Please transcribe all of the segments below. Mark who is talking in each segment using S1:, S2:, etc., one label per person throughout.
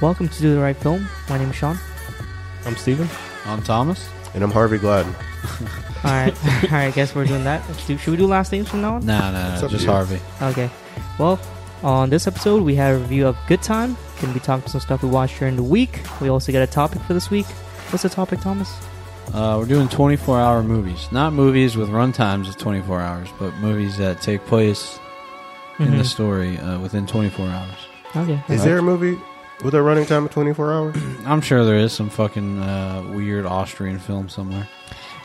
S1: welcome to Do the Right Film. My name is Sean.
S2: I'm Steven.
S3: I'm Thomas.
S4: And I'm Harvey Glad.
S1: All right, all right. I guess we're doing that. Should should we do last names from now on?
S3: Nah, nah,
S4: What's
S3: nah
S4: up,
S3: just
S4: dude?
S3: Harvey.
S1: Okay. Well, on this episode, we had a review of Good Time. Gonna be talking some stuff we watched during the week. We also got a topic for this week. What's the topic, Thomas?
S3: Uh, we're doing 24 hour movies. Not movies with run times of 24 hours, but movies that take place in
S2: Mm-hmm.
S3: the
S1: Mhm.
S3: story uh, within 24 hours.
S1: Okay.
S4: Is
S3: Right.
S4: there a movie with a running time of 24 hours?
S3: I'm sure there is some fucking uh, weird Austrian film somewhere.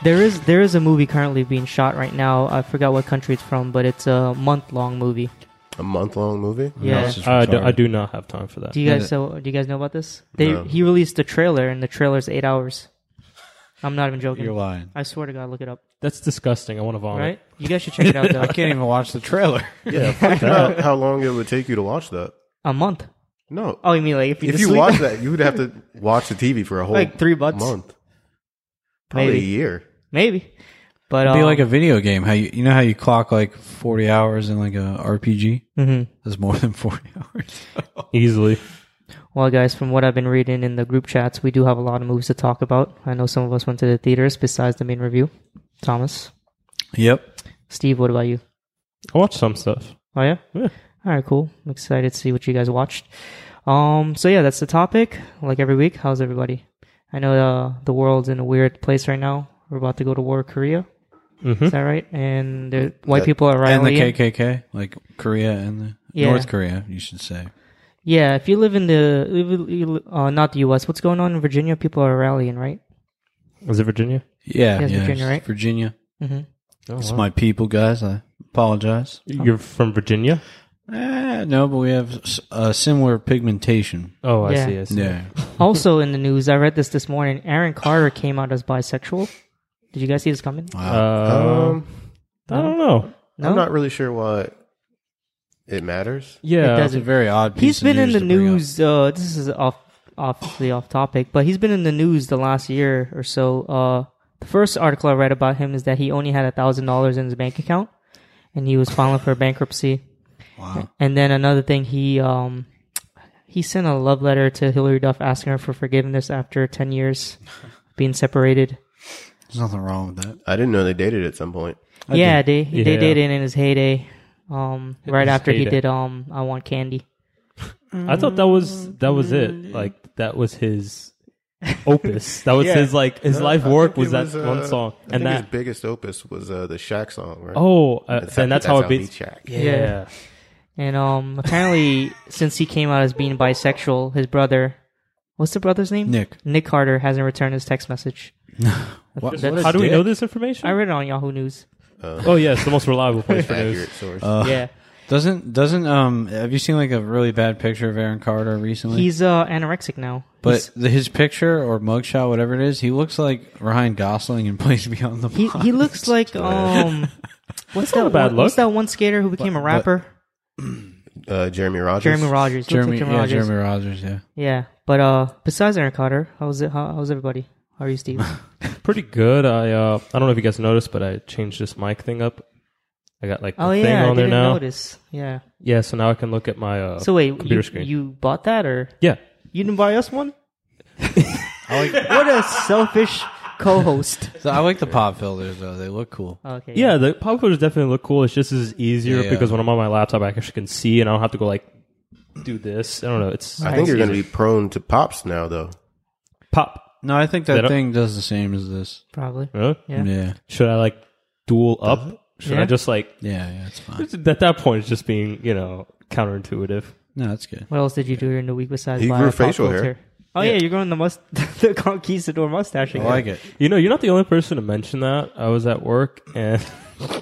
S1: There is there is a movie currently being shot right now. I forgot what country it's from, but it's a month long movie.
S4: A month long movie?
S3: I don't know,
S1: Yeah.
S3: it's just
S2: I do,
S3: retarded.
S2: I do not have time for that.
S1: Do you guys
S3: Yeah.
S1: so do you guys know about this? They
S4: No.
S1: he released the trailer and the trailer's eight hours. I'm not even
S3: You're
S1: joking.
S3: lying.
S1: I swear to God, look it up.
S2: That's disgusting. I want to vomit.
S1: Right? You guys should check it out though.
S3: I can't even watch the trailer.
S4: Yeah. fuck how, how long it would take you to watch that?
S1: A month.
S4: No.
S1: Oh, you mean like if you,
S4: if
S1: just
S4: you
S1: sleep-
S4: watch that, you would have to watch the TV for a whole
S1: Like three months?
S4: month. Probably
S1: Maybe.
S4: a year.
S1: maybe, but
S3: It'd
S1: um,
S3: be like a video game. How you you know how you clock like 40 hours in like a RPG?
S2: Mm-hmm.
S1: mhm.
S3: That's more than 40 hours.
S2: Easily.
S1: Well, guys, from what I've been reading in the group chats, we do have a lot of movies to talk about. I know some of us went to the theaters besides the main review. Thomas,
S3: yep.
S1: Steve, what about you?
S2: I watch some stuff.
S1: Oh yeah?
S2: Yeah.
S1: All right, cool. I'm excited to see what you guys watched. Um, so yeah, that's the topic. Like every week, how's everybody? I know uh, the world's in a weird place right now. We're about to go to war with Korea.
S2: Mhm.
S1: Is that right? And the white people are
S3: Mm-hmm. And the
S1: rallying.
S3: KKK, like Korea and the
S1: Yeah.
S3: North Korea, you should say.
S1: Yeah, if you live in the if you- uh, not the U.S., what's going on in Virginia? People are rallying, right?
S2: Is it Virginia?
S3: Yeah,
S1: Yes,
S3: yeah,
S1: Virginia,
S3: it's
S1: right?
S3: Virginia.
S1: Mm-hmm.
S2: Oh,
S3: It's
S2: wow.
S3: my people, guys. I apologize.
S2: You're from Virginia?
S3: Eh, no, but we have s- a similar pigmentation.
S2: Oh, I
S1: Yeah.
S2: see. I see.
S3: Yeah,
S1: also in the news, I read this this morning. Aaron Carter came out as bisexual. Did you guys see this coming?
S3: wow.
S2: Uh,
S4: Um,
S2: I don't know.
S1: No,
S4: I'm not really sure why it matters.
S2: Yeah.
S1: It
S3: that's Uh, a very odd. Piece
S1: he's
S3: of
S1: been in
S3: news
S1: the
S3: to bring up.
S1: news. Uh, this is off, obviously off topic, but he's been in the news the last year or so. Uh, the first article I read about him is that he only had a thousand dollars in his bank account, and he was filing for bankruptcy.
S3: Wow.
S1: And then another thing, he um, he sent a love letter to Hillary Duff asking her for forgiveness after ten years being separated.
S3: There's nothing wrong with that.
S4: I didn't know they dated at some point.
S1: yeah, they they
S2: Yeah.
S1: did it in his heyday. Um, right
S2: his
S1: after he
S2: heyday.
S1: did um, I want candy.
S2: I thought that was that was it. Like that was his opus. That was
S3: Yeah.
S2: his like his life
S4: I
S2: work
S4: think
S2: was
S4: it
S2: that
S4: uh,
S2: one song.
S4: I
S2: And
S4: think
S2: that
S4: his biggest opus was uh, the Shaq song, right?
S2: oh, uh,
S4: That's
S2: and that's how it
S4: beat
S2: beats.
S4: Shaq.
S2: Yeah.
S1: Yeah. And um, apparently, since he came out as being bisexual, his brother, what's the brother's name?
S3: Nick.
S1: Nick Carter hasn't returned his text message. That's-
S3: What, what a
S2: How do we
S3: dick.
S2: know this information?
S1: I read it on Yahoo News.
S4: Uh,
S2: oh yeah, it's the most reliable place for news.
S4: accurate source.
S3: Uh,
S1: yeah,
S3: Doesn't doesn't um? Have you seen like a really bad picture of Aaron Carter recently?
S1: he's uh anorexic now.
S3: but the, his picture or mugshot, whatever it is, he looks like Ryan Gosling in Place Beyond the
S1: He's, he
S3: Pond.
S1: he looks like um, what's
S2: not
S1: that?
S2: a bad
S1: one, What's
S2: look.
S1: that one skater who became a
S3: but-
S1: rapper?
S4: uh, Jeremy Rogers.
S1: Jeremy Rogers. He looks like
S3: Jeremy,
S1: Jeremy
S3: yeah,
S1: Rogers.
S3: Jeremy Rogers, yeah.
S1: Yeah, but uh, besides Aaron Carter, how's it? How, how's everybody? How are you, Steve?
S2: Pretty good. I uh, I don't know if you guys noticed, but I changed this mic thing up. I got like a
S1: oh
S2: thing
S1: yeah, I
S2: on there
S1: didn't
S2: now.
S1: notice. Yeah.
S2: Yeah, so now I can look at my uh,
S1: So wait,
S2: computer
S1: you,
S2: screen.
S1: you bought that or
S2: yeah,
S1: you didn't buy us one? what a selfish co-host.
S3: So I like the pop filters though; they look cool.
S1: Okay.
S2: yeah. The pop filters definitely look cool. It's just as easier
S3: Yeah, yeah.
S2: because when I'm on my laptop, I actually can see, and I don't have to go like do this. I don't know. It's
S4: I think you're going to be prone to pops now, though.
S2: pop.
S3: No, I think
S2: They
S3: that
S2: don't-
S3: thing does the same as this.
S1: probably.
S2: Huh?
S1: Yeah.
S3: yeah,
S2: Should I like dual up? Should
S1: Yeah.
S2: I just like
S3: yeah, yeah it's fine.
S2: at that point it's just being you know counterintuitive.
S3: No, that's good.
S1: What else did you do during the week besides
S4: He
S1: buy
S4: grew
S1: a pop
S4: facial hair.
S1: filter? Oh yeah. you're growing the must the conquistador mustache
S3: I
S1: again.
S3: like it.
S2: You know, you're not the only person to mention that. I was at work and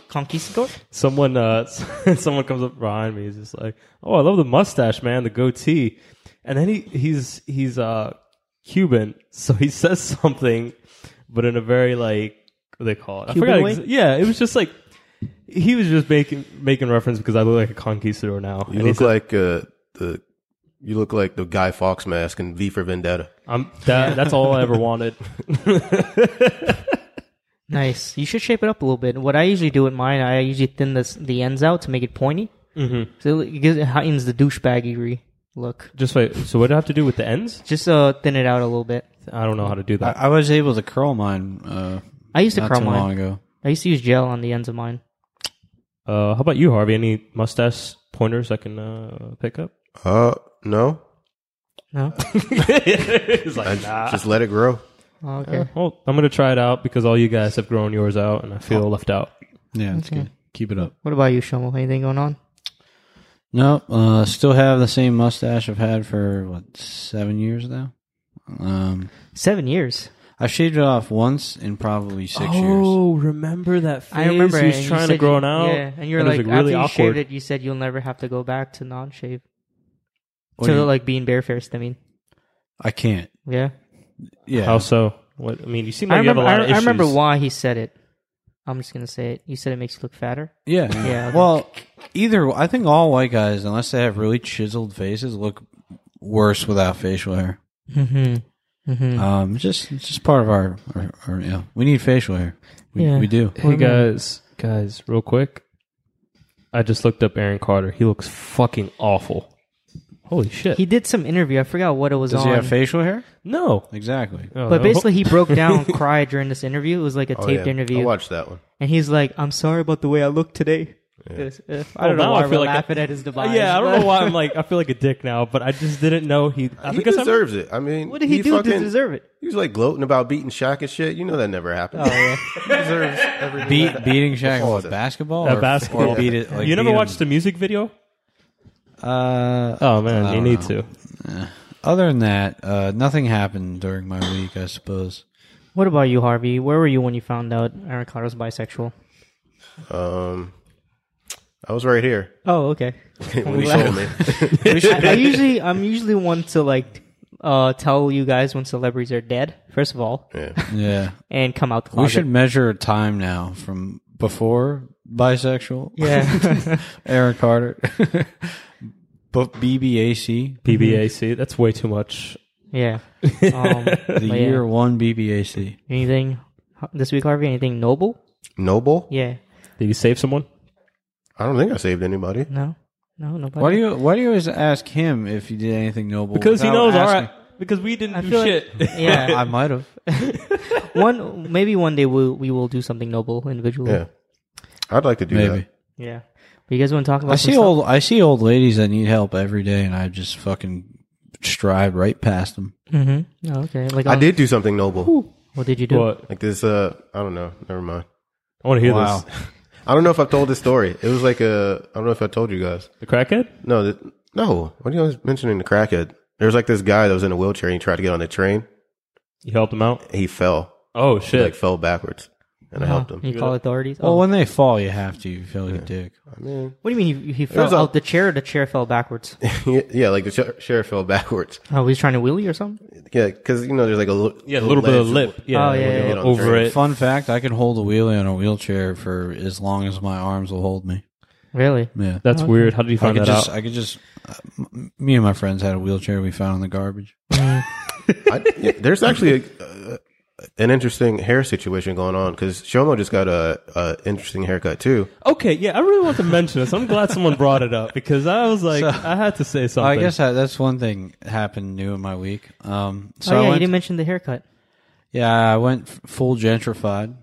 S1: Conquistador?
S2: someone uh someone comes up behind me. He's just like, "Oh, I love the mustache, man, the goatee." And then he he's he's uh Cuban, so he says something, but in a very like what they call it.
S1: Cuban
S2: I forgot.
S1: way?
S2: exa- yeah, it was just like. He was just making making reference because I look like a conquistador now.
S4: You
S2: And he
S4: look
S2: said,
S4: like uh, the you look like the Guy Fox mask in V for Vendetta.
S2: I'm, that, that's all I ever wanted.
S1: Nice. You should shape it up a little bit. What I usually do with mine, I usually thin this, the ends out to make it pointy. Mm-hmm. So it gives- it heightens the douchebaggery. look.
S2: Just wait. So what do I have to do with the ends?
S1: Just uh, thin it out a little bit.
S2: I don't know how to do
S3: I,
S2: that.
S3: I was able to curl mine uh,
S1: I used to
S3: not
S1: curl
S3: too
S1: mine.
S3: long ago.
S1: I used to use gel on the ends of mine.
S2: Uh, how about you, Harvey? Any mustache pointers I can uh, pick up?
S4: Uh, no.
S1: No.
S2: He's like,
S4: I j- Just let it grow.
S1: Oh, okay.
S2: Well, I'm gonna try it out because all you guys have grown yours out, and I feel left out.
S3: Yeah, it's good. Keep it up.
S1: What about you, Shomo? Anything going on?
S3: No, uh, still have the same mustache I've had for what seven years now. Um,
S1: Seven years.
S3: I shaved it off once in probably six years.
S2: Oh, remember that phase?
S1: I remember.
S2: he
S1: and
S2: was
S1: you
S2: trying
S1: said
S2: to
S1: you-
S2: grow it out.
S1: Yeah, and you're
S2: and it
S1: like,
S2: was,
S1: after
S2: really
S1: you
S2: awkward.
S1: shaved it, you said you'll never have to go back to non-shave.
S3: What do
S1: to
S3: you-
S1: like being barefaced. I mean,
S3: I can't.
S1: yeah.
S3: Yeah,
S2: How so? What I mean, you seem
S1: I
S2: like
S1: remember.
S2: you have a lot
S1: I,
S2: of
S1: I remember
S2: issues.
S1: why he said it. I'm just gonna say it. You said it makes you look fatter.
S3: yeah,
S1: Yeah, okay.
S3: Well, either I think all white guys, unless they have really chiseled faces, look worse without facial hair.
S1: Mm-hmm. Mm-hmm.
S3: Um, it's just it's just part of our, our, our yeah. We need facial hair. We,
S1: Yeah.
S3: we do.
S2: Hey guys, guys, real quick. I just looked up Aaron Carter. He looks fucking awful. Holy shit!
S1: He did some interview. I forgot what it was
S3: Does
S1: on.
S3: he have facial hair?
S2: no,
S3: Exactly.
S2: Oh,
S1: But
S2: no.
S1: basically, he broke down, and cried during this interview. It was like a
S4: Oh,
S1: taped
S4: yeah. I
S1: interview,
S4: watched that one.
S1: and he's like, "I'm sorry about the way I look today." This- uh, I
S2: Oh,
S1: don't know
S2: now
S1: why
S2: I feel
S1: we're
S2: like I-
S1: laughing at his demise.
S2: yeah, I don't
S1: but-
S2: know why I'm like I feel like a dick now, but I just didn't know he. I
S4: He
S2: because I'm-
S4: deserves it. I mean,
S1: What did he, do to
S4: fucking-
S1: deserve it?
S4: He was like gloating about beating Shaq and shit. You know that never happened.
S1: Oh yeah,
S4: he deserves everything.
S3: Beat beating Shaq
S4: What
S3: with
S4: was it?
S3: basketball.
S2: That
S3: or,
S2: basketball.
S3: Or beat it. Like,
S2: you never
S3: beat him?
S2: watched the music video?
S3: Uh,
S2: Oh man, you
S3: don't
S2: need
S3: know.
S2: to.
S3: other than that, uh, nothing happened during my week, I suppose.
S1: What about you, Harvey? Where were you when you found out Aaron Carter's bisexual?
S4: Um, I was right here
S1: Oh, okay.
S4: when he told me.
S1: I, I usually, I'm usually one to like uh, tell you guys when celebrities are dead. First of all,
S4: Yeah.
S3: Yeah,
S1: and come out the closet.
S3: we should measure time now from before bisexual.
S1: Yeah.
S3: Aaron Carter, but BBAC,
S2: PBAC. That's way too much.
S1: yeah. Um, but
S3: the
S1: yeah.
S3: year one BBAC.
S1: Anything this week, Harvey? Anything noble?
S4: Noble?
S1: Yeah.
S2: Did he save someone?
S4: I don't think I saved anybody.
S1: No. No. Nobody.
S3: Why do you Why do you always ask him if you did anything noble?
S2: Because he
S3: without
S2: knows. All
S3: asking?
S2: right. Because we didn't
S1: I
S2: do
S1: feel
S2: shit.
S1: like- yeah.
S3: I might have.
S1: one maybe one day we we will do something noble individually.
S4: Yeah. I'd like to do
S3: Maybe.
S4: that.
S1: Yeah. But you guys want to talk about?
S3: I
S1: some
S3: see
S1: stuff?
S3: old I see old ladies that need help every day, and I just fucking stride right past them.
S1: Mm-hmm. Oh, okay. Like
S4: I
S1: um,
S4: did do something noble.
S1: What did you do?
S2: What?
S4: Like this, uh, I don't know. Never mind.
S2: I want to hear
S3: Wow.
S2: this.
S4: I don't know if I've told this story. It was like a, I don't know if I told you guys.
S2: The crackhead.
S4: No, that, no. What are you guys mentioning the crackhead? There was like this guy that was in a wheelchair and he tried to get on the train.
S2: You helped him out.
S4: He fell.
S2: Oh
S4: He like
S2: shit!
S4: fell backwards. And I
S1: Oh,
S4: helped him.
S1: You call authorities?
S3: Well,
S1: Oh.
S3: when they fall, you have to. You feel like a dick.
S4: I mean,
S1: What do you mean he, he fell
S4: was a-
S1: out the chair? The chair fell backwards.
S4: yeah, like the sh- sheriff fell backwards.
S1: Oh, he's trying to wheelie or something.
S4: Yeah, because, you know, there's like a little,
S2: yeah, a little bit of
S4: ledge.
S2: lip. Yeah,
S1: Oh, yeah,
S2: like,
S1: yeah,
S4: yeah.
S2: over it.
S3: Fun fact: I can hold a wheelie on a wheelchair for as long as my arms will hold me.
S1: Really?
S3: Yeah,
S2: That's weird. How did you
S3: I
S2: find
S3: could
S2: that
S3: just.
S2: out?
S3: I could just. Uh, m- me and my friends had a wheelchair we found in the garbage.
S4: I, yeah, there's actually a, uh, an interesting hair situation going on because Shomo just got a, a interesting haircut too.
S2: Okay, yeah, I really want to mention this. I'm glad someone brought it up because I was like, I had to say something.
S3: I guess I, that's one thing happened new in my week. Um, so
S1: oh
S3: I
S1: yeah, you
S3: went,
S1: didn't mention the haircut.
S3: yeah, I went f- full gentrified.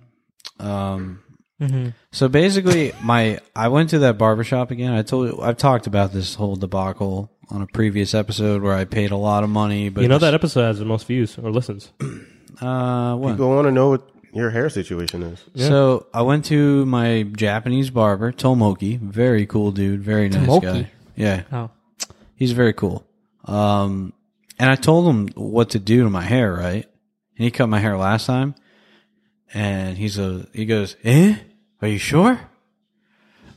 S3: Um,
S2: Mm-hmm.
S3: so basically, my I went to that barbershop again. I told I've talked about this whole debacle on a previous episode where I paid a lot of money, but
S2: you know that episode has the most views or listens.
S3: uh, when?
S4: People want to know what your hair situation is.
S3: So I went to my Japanese barber, Tomoki. Very cool dude. Very nice
S1: Tomoki?
S3: guy. Yeah,
S1: Oh,
S3: he's very cool. Um, and I told him what to do to my hair, right? And he cut my hair last time, and he's a he goes, "Eh, are you sure?"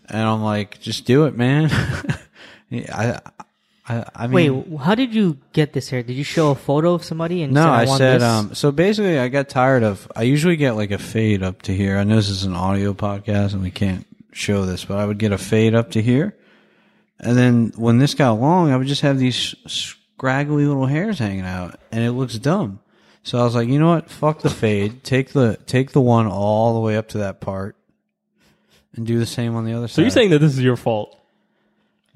S3: And I'm like, "Just do it, man." I, I, I mean,
S1: wait. How did you get this hair? Did you show a photo of somebody and you
S3: no,
S1: said, I,
S3: I
S1: want
S3: said,
S1: this?
S3: um, so basically, I got tired of. I usually get like a fade up to here. I know this is an audio podcast and we can't show this, but I would get a fade up to here. And then when this got long, I would just have these scraggly little hairs hanging out and it looks dumb. So I was like, you know what? Fuck the fade. Take the, take the one all the way up to that part and do the same on the other
S2: So
S3: side.
S2: you're saying that this is your fault?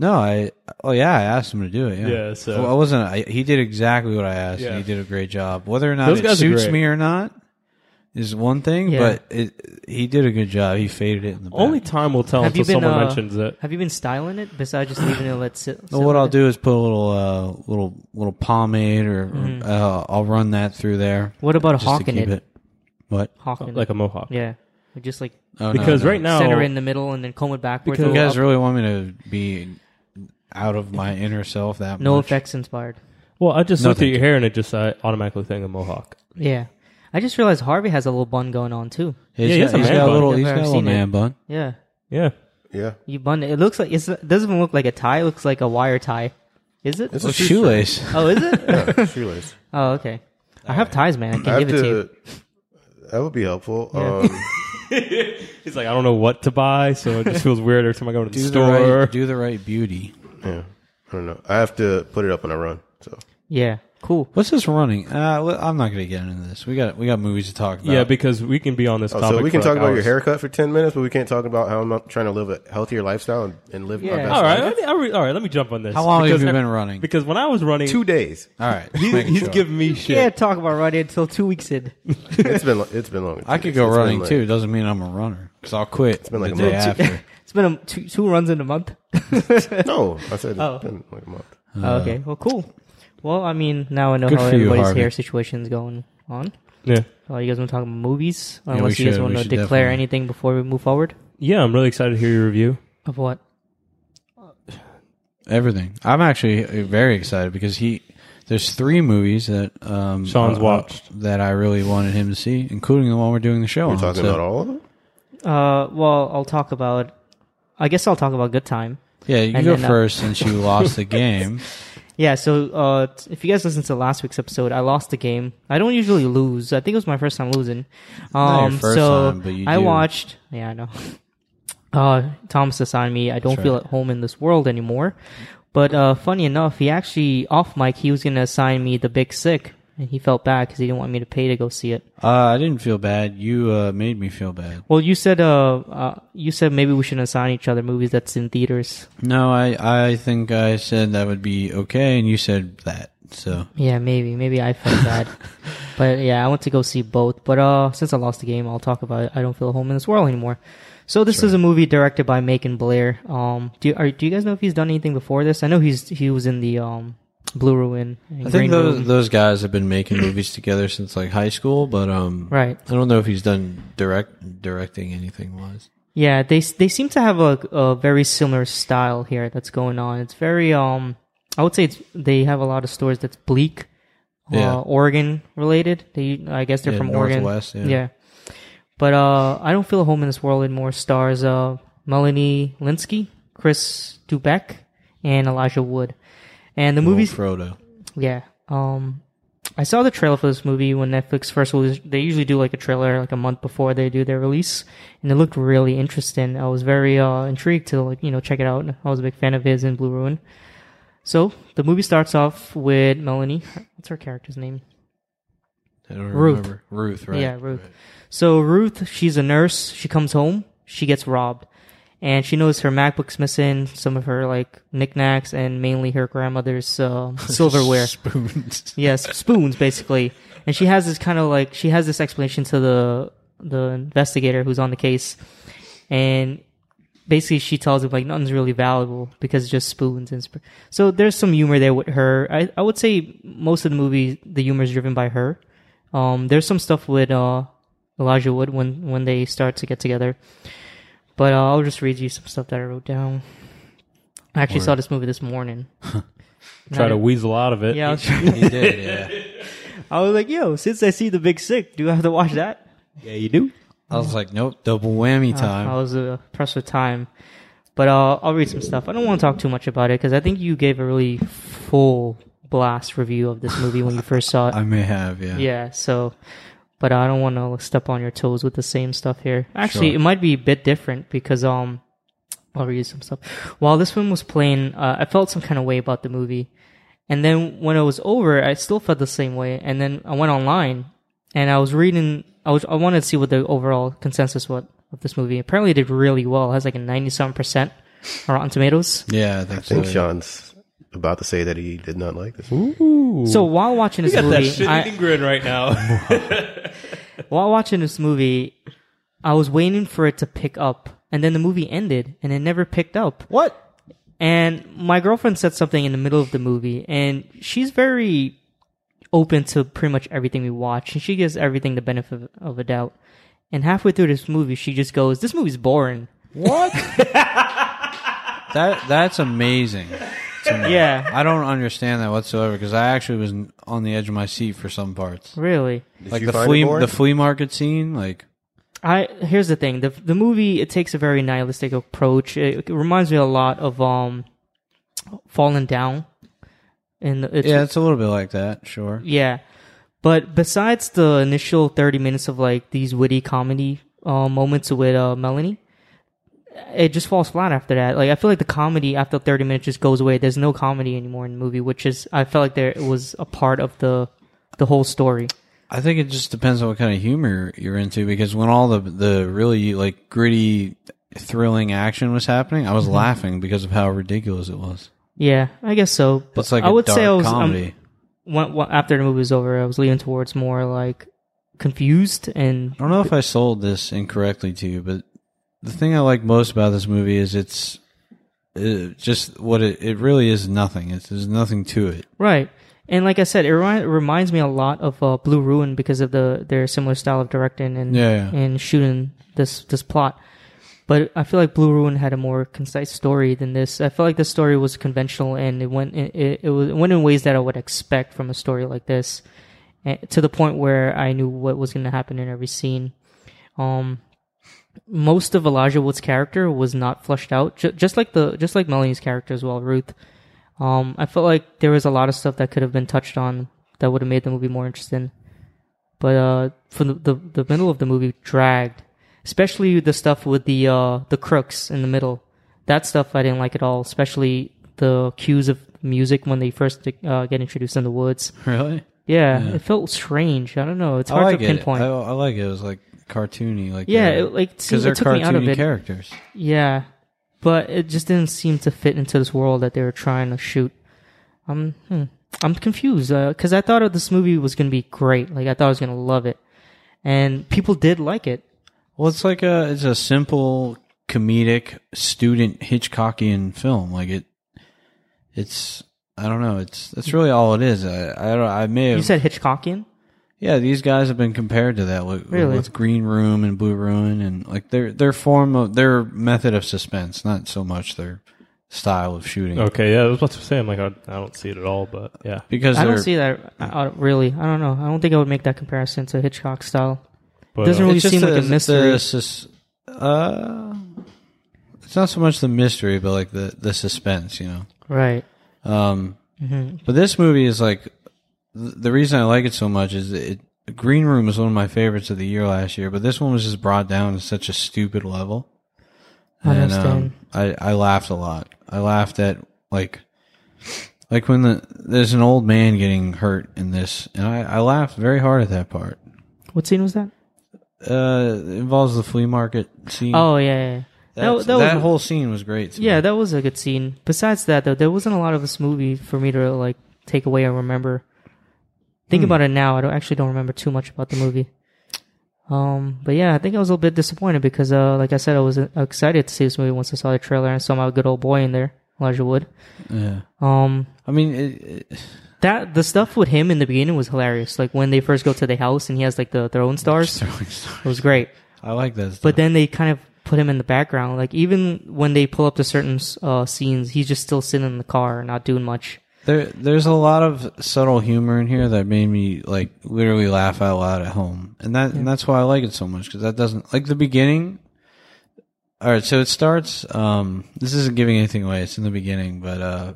S3: No, I. Oh yeah, I asked him to do it. Yeah.
S2: Yeah, so-
S3: Well, I wasn't. I, he did exactly what I asked.
S2: Yeah.
S3: and He did a great job. Whether or not
S2: Those
S3: it
S2: guys are
S3: suits
S2: great.
S3: me or not is one thing,
S1: Yeah.
S3: but it, he did a good job. He faded it in the back.
S2: Only time will tell
S1: Have you
S2: until
S1: been,
S2: someone
S1: uh,
S2: mentions it.
S1: Have you been styling it besides just leaving it let sit? sit
S3: Well, what
S1: with
S3: I'll
S1: it?
S3: do is put a little, uh, little, little pomade, or or,
S2: Mm.
S3: uh, I'll run that through there.
S1: What about
S3: just to
S1: hawking
S3: keep
S1: it?
S3: What?
S1: Hawking
S2: Like
S1: it.
S2: a mohawk.
S1: yeah, Or just like
S3: Oh, no,
S2: Because
S3: no.
S2: right now,
S1: center it in the middle and then comb it backwards.
S2: Because-
S1: a
S3: you
S1: little
S3: guys
S1: up.
S3: really want me to be out of my inner self that
S1: no
S3: much?
S1: effects inspired.
S2: well, I just
S3: No,
S2: looked at
S3: thank
S2: your hair and it just I automatically think of mohawk.
S1: Yeah, I just realized Harvey has a little bun going on too.
S3: He's
S2: Yeah, he has
S3: got,
S2: a
S3: he's
S2: man
S3: got a
S2: bun.
S3: little,
S1: I've
S3: he's
S1: never
S3: got a little
S1: seen it.
S3: man bun.
S1: Yeah,
S2: Yeah.
S4: Yeah.
S1: you bun it. It looks like it's, it doesn't even look like a tie. It looks like a wire tie. Is it?
S4: It's
S3: Well,
S4: a
S3: shoelace.
S1: Oh, is it?
S4: Yeah, shoelace.
S1: oh, okay. I have ties, man. I can
S4: I have
S1: give it to you.
S4: to. That would be helpful. Um,
S2: He's like, I don't know what to buy, so it just feels weird every time I go to the
S3: Do the,
S2: store.
S3: right, do the right beauty.
S4: yeah. I don't know. I have to put it up when I run. So
S1: Yeah, cool.
S3: What's this running? Uh, well, I'm not going to get into this. We got we got movies to talk about.
S2: yeah, because we can be on this
S4: Oh,
S2: topic.
S4: so we can
S2: for, like,
S4: talk about your
S2: hours.
S4: haircut for ten minutes, but we can't talk about how I'm not trying to live a healthier lifestyle and, and live
S1: Yeah.
S4: my best
S2: All right,
S4: life.
S2: let me, I re- all right. Let me jump on this.
S3: How long have
S2: Because
S3: you
S2: I-
S3: been running?
S2: Because when I was running,
S4: Two days.
S3: All right,
S2: he's,
S3: making
S2: he's
S3: sure.
S2: giving me shit.
S1: Yeah, talk about running until two weeks in.
S4: It's been lo- it's been long.
S3: I could go
S4: It's been
S3: running
S4: like-
S3: too. Doesn't mean I'm a runner because I'll quit
S4: been like
S3: the
S4: a
S3: day
S4: month.
S3: after.
S1: It's been a, two, two runs in a month.
S4: No, I said it's
S1: Oh.
S4: been like a month.
S1: Oh, okay. Well, cool. Well, I mean, now I know
S3: Uh, Good
S1: how
S3: for you,
S1: everybody's
S3: Harvey.
S1: hair situation's going on.
S2: yeah.
S1: Oh, you guys want to talk about movies?
S3: we
S1: Unless you guys
S3: should.
S1: want
S3: We
S1: to
S3: should
S1: declare
S3: definitely.
S1: anything before we move forward.
S2: Yeah, I'm really excited to hear your review.
S1: Of what?
S3: Everything. I'm actually uh, very excited because he. There's three movies that um,
S2: Sean's
S3: uh,
S2: watched.
S3: that I really wanted him to see, including the one we're doing the show
S4: We're
S3: on.
S4: talking
S3: So-
S4: about all of them.
S1: Uh, well, I'll talk about. I guess I'll talk about Good Time.
S3: Yeah, you
S1: and
S3: go
S1: then, uh,
S3: first since you lost the game.
S1: Yeah. So, uh, t- if you guys listened to last week's episode, I lost the game. I don't usually lose. I think it was my first time losing. Um,
S3: Not your first
S1: so
S3: time, but you
S1: I
S3: do.
S1: watched. Yeah, I know. Uh, Thomas assigned me. I don't feel at home in this world anymore. But uh, funny enough, he actually off mic he was gonna assign me The Big Sick, and he felt bad because he didn't want me to pay to go see it.
S3: Uh, I didn't feel bad. You uh, made me feel bad.
S1: Well, you said uh, uh you said maybe we should assign each other movies that's in theaters.
S3: No, I, I think I said that would be okay, and you said that. So
S1: Yeah, maybe maybe I felt bad, but yeah, I want to go see both. But uh, since I lost the game, I'll talk about it. I don't feel at home in this world anymore. So this is a movie directed by Macon Blair. Um, do you- are, do you guys know if he's done anything before this? I know he's he was in the um Blue Ruin. And Green
S3: I think those
S1: Room.
S3: those guys have been making movies together since like high school, but um,
S1: Right.
S3: I don't know if he's done direct directing anything wise.
S1: Yeah, they they seem to have a, a very similar style here that's going on. It's very um, I would say it's they have a lot of stories that's bleak,
S3: Yeah.
S1: uh, Oregon related. They I guess they're
S3: Yeah,
S1: from Oregon,
S3: Northwest, yeah.
S1: But uh, I don't feel at home in this world anymore. Stars uh, Melanie Linsky, Chris Dubeck, and Elijah Wood, and the movie's
S3: Little Frodo.
S1: yeah. Um, I saw the trailer for this movie when Netflix first released. They usually do like a trailer like a month before they do their release, and it looked really interesting. I was very uh, intrigued to like you know check it out. I was a big fan of his in Blue Ruin. So the movie starts off with Melanie. What's her character's name?
S3: I don't
S1: Ruth.
S3: remember. Ruth, right?
S1: Yeah, Ruth. So Ruth, she's a nurse. She comes home. She gets robbed, and she knows her MacBook's missing, some of her like knickknacks, and mainly her grandmother's uh, silverware.
S3: Spoons.
S1: Yes, spoons basically. And she has this kind of like she has this explanation to the the investigator who's on the case, and basically she tells him like nothing's really valuable because it's just spoons and sp- so there's some humor there with her. I I would say most of the movie the humor is driven by her. Um, there's some stuff with uh Elijah Wood when when they start to get together, but uh, I'll just read you some stuff that I wrote down. I actually saw this movie this morning.
S2: Try to weasel out of it.
S1: yeah, I was trying-
S3: he did, yeah.
S1: I was like, yo, since I see the Big Sick, do I have to watch that?
S2: yeah, you do.
S3: I was like, nope, double whammy time.
S1: I was uh, pressed with time, but uh, I'll read some stuff. I don't want to talk too much about it because I think you gave a really full blast review of this movie when you first saw it.
S3: I may have, yeah.
S1: yeah, so, but I don't want to step on your toes with the same stuff here. Actually, it might be a bit different because um, I'll read some stuff. While this film was playing, uh, I felt some kind of way about the movie. And then when it was over, I still felt the same way. And then I went online and I was reading. I was I wanted to see what the overall consensus was of this movie. Apparently, it did really well. It has like a ninety-seven percent on Rotten Tomatoes.
S3: Yeah, I think
S4: I think
S3: so.
S4: Sean's about to say that he did not like this. movie.
S1: So while watching this
S2: Look at that
S1: movie,
S2: shit
S1: I,
S2: eating grin right now.
S1: while watching this movie, I was waiting for it to pick up, and then the movie ended, and it never picked up.
S2: what?
S1: And my girlfriend said something in the middle of the movie, and she's very open to pretty much everything we watch, and she gives everything the benefit of a doubt. And halfway through this movie, she just goes, "This movie's boring."
S3: That that's amazing. to me.
S1: Yeah,
S3: I don't understand that whatsoever because I actually was n- on the edge of my seat for some parts,
S1: really.
S4: Did
S3: like
S4: you
S3: the
S4: find it
S3: flea
S4: boring?
S3: the flea market scene. Like
S1: I here's the thing: the the movie it takes a very nihilistic approach. It, it reminds me a lot of um, Fallen Down, and it's,
S3: yeah, it's a little bit like that. Sure.
S1: Yeah. But besides the initial 30 minutes of like these witty comedy uh, moments with uh, Melanie, it just falls flat after that. Like I feel like the comedy after 30 minutes just goes away. There's no comedy anymore in the movie, which is I felt like there was a part of the the whole story.
S3: I think it just depends on what kind of humor you're into because when all the the really like gritty, thrilling action was happening, I was
S1: Mm-hmm.
S3: laughing because of how ridiculous it was.
S1: Yeah, I guess so. But
S3: It's like
S1: I
S3: a
S1: would
S3: dark
S1: say I was um,
S3: comedy.
S1: when- when- after the movie was over, I was leaning towards more like confused and
S3: I don't know if I sold this incorrectly to you, but the thing I like most about this movie is it's uh, just what it, it really is nothing. It's, there's nothing to it.
S1: Right. And like I said, it remi- reminds me a lot of uh, Blue Ruin because of the their similar style of directing and
S3: Yeah, yeah.
S1: and shooting this this plot. But I feel like Blue Ruin had a more concise story than this. I felt like the story was conventional and it went it, it, it, was, it went in ways that I would expect from a story like this, eh, to the point where I knew what was going to happen in every scene. Um, most of Elijah Wood's character was not fleshed out, Ju- just like the just like Melanie's character as well, Ruth. Um, I felt like there was a lot of stuff that could have been touched on that would have made the movie more interesting. But uh, from the, the the middle of the movie dragged, especially the stuff with the uh, the crooks in the middle. That stuff I didn't like at all, especially the cues of music when they first uh, get introduced in the woods.
S3: Really,
S1: Yeah, it felt strange. I don't know. It's
S3: Oh, I
S1: hard
S3: like
S1: to
S3: it.
S1: pinpoint.
S3: I, I like it. It was like cartoony, like
S1: yeah,
S3: they're-
S1: it, like it seemed,
S3: they're
S1: it took me out of
S3: cartoony
S1: it.
S3: characters.
S1: Yeah, but it just didn't seem to fit into this world that they were trying to shoot. I'm hmm, I'm confused because I thought this movie was gonna be great. Like I thought I was gonna love it, and people did like it.
S3: Well, it's like a it's a simple comedic student Hitchcockian film. Like it, it's I don't know. It's that's really all it is. I I, don't, I may have
S1: You said Hitchcockian.
S3: yeah. These guys have been compared to that with,
S1: Really?
S3: with Green Room and Blue Ruin and like their their form of their method of suspense, not so much their style of shooting.
S2: Okay, yeah, I was about to say. I'm like, I, I don't see it at all, but yeah.
S3: Because
S1: I
S3: they're-
S1: don't see that I, I, really. I don't know. I don't think I would make that comparison to Hitchcock style.
S2: But,
S1: Doesn't
S2: uh,
S1: really
S3: it's just
S1: seem like a
S3: the-
S1: mystery.
S3: the sus- uh, it's not so much the mystery, but like the the suspense. You know.
S1: Right.
S3: Um, But this movie is like th- the reason I like it so much is it. Green Room was one of my favorites of the year last year, but this one was just brought down to such a stupid level.
S1: I
S3: And,
S1: understand.
S3: um, I I laughed a lot. I laughed at like like when the there's an old man getting hurt in this, and I I laughed very hard at that part.
S1: What scene was
S3: Mm.
S1: that?
S3: Uh, it involves the flea market scene.
S1: Oh yeah, yeah. yeah.
S3: that,
S1: that, that
S3: that
S1: was,
S3: whole scene was great. to me.
S1: yeah, that was a good scene. Besides that, though, there wasn't a lot of this movie for me to like take away and remember. Think about it now. I don't actually don't remember too much about the movie. Um, but yeah, I think I was a little bit disappointed because, uh, like I said, I was uh, excited to see this movie once I saw the trailer and saw my good old boy in there, Elijah Wood.
S3: yeah.
S1: Um,
S3: I mean, it, it,
S1: that the stuff with him in the beginning was hilarious. Like when they first go to the house and he has like the throwing stars, it was great.
S3: I like that. Stuff.
S1: But then they kind of put him in the background. Like even when they pull up to certain uh, scenes, he's just still sitting in the car, not doing much.
S3: There, there's a lot of subtle humor in here that made me like literally laugh out loud at home, and that and that's why I like it so much because that doesn't like the beginning. All right, so it starts. Um, this isn't giving anything away. It's in the beginning, but uh,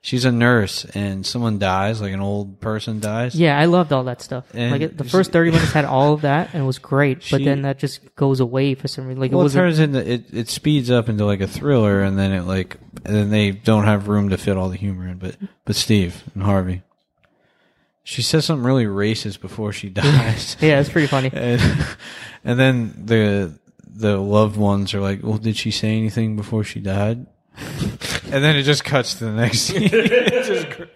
S3: she's a nurse and someone dies, like an old person dies.
S1: Yeah, I loved all that stuff.
S3: And
S1: like it- the
S3: she-
S1: first thirty minutes had all of that and it was great, but
S3: She-
S1: then that just goes away for some reason. Like it
S3: Well, it
S1: was not
S3: turns into it. It speeds up into like a thriller, and then it like and then they don't have room to fit all the humor in. But but Steve and Harvey, she says something really racist before she dies.
S1: yeah, it's pretty funny.
S3: and and then the the loved ones are like, "Well, did she say anything before she died?" and then it just cuts to the next scene. It's just great.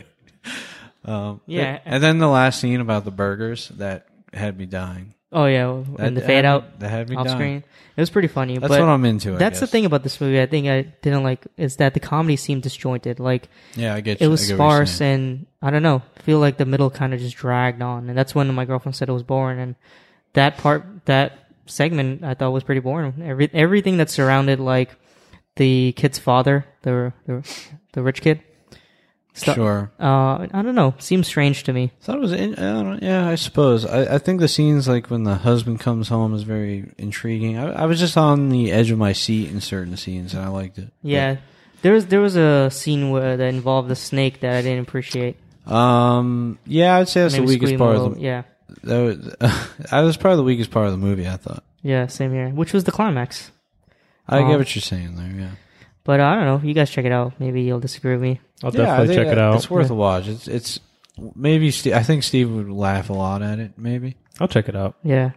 S3: Um,
S1: Yeah.
S3: And then the last scene about the burgers that had me dying.
S1: Oh yeah, well, and the
S3: That-
S1: fade
S3: that-
S1: out
S3: that had me
S1: off
S3: dying.
S1: screen. It was pretty funny.
S3: That's
S1: but
S3: what I'm into. I
S1: that's the
S3: guess.
S1: thing about this movie. I think I didn't like is that the comedy seemed disjointed. Like
S3: Yeah, I get.
S1: it
S3: you.
S1: was
S3: I get what you're
S1: sparse,
S3: saying.
S1: and I don't know. Feel like the middle kind of just dragged on, and that's when my girlfriend said it was boring. And that part, that segment, I thought was pretty boring. Every everything that surrounded like the kid's father, the the, the rich kid. stu-
S3: Sure.
S1: Uh, I don't know. Seems strange to me.
S3: So it was. In, I don't, yeah, I suppose. I, I think the scenes like when the husband comes home is very intriguing. I, I was just on the edge of my seat in certain scenes, and I liked it.
S1: Yeah. There was there was a scene where that involved the snake that I didn't appreciate.
S3: Um. Yeah, I'd say that's
S1: Made me
S3: the weakest
S1: scream a
S3: part of
S1: little.
S3: the.
S1: Yeah.
S3: That was, that was probably the weakest part of the movie. I thought.
S1: Yeah, same here. Which was the climax.
S3: I
S1: Um,
S3: get what you're saying there. Yeah.
S1: But uh, I don't know. You guys check it out. Maybe you'll disagree with me.
S2: I'll
S3: Yeah, I
S2: definitely
S3: think
S2: check it
S3: that-
S2: out.
S3: It's worth a watch. It's it's maybe Steve, I think Steve would laugh a lot at it. Maybe.
S2: I'll check it out.
S1: Yeah.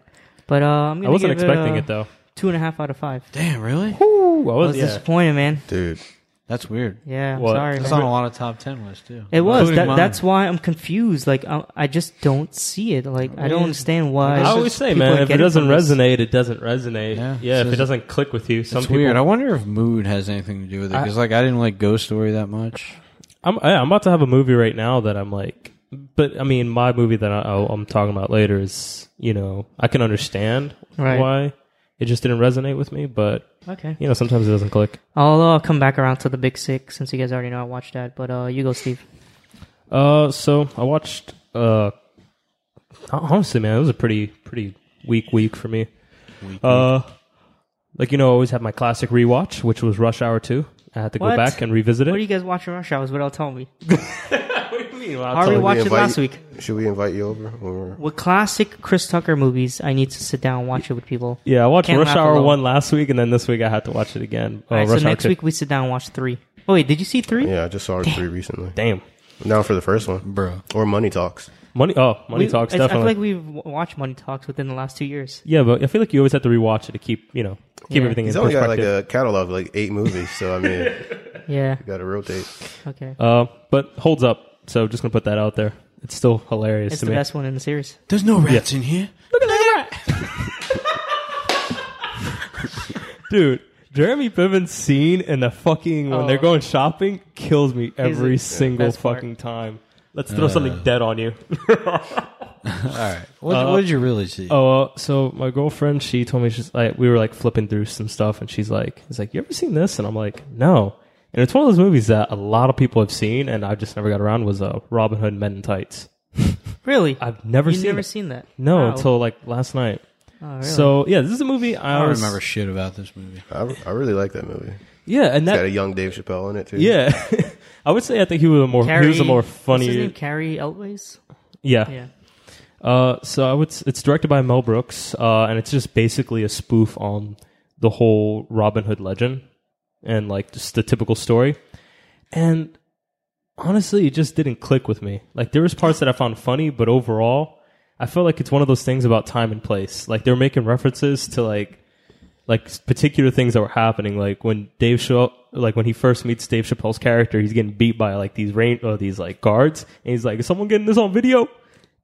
S1: But uh, I'm gonna
S2: I wasn't
S1: give
S2: expecting
S1: it,
S2: it,
S1: uh,
S2: though.
S1: Two and a half out of five.
S3: Damn, really?
S2: Ooh, I
S1: I was
S2: was, yeah.
S1: disappointed, man.
S4: dude.
S3: That's weird.
S1: Yeah, I'm
S2: What?
S1: sorry.
S3: That's
S1: man.
S3: on a lot of top ten lists too.
S1: It was.
S3: Including
S1: That,
S3: mine.
S1: that's why I'm confused. Like I, I just don't see it. Like I don't
S3: Yeah.
S1: understand why.
S2: I always say,
S1: people
S2: man,
S1: are
S2: if it
S1: getting
S2: doesn't
S1: from this.
S2: resonate, it doesn't resonate.
S3: Yeah.
S2: Yeah,
S3: So
S2: if it
S3: it's-
S2: doesn't click with you, some
S3: It's
S2: people.
S3: weird. I wonder if mood has anything to do with it. Because like I didn't like Ghost Story that much.
S2: I'm, I- I'm about to have a movie right now that I'm like, but I mean, my movie that I, I'll- I'm talking about later is, you know, I can understand
S1: Right.
S2: why it just didn't resonate with me, but
S1: Okay,
S2: you know, sometimes it doesn't click.
S1: I'll uh, come back around to the big six since you guys already know I watched that. But uh, you go, Steve.
S2: Uh, so I watched. Uh, honestly, man, it was a pretty pretty weak week for me. uh, like you know, I always have my classic rewatch, which was Rush Hour Two. I had to
S1: What?
S2: go back and revisit it.
S1: What are you guys watching Rush Hours without telling me?
S2: What do you mean? Well, I'll
S1: I
S2: tell
S1: already
S2: you.
S4: we
S1: watched it
S4: invite-
S1: last week.
S4: Should we invite you over? Or
S1: With classic Chris Tucker movies, I need to sit down and watch it with people.
S2: yeah, I watched
S1: Can't
S2: Rush
S1: laugh
S2: Hour
S1: alone.
S2: One last week, and then this week I had to watch it again. Oh,
S1: All right,
S2: Rush
S1: so
S2: Hour
S1: next
S2: 2.
S1: week we sit down and watch three. Oh wait, did you see three?
S4: yeah, I just saw her three recently.
S2: Damn,
S4: Now for the first one,
S3: Bro.
S4: or Money Talks.
S2: money. Oh, money
S1: We-
S2: talks
S1: I, I feel
S2: definitely.
S1: like we've w- watched Money Talks within the last two years.
S2: yeah, but I feel like you always have to rewatch it to keep you know keep
S1: Yeah.
S2: everything
S4: He's
S2: in
S4: only got
S2: perspective.
S4: like a catalog of like eight movies, so I mean, you
S1: Yeah.
S4: got to rotate.
S1: Okay.
S2: uh, but holds up. So just gonna put that out there. It's still hilarious
S1: It's
S2: to
S1: the
S2: me.
S1: best one in the series.
S3: There's no rats in here.
S2: Dude, Jeremy Piven's scene in the fucking when
S1: Oh.
S2: they're going shopping kills me every
S1: He's the
S2: single
S1: best part.
S2: fucking time. Let's
S4: Uh.
S2: throw something dead on you.
S3: All right. What, what did you really see?
S2: Oh, uh, so my girlfriend, she told me she's like we were like flipping through some stuff, and she's like, "It's like you ever seen this?" And I'm like, "No." And it's one of those movies that a lot of people have seen, and I just never got around. Was uh, Robin Hood Men in Tights?
S1: Really?
S2: I've never
S1: You've
S2: seen.
S1: never
S2: it.
S1: seen that?
S2: no
S1: Wow.
S2: until like last night.
S1: Oh, really?
S2: So yeah, this is a movie I,
S3: I don't
S2: was-
S3: remember shit about this movie.
S4: I, I really like that movie.
S2: Yeah, and
S4: It's got a
S2: that
S4: young Dave Chappelle in it too.
S2: yeah, I would say I think he was a more he was a more
S1: what's his name?
S2: funny.
S1: Carrie Elways. Yeah.
S2: Uh, so I would. s- It's directed by Mel Brooks, uh, and it's just basically a spoof on the whole Robin Hood legend and like just the typical story. And honestly, it just didn't click with me. Like there was parts that I found funny, but overall, I felt like it's one of those things about time and place. Like they're making references to like like s- particular things that were happening. Like when Dave Chappelle, like when he first meets Dave Chappelle's character, he's getting beat by like these rain or these like guards, and he's like, "Is someone getting this on video?"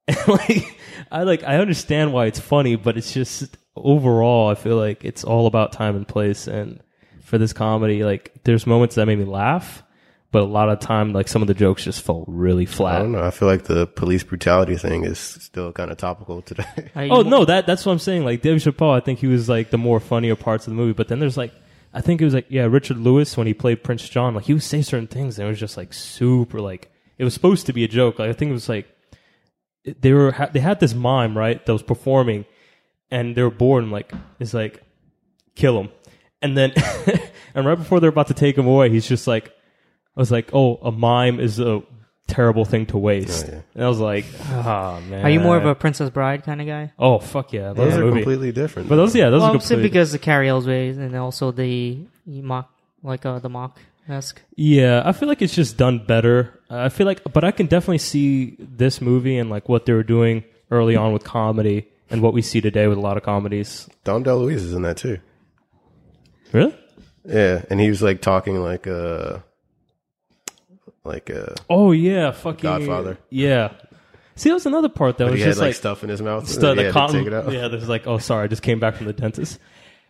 S2: And like I like I understand why it's funny, but it's just overall I feel like it's all about time and place. And for this comedy, like there's moments that made me laugh, but a lot of time like some of the jokes just felt really
S4: I
S2: flat.
S4: don't know. I feel like the police brutality thing is still kind of topical today.
S1: Are you-
S2: Oh no, that that's what I'm saying. Like Dave Chappelle, I think he was like the more funnier parts of the movie. But then there's like, I think it was like yeah, Richard Lewis when he played Prince John, like he would say certain things and it was just like super like it was supposed to be a joke. Like I think it was like it- they were ha- they had this mime right that was performing, and they were bored and like it's like kill him, and then and right before they're about to take him away, he's just like I was like oh a mime is a terrible thing to waste,
S4: yeah.
S2: and I was like ah man
S1: Are you more of a Princess Bride kind of guy?
S2: Oh fuck yeah! I love
S4: Those
S2: that
S4: are
S2: movie.
S4: completely different.
S2: But those, yeah, those
S1: well,
S2: are
S1: I'm saying
S2: completely.
S1: because the Carrie Elways and also the mock, like uh, the mock esque.
S2: yeah, I feel like it's just done better. Uh, I feel like, but I can definitely see this movie and like what they were doing early on with comedy and what we see today with a lot of comedies.
S4: Don DeLuise is in that too.
S2: Really?
S4: Yeah, and he was like talking like uh like uh,
S2: Oh yeah, fucking
S4: Godfather.
S2: Yeah. See, that was another part that
S4: but
S2: was
S4: he had
S2: just
S4: like,
S2: like,
S4: stuff in his mouth.
S2: stu-
S4: and he
S2: the
S4: had to
S2: cotton.
S4: take it out.
S2: Yeah, there's like, oh, sorry, I just came back from the dentist.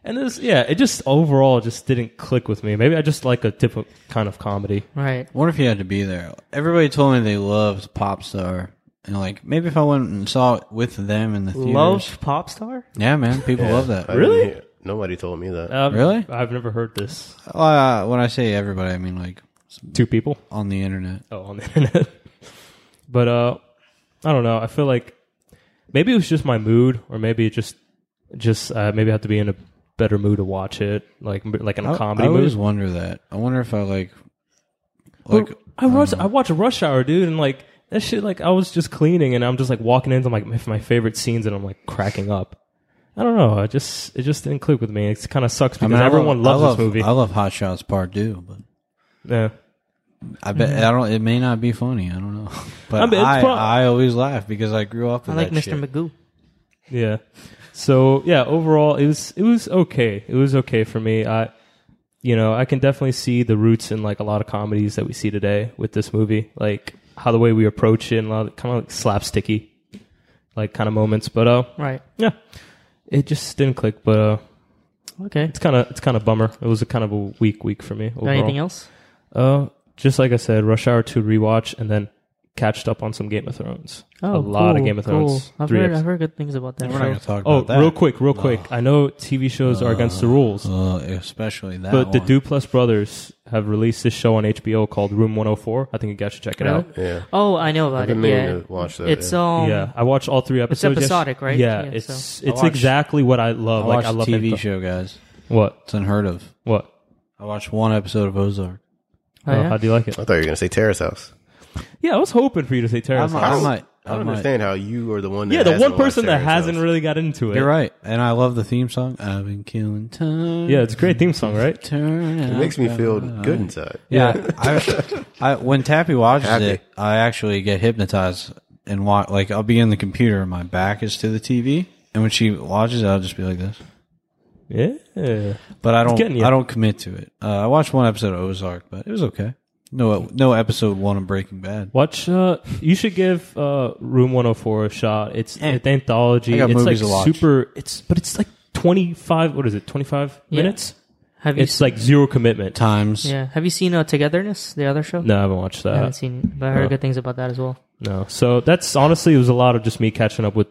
S2: And this, yeah, it just overall just didn't click with me. Maybe I just like a different kind of comedy.
S1: Right.
S3: What if you had to be there? Everybody told me they loved Pop Star. And like maybe if I went and saw it with them in the theaters.
S1: Love pop star?
S3: Yeah, man, people love that.
S4: I didn't
S2: Really?
S4: hear- Nobody told me that.
S2: Um,
S3: Really?
S2: I've never heard this.
S3: Uh, when I say everybody, I mean like
S2: Two people.
S3: on the internet.
S2: Oh, on the internet. but uh, I don't know. I feel like maybe it was just my mood, or maybe it just just uh, maybe I have to be in a better mood to watch it, like like in a
S3: I,
S2: comedy
S3: I
S2: mood.
S3: always wonder that. I wonder if I like
S2: But
S3: like
S2: I watched I watched Rush Hour, dude, and like that shit. Like I was just cleaning, and I'm just like walking into like my- my favorite scenes, and I'm like cracking up. I don't know. I just it just didn't click with me. It kind of sucks
S3: I
S2: because
S3: mean, I
S2: everyone
S3: love,
S2: loves
S3: I love,
S2: this movie.
S3: I love Hot Shots Part Two, but
S2: yeah.
S3: I bet I don't. It may not be funny. I don't know, but
S2: Mm-hmm. I
S3: I
S2: mean, it's
S3: I,
S2: prob-
S3: always laugh because I grew up
S1: I
S3: with
S1: like
S3: that
S1: Mr.
S3: shit.
S1: Magoo.
S2: Yeah. So yeah, overall it was it was okay. It was okay for me. I you know, I can definitely see the roots in like a lot of comedies that we see today with this movie. Like how the way we approach it and a lot of kind of like slapsticky like kind of moments. But uh
S1: Right.
S2: yeah. It just didn't click, but uh
S1: Okay.
S2: it's kinda it's kinda bummer. It was a kind of a weak week for me. Overall.
S1: Anything else?
S2: Uh just like I said, Rush Hour two rewatch and then catched up on some Game of Thrones. a lot
S1: Oh,
S2: of
S1: cool,
S2: Game of
S1: cool.
S2: Thrones.
S1: I've
S2: Three
S1: heard,
S2: episodes.
S1: I've heard good things about that.
S3: We're not gonna
S1: show.
S3: talk
S2: Oh,
S3: about that.
S2: real quick, real quick. I know TV shows are against the rules,
S3: Uh, especially that.
S2: but the
S3: one.
S2: Duplass brothers have released this show on HBO called Room 104. I think you guys should check it out.
S4: Yeah,
S1: Oh, I know
S4: I've
S1: about it.
S4: been meaning
S1: Yeah.
S4: to watch that.
S1: It's
S4: yeah.
S1: um
S2: yeah, I watched all three episodes. yes-
S1: episodic, right?
S2: Yeah,
S1: Yeah,
S2: it's
S1: so-
S2: it's
S3: I watched-
S2: exactly what I love.
S3: I
S2: like I
S3: watched
S2: love
S3: a TV
S2: info-
S3: show, guys.
S2: What?
S3: It's unheard of.
S2: What?
S3: I watched one episode of Ozark.
S1: Oh,
S2: Oh,
S1: yeah?
S2: How do you like it?
S4: I thought you were gonna say Terrace House.
S2: Yeah, I was hoping for you to say Terrace.
S3: I'm not-
S2: House.
S4: I
S3: I'm
S4: don't,
S3: not-
S4: I don't
S3: I'm not-
S4: understand how you are the one. That
S2: yeah, the
S4: hasn't
S2: one person
S4: watched
S2: that
S4: Terrace
S2: hasn't
S4: House.
S2: really got into it.
S3: You're right, and I love the theme song. I've been killing time.
S2: Yeah, it's a great theme song, right?
S3: Turn
S4: It makes me feel good inside.
S3: Yeah, I, I when Tappy watches
S4: Happy.
S3: it, I actually get hypnotized and watch. Like I'll be in the computer, and my back is to the TV, and when she watches, it, I'll just be like this.
S2: Yeah.
S3: But I
S2: getting
S3: don't.
S2: you.
S3: I don't commit to it. Uh, I watched one episode of Ozark, but it was okay. No, no episode one of Breaking Bad.
S2: Watch. Uh, you should give uh, Room 104 a shot. It's
S3: Eh.
S2: it's anthology.
S3: I got
S2: it's
S3: movies
S2: like
S3: to watch.
S2: super. It's but it's like 25. What is it? 25
S1: Yeah.
S2: minutes.
S1: Have you
S2: It's like zero commitment.
S3: Times.
S1: yeah. Have you seen uh, Togetherness, the other show?
S2: No, I haven't watched
S1: I haven't
S2: that.
S1: seen but I heard
S2: no.
S1: good things about that as well.
S2: No. So that's honestly, it was a lot of just me catching up with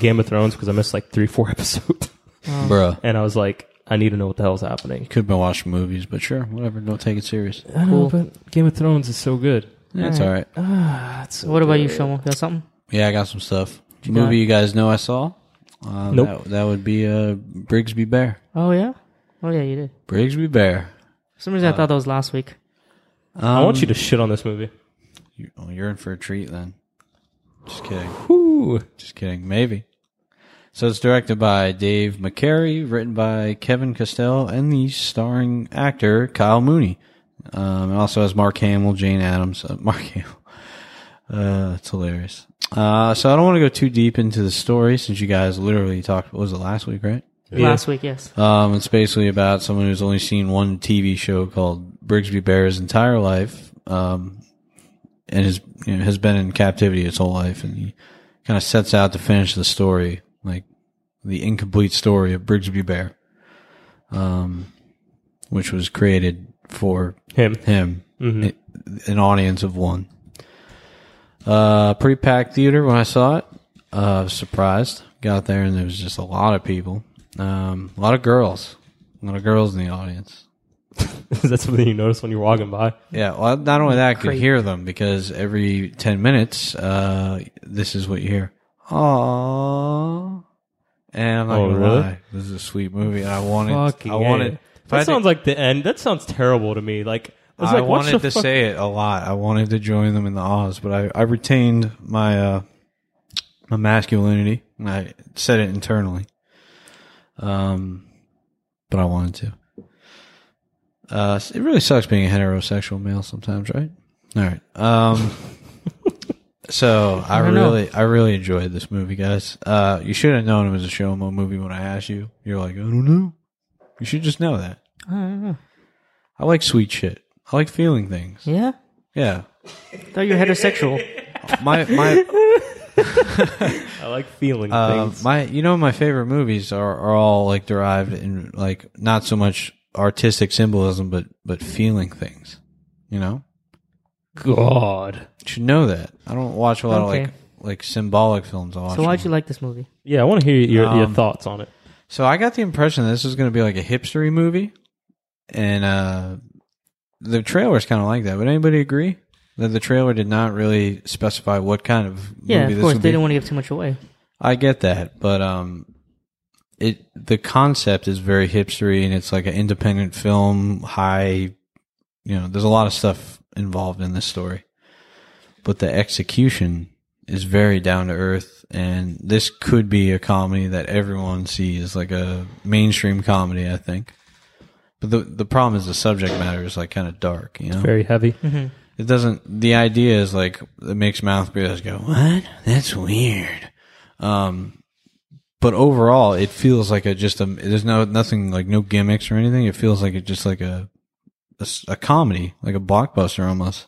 S2: Game of Thrones because I missed like three, four episodes.
S3: bruh.
S2: and I was like, I need to know what the hell's happening.
S3: Could have been watching movies, but sure, whatever. Don't take it serious.
S2: I don't know, but Game of Thrones is so good.
S3: That's all right.
S2: That's
S1: What about you, Shomo? You got something?
S3: Yeah, I got some stuff. Movie you guys know I saw. Uh,
S2: Nope.
S3: That, that would be uh, Brigsby Bear.
S1: Oh yeah? Oh yeah, you did.
S3: Brigsby Bear.
S1: For some
S3: Uh,
S1: reason I thought that was last week.
S2: I want you to shit on this movie.
S3: You, oh, you're in for a treat then. Just kidding.
S2: Whew.
S3: Just kidding. Maybe. So it's directed by Dave McCary, written by Kevin Costell, and the starring actor Kyle Mooney. Um, it also has Mark Hamill, Jane Adams, uh, Mark Hamill. Uh, it's hilarious. Uh, so I don't want to go too deep into the story since you guys literally talked. What was it last week, right?
S1: Last week, yes.
S3: Um, it's basically about someone who's only seen one TV show called Brigsby Bear his entire life, um, and has you know, has been in captivity his whole life, and he kind of sets out to finish the story, like the incomplete story of Brigsby Bear, um, which was created for
S2: Him.
S3: him, i- an audience of one. Uh, pretty packed theater when I saw it. Uh, I was surprised. Got there and there was just a lot of people. Um, a lot of girls. A lot of girls in the audience.
S2: is that something you notice when you're walking by?
S3: Yeah, well, not only that, I could hear them because every 10 minutes, uh, this is what you hear. Aww. And I'm not
S2: Oh,
S3: gonna
S2: really?
S3: lie, this is a sweet movie, and I wanted,
S2: Fucking
S3: I wanted, if
S2: A.
S3: I
S2: That
S3: had to-
S2: sounds like the end. That sounds terrible to me. Like I was
S3: I
S2: like, what
S3: wanted
S2: the
S3: to
S2: fuck?
S3: say it a lot. I wanted to join them in the Oz, but I, I retained my uh, my masculinity. And I said it internally. Um, but I wanted to. Uh, it really sucks being a heterosexual male sometimes, right? All right. Um, so I,
S1: don't know.
S3: really, I really enjoyed this movie, guys. Uh, you should have known it was a Shomo movie when I asked you. You're like, I don't know. You should just know that.
S1: I don't know.
S3: I like sweet shit. I like feeling things.
S1: Yeah?
S3: Yeah.
S1: thought you're heterosexual.
S3: My my
S2: I like feeling
S3: Uh,
S2: things.
S3: my you know my favorite movies are, are all like derived in like not so much artistic symbolism but but feeling things you know
S2: God.
S3: you should know that i don't watch a lot
S1: Okay.
S3: of like like symbolic films I watch
S1: so why'd you
S3: them.
S1: like this movie?
S2: Yeah, I want to hear your, your
S3: Um,
S2: thoughts on it.
S3: so i got the impression this is going to be like a hipstery movie and uh the trailer's kind of like that would anybody agree that the trailer did not really specify what kind of
S1: Yeah,
S3: movie
S1: of
S3: this
S1: course.
S3: would
S1: They
S3: be.
S1: didn't want to give too much away.
S3: I get that, but um, it the concept is very hipstery, and it's like an independent film. High, you know, there's a lot of stuff involved in this story, but the execution is very down to earth, and this could be a comedy that everyone sees, like a mainstream comedy, I think. But the the problem is the subject matter is like kind of dark, you know.
S2: Very heavy.
S3: It doesn't. The idea is like it makes mouth breathers go, "What? That's weird." Um, but overall, it feels like a just a. There's no nothing like no gimmicks or anything. It feels like it just like a, a s- a comedy, like a blockbuster almost,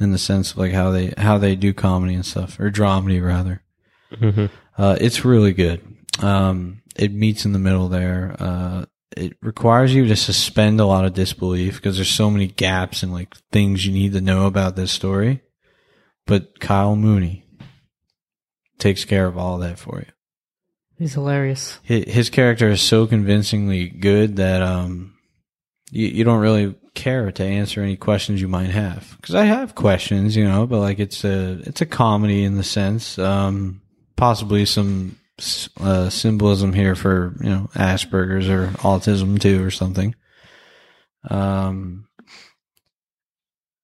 S3: in the sense of like how they how they do comedy and stuff or dramedy rather.
S2: Mm-hmm.
S3: Uh, it's really good. Um, it meets in the middle there. Uh, it requires you to suspend a lot of disbelief because there's so many gaps and like things you need to know about this story. But Kyle Mooney takes care of all that for you.
S1: He's hilarious.
S3: Hi- His character is so convincingly good that um, you, you don't really care to answer any questions you might have because I have questions, you know. But like it's a it's a comedy in the sense, um, possibly some s- uh, symbolism here for you know Asperger's or autism too or something. Um,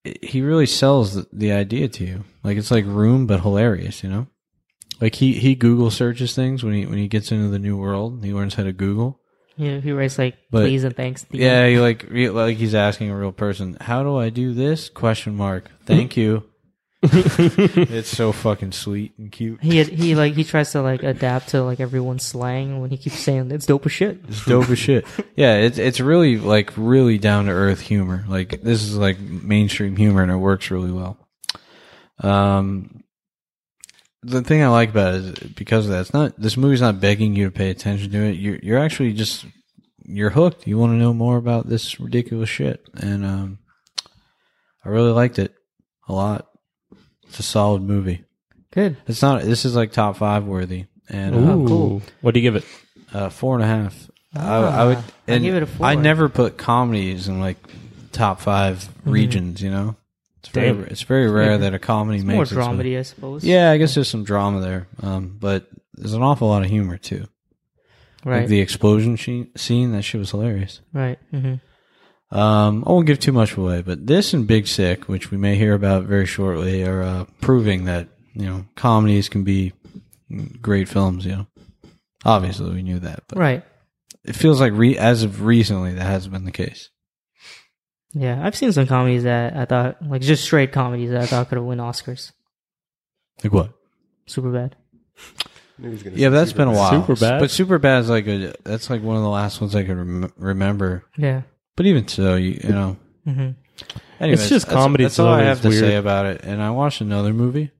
S3: it- he really sells the, the idea to you. Like it's like Room but hilarious, you know. Like he he Google searches things when he when he gets into the new world. He learns how to Google.
S1: Yeah, he writes like
S3: But-
S1: please and thanks. The
S3: Yeah, you like re- like he's asking a real person, "How do I do this?" Question mark. Thank you. it's so fucking sweet and cute.
S1: He he like he tries to like adapt to like everyone's slang when he keeps saying it's dope as shit.
S3: It's dope as shit. Yeah, it's it's really like really down to earth humor. Like this is like mainstream humor, and it works really well. Um, the thing I like about it is because of that, it's not this movie's not begging you to pay attention to it. You're you're actually just you're hooked. You want to know more about this ridiculous shit, and um, I really liked it a lot. It's a solid movie.
S1: Good.
S3: It's not. This is like top five worthy, and uh,
S2: Ooh.
S1: cool.
S2: What do you give it?
S3: uh, four and a half. I, I would.
S1: Ah, I
S3: And
S1: give it a four.
S3: I never put comedies in like top 5
S1: Mm-hmm.
S3: regions. You know, it's very
S2: Damn.
S3: it's very rare that a comedy
S1: More
S3: makes it to-
S1: dramedy, I suppose.
S3: Yeah, I guess there's some drama there, um, but there's an awful lot of humor too.
S1: Right.
S3: Like the explosion she- scene, that shit was hilarious.
S1: right. hmm
S3: Um, I won't give too much away, but this and Big Sick, which we may hear about very shortly, are uh, proving that you know comedies can be great films. You know, obviously we knew that, but
S1: Right.
S3: it feels like re- as of recently that has been the case.
S1: Yeah, I've seen some comedies that I thought like just straight comedies that I thought could have won Oscars.
S3: Like what?
S1: Super bad.
S3: Yeah, but that's been a while.
S2: Superbad?
S3: but super bad is like a that's like one of the last ones I could rem- remember.
S1: Yeah.
S3: But even so, you, you know.
S1: hmm
S3: Anyways,
S2: It's just
S3: that's-
S2: comedy,
S3: That's,
S2: so
S3: all I
S2: it's
S3: have to
S2: weird.
S3: say about it. And I watched another movie.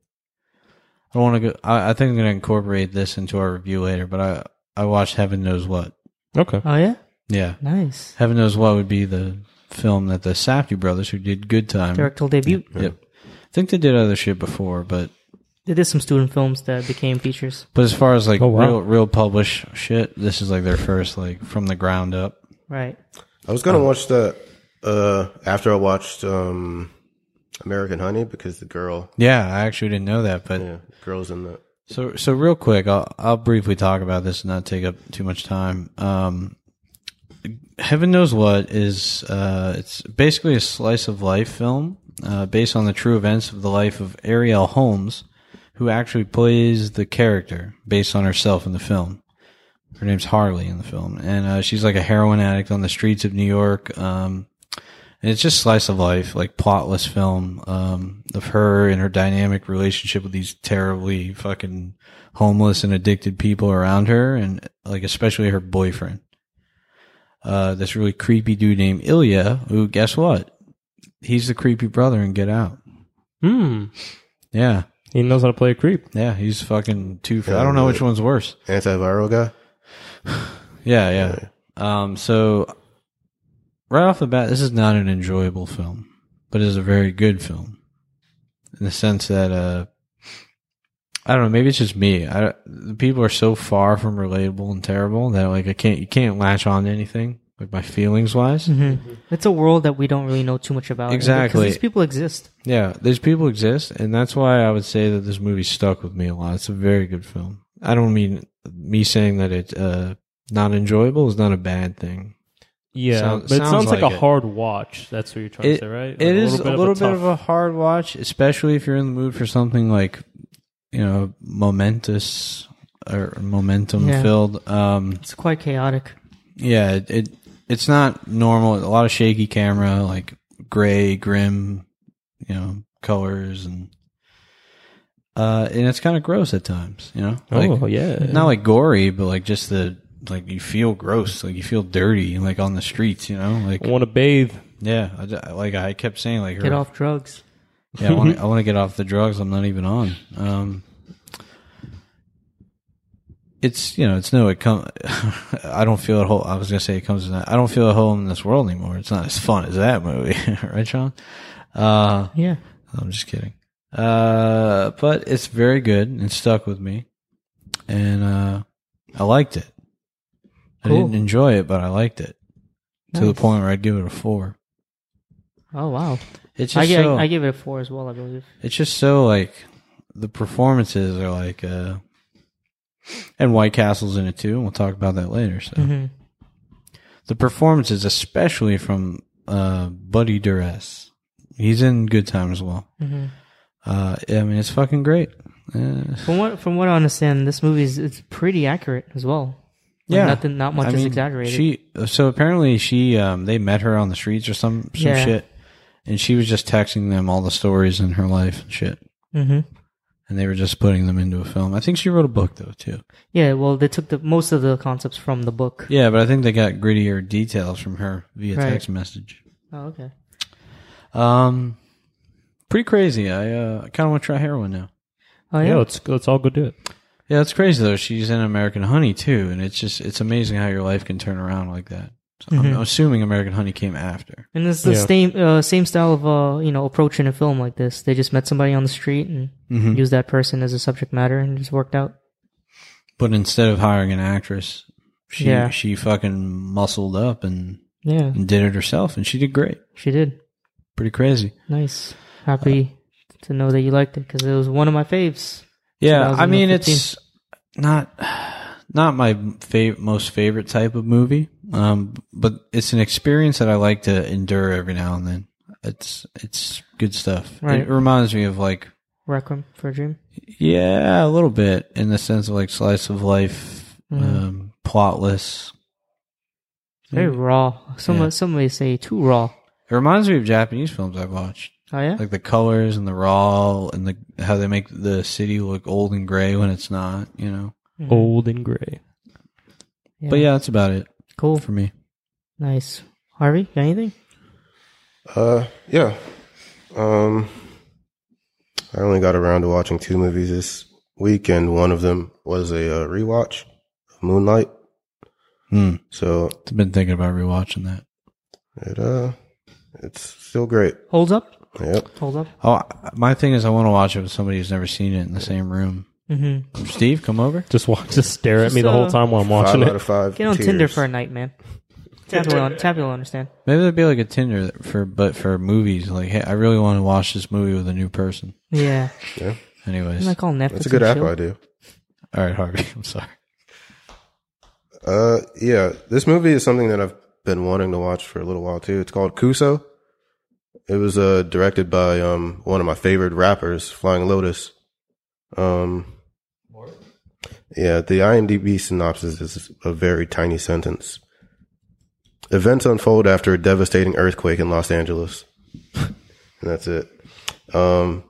S3: I don't want to go. I, I think I'm going to incorporate this into our review later. But I I watched Heaven Knows What.
S2: Okay.
S1: Oh yeah,
S3: Yeah,
S1: nice
S3: Heaven Knows What would be the film that the Safdie brothers, who did Good Time,
S1: directorial debut.
S3: yep. I think they did other shit before, but
S1: They did some student films that became features.
S3: But as far as like
S2: Oh, wow.
S3: real real publish shit, this is like their first like from the ground up.
S1: Right.
S4: I was gonna watch the uh, after I watched um, American Honey because the girl,
S3: Yeah, I actually didn't know that, but
S4: yeah, the girl's in the.
S3: so so real quick, I'll I'll briefly talk about this and not take up too much time. Um Heaven knows what is uh it's basically a slice of life film uh based on the true events of the life of Ariel Holmes, who actually plays the character based on herself in the film. Her name's Harley in the film, and uh, she's like a heroin addict on the streets of New York. Um, and it's just slice of life, like plotless film um, of her and her dynamic relationship with these terribly fucking homeless and addicted people around her, and like especially her boyfriend, uh, this really creepy dude named Ilya. Who, guess what? he's the creepy brother in Get Out.
S2: Hmm.
S3: Yeah,
S2: He knows how to play a creep.
S3: yeah, he's fucking two. I don't know which one's worse.
S4: Antiviral guy.
S3: Yeah, yeah. Um, so right off the bat, this is not an enjoyable film, but it is a very good film in the sense that uh, I don't know. Maybe it's just me. I the people are so far from relatable and terrible that like I can't you can't latch on to anything like my feelings wise.
S1: It's a world that we don't really know too much about.
S3: Exactly.
S1: Because these people exist.
S3: Yeah, these people exist, and that's why I would say that this movie stuck with me a lot. It's a very good film. I don't mean me saying that it's uh, not enjoyable is not a bad thing.
S2: Yeah,
S3: Sound-
S2: but it
S3: sounds
S2: sounds like,
S3: like
S2: a
S3: it.
S2: hard watch. That's what you're trying
S3: It-
S2: to say, right? Like
S3: It is a little bit
S2: tough-
S3: of a hard watch, especially if you're in the mood for something like you know momentous or momentum
S1: Yeah.
S3: filled. Um,
S1: It's quite chaotic.
S3: yeah, it, it it's not normal. A lot of shaky camera, like gray, grim, you know, colors and uh, and it's kind of gross at times. You know,
S2: oh
S3: like
S2: yeah,
S3: not like gory, but like just the like you feel gross, like you feel dirty, like on the streets. You know, like
S2: I want to bathe.
S3: yeah, I, ju- like I kept saying, like
S1: Get
S3: her-
S1: off drugs.
S3: yeah, I want to I want to get off the drugs. I'm not even on. Um, it's you know, it's no. It come. I don't feel at home. I was gonna say it comes. In, I don't feel at home in this world anymore. It's not as fun as that movie, right, Sean? Uh,
S1: Yeah.
S3: I'm just kidding. Uh, but it's very good and stuck with me, and uh, I liked it. I
S1: Cool.
S3: didn't enjoy it, but I liked it to the
S1: Nice.
S3: point where I'd give it a four.
S1: Oh wow.
S3: It's just
S1: I give
S3: so,
S1: I give it a four as well. I believe.
S3: It's just so like the performances are like uh and White Castle's in it too, and we'll talk about that later. So
S1: Mhm.
S3: the performances, especially from uh Buddy Duress. He's in good time as well.
S1: Mhm.
S3: Uh I mean it's fucking great. Uh,
S1: From what from what I understand, this movie is it's pretty accurate as well. Like,
S3: Yeah.
S1: Nothing. Not much
S3: I
S1: is
S3: mean,
S1: exaggerated.
S3: She uh, so apparently she um they met her on the streets or some some
S1: Yeah.
S3: shit. And she was just texting them all the stories in her life and shit.
S1: hmm
S3: And they were just putting them into a film. I think she wrote a book though too.
S1: Yeah. Well, they took the most of the concepts from the book.
S3: Yeah, but I think they got grittier details from her via
S1: Right.
S3: text message.
S1: Oh, okay.
S3: Um, pretty crazy. I uh, kind of want to try heroin now.
S1: Oh
S2: Yeah,
S1: yeah.
S2: let's let's all go do it.
S3: Yeah, it's crazy though. She's in American Honey too, and it's just it's amazing how your life can turn around like that. So
S1: Mm-hmm.
S3: I'm assuming American Honey came after.
S1: And it's the
S2: Yeah.
S1: same uh, same style of uh, you know approach in a film like this. They just met somebody on the street and
S3: Mm-hmm.
S1: used that person as a subject matter and it just worked out.
S3: But instead of hiring an actress, she
S1: Yeah.
S3: she fucking muscled up and,
S1: Yeah,
S3: and did it herself, and she did great.
S1: she did.
S3: Pretty crazy.
S1: Nice. Happy
S4: Uh,
S1: to know that you liked it because it was one of my faves.
S3: Yeah, I
S1: 2015.
S3: mean it's not not my fav- most favorite type of movie, um, but it's an experience that I like to endure every now and then. It's it's good stuff.
S1: Right.
S3: It reminds me of like
S1: Requiem for a Dream.
S3: yeah, a little bit in the sense of like slice of life,
S1: Mm-hmm.
S3: um, plotless.
S1: Very
S4: Mm.
S1: raw. Some
S3: Yeah.
S1: some may say too raw.
S3: It reminds me of Japanese films I've watched,
S1: Oh yeah.
S3: like the colors and the raw and the how they make the city look old and gray when it's not. You know,
S2: Old and gray.
S3: but yeah, that's about it
S1: Cool.
S3: for me.
S1: Nice. Harvey, got anything?
S4: Uh, yeah. Um, I only got around to watching two movies this week, and one of them was a uh, rewatch, Moonlight.
S3: Hmm.
S4: So
S3: I've been thinking about rewatching that.
S4: it uh, it's still great.
S1: Holds up.
S4: Yep.
S1: Holds up.
S3: Oh, I- my thing is, I want to watch it with somebody who's never seen it in the same room.
S1: Mm-hmm.
S3: Steve, come over.
S2: Just watch. Just stare at me
S1: Just,
S2: the
S1: uh,
S2: whole time while I'm
S4: Five
S2: watching
S4: out
S2: it.
S4: of five.
S1: Get on
S4: tears.
S1: Tinder for a night, man. Tap will Tap will understand.
S3: Maybe there'd be like a Tinder that- for, but for movies. Like, hey, I really want to watch this movie with a new person.
S1: Yeah.
S4: Yeah,
S3: Anyways,
S1: I'm not calling Netflix.
S4: that's a good
S1: and
S4: app
S1: chill.
S4: idea.
S3: all right, Harvey. I'm sorry.
S4: Uh, yeah, this movie is something that I've been wanting to watch for a little while too. It's called Kuso. It was uh directed by um one of my favorite rappers, Flying Lotus. Um, yeah, the IMDb synopsis is a very tiny sentence. Events unfold after a devastating earthquake in Los Angeles, and that's it. Um,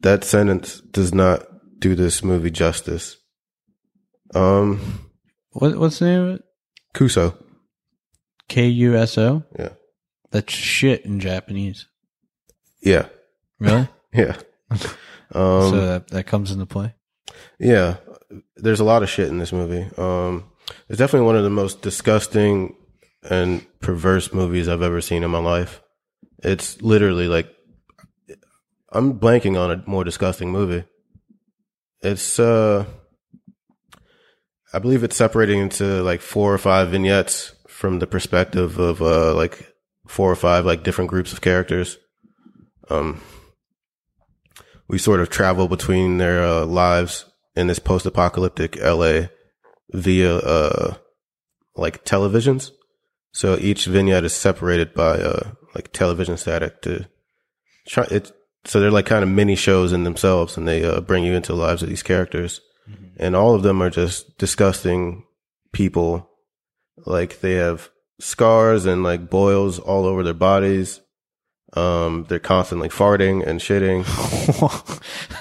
S4: that sentence does not do this movie justice. Um,
S3: What, what's the name of it?
S4: Kuso.
S3: K U S O.
S4: Yeah.
S3: That's shit in Japanese.
S4: Yeah,
S3: Really?
S4: yeah. Um,
S3: so that, that comes into play.
S4: Yeah, there's a lot of shit in this movie. Um, it's definitely one of the most disgusting and perverse movies I've ever seen in my life. It's literally like I'm blanking on a more disgusting movie. It's uh, I believe it's separating into like four or five vignettes from the perspective of uh, like four or five like different groups of characters. Um, we sort of travel between their uh, lives in this post-apocalyptic LA via uh, like televisions. So each vignette is separated by uh, like television static to try it. So they're like kind of mini shows in themselves, and they uh, bring you into the lives of these characters, and all of them are just disgusting people. Like they have scars and like boils all over their bodies. Um, they're constantly farting and shitting.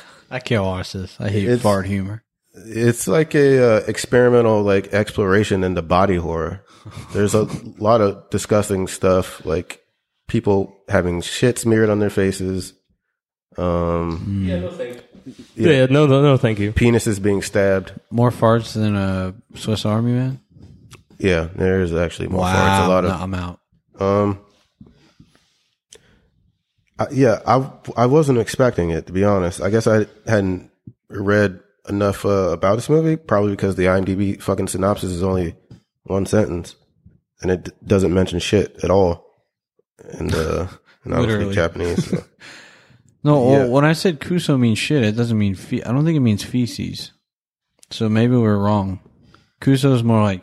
S3: I can't watch this. I hate
S4: It's-
S3: fart humor.
S4: it's like a uh, experimental like exploration into body horror. There's a lot of disgusting stuff like people having shit smeared on their faces, um,
S2: Yeah, no thank you. Yeah, no, no, no, thank you.
S4: penises being stabbed.
S3: More farts than a Swiss Army man.
S4: Yeah, there's actually more.
S3: Wow,
S4: It's a lot of
S3: no, I'm out.
S4: Um, I, yeah, I I wasn't expecting it to be honest. I guess I hadn't read enough uh, about this movie, probably because the IMDb fucking synopsis is only one sentence, and it d- doesn't mention shit at all. And uh, and I don't speak
S3: Literally.
S4: Japanese. so-
S3: No,
S4: Yeah.
S3: well, when I said kuso means shit, it doesn't mean. Fe- I don't think it means feces. So maybe we're wrong. Kuso is more like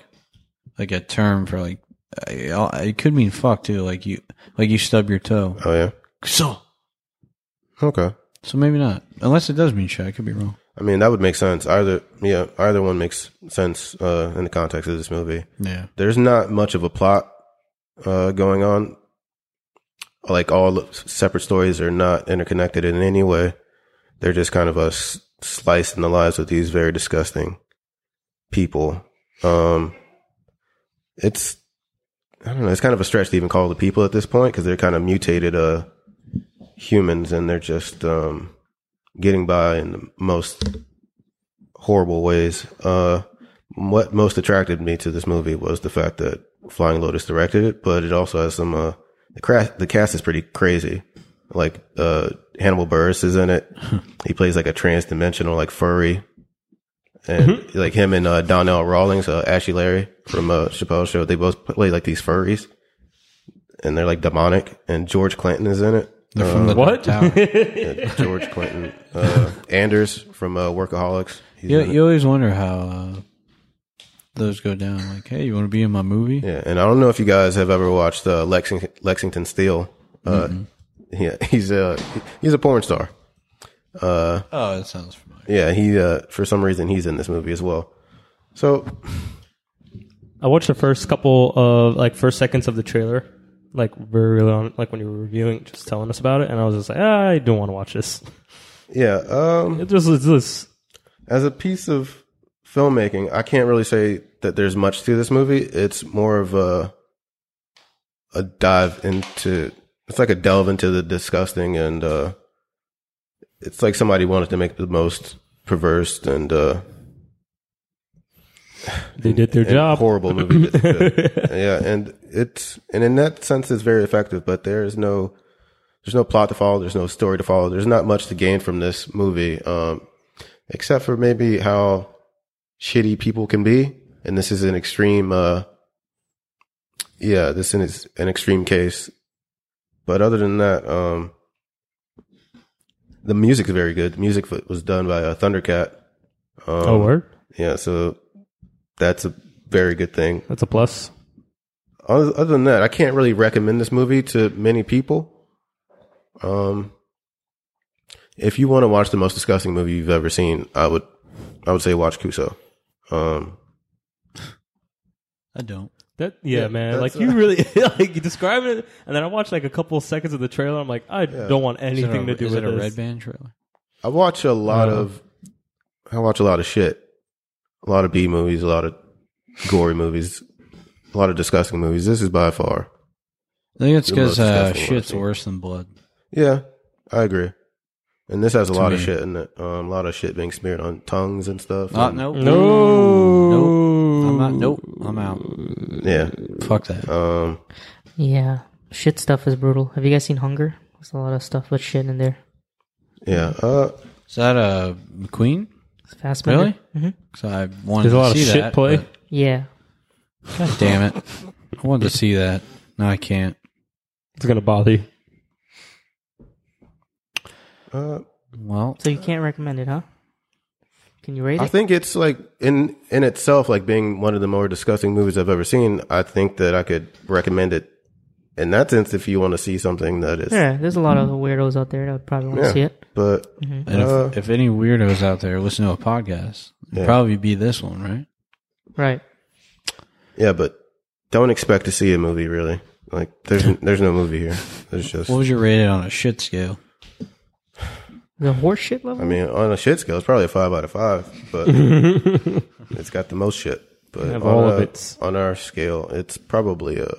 S3: like a term for like. I- It could mean fuck too, like you like you stub your toe.
S4: oh yeah,
S3: Kuso.
S4: okay.
S3: So maybe not, unless it does mean shit. I could be wrong.
S4: I mean that would make sense. Either yeah, either one makes sense uh, in the context of this movie.
S3: Yeah.
S4: there's not much of a plot uh, going on. Like all the separate stories are not interconnected in any way. They're just kind of us slicing the lives of these very disgusting people. Um, it's I don't know. It's kind of a stretch to even call the people at this point because they're kind of mutated uh, humans and they're just um, getting by in the most horrible ways. Uh, what most attracted me to this movie was the fact that Flying Lotus directed it, but it also has some uh the cra- the cast is pretty crazy. Like uh Hannibal Burris is in it. he plays like a trans dimensional like furry. And like him and uh, Donnell Rawlings, uh, Ashley Larry from uh, Chappelle's show, they both play like these furries, and they're like demonic. And George Clinton is in it.
S3: They're from the
S2: What?
S3: Tower.
S4: Yeah, George Clinton, uh, Anders from uh, Workaholics. He's
S3: you,
S4: in it.
S3: you always wonder how uh, those go down. Like, hey, you want to be in my movie?
S4: Yeah, and I don't know if you guys have ever watched uh, Lexington Lexington Steel. Uh, Yeah, he's a he's a porn star.
S3: Oh, that sounds familiar.
S4: Yeah, he uh, for some reason he's in this movie as well. So
S2: I watched the first couple of like first seconds of the trailer, like very early on, like when you were reviewing, just telling us about it, and I was just like, ah, I don't want to watch this.
S4: yeah, um,
S2: It just it's this.
S4: as a piece of filmmaking, I can't really say that there's much to this movie. It's more of a a dive into it's like a delve into the disgusting and uh, it's like somebody wanted to make the most perverse and uh,
S2: They did their
S4: and
S2: job.
S4: Horrible movie. that they did. yeah, and it's and in that sense, it's very effective. But there is no there's no plot to follow. There's no story to follow. There's not much to gain from this movie, um, except for maybe how shitty people can be. And this is an extreme. Uh, yeah, this is an extreme case. But other than that, um, the music's very good. The music was done by uh, Thundercat. Um,
S2: Oh, word.
S4: yeah, so that's a very good thing.
S2: That's a plus.
S4: Other other than that, I can't really recommend this movie to many people. Um, if you want to watch the most disgusting movie you've ever seen, I would, I would say watch Kuso. Um,
S3: I don't.
S2: That yeah,
S4: Yeah,
S2: man.
S4: that's
S2: Like you
S4: what-
S2: really like you described it, and then I watched like a couple seconds of the trailer. I'm like, I don't want
S3: Is it
S2: anything
S3: a,
S2: to do
S3: is
S2: with
S3: it a
S2: this.
S3: red band trailer?
S4: I watch a lot
S2: No.
S4: of, I watch a lot of shit, a lot of B movies, a lot of gory movies, a lot of disgusting movies. This is by far,
S3: I think it's
S4: The most
S3: because uh,
S4: disgusting one I've
S3: shit's
S4: seen.
S3: worse than blood.
S4: yeah, I agree. And this has a
S3: To
S4: lot of
S3: me.
S4: shit in it. Um, a lot of shit being smeared on tongues and stuff.
S3: Uh,
S4: and-
S3: nope. Nope.
S2: No.
S3: I'm out. Nope. I'm out.
S4: Yeah.
S3: Fuck that.
S4: Um,
S1: Yeah, shit stuff is brutal. Have you guys seen Hunger? There's a lot of stuff with shit in there.
S4: yeah. Uh,
S3: Is that a McQueen?
S1: It's fast.
S3: Really?
S1: hmm
S3: Because I wanted
S2: There's a
S3: to
S2: lot of
S3: see
S2: shit
S3: that,
S2: play.
S3: but-
S1: Yeah,
S3: God damn it! I wanted to see that. No, I can't.
S2: It's gonna bother you.
S4: uh,
S3: Well,
S1: so you can't recommend it, huh? Can you rate
S4: I
S1: it?
S4: think it's like in in itself, like being one of the more disgusting movies I've ever seen. I think that I could recommend it in that sense if you want to see something that is.
S1: Yeah, there's a lot of
S3: Mm-hmm.
S1: weirdos out there that would probably want to
S4: Yeah.
S1: see it.
S4: But
S3: and
S4: Uh,
S3: if, if any weirdos out there listen to a podcast, it'd
S4: Yeah.
S3: probably be this one, right?
S1: Right.
S4: yeah, but don't expect to see a movie really. Like there's there's no movie here. There's just
S3: What was your rated on a shit scale?
S1: The horse shit level?
S4: I mean, on a shit scale, it's probably a five out of five, but it's got the most shit. But
S2: Have
S4: on
S2: all of
S4: a-
S2: its-
S4: on our scale, it's probably a.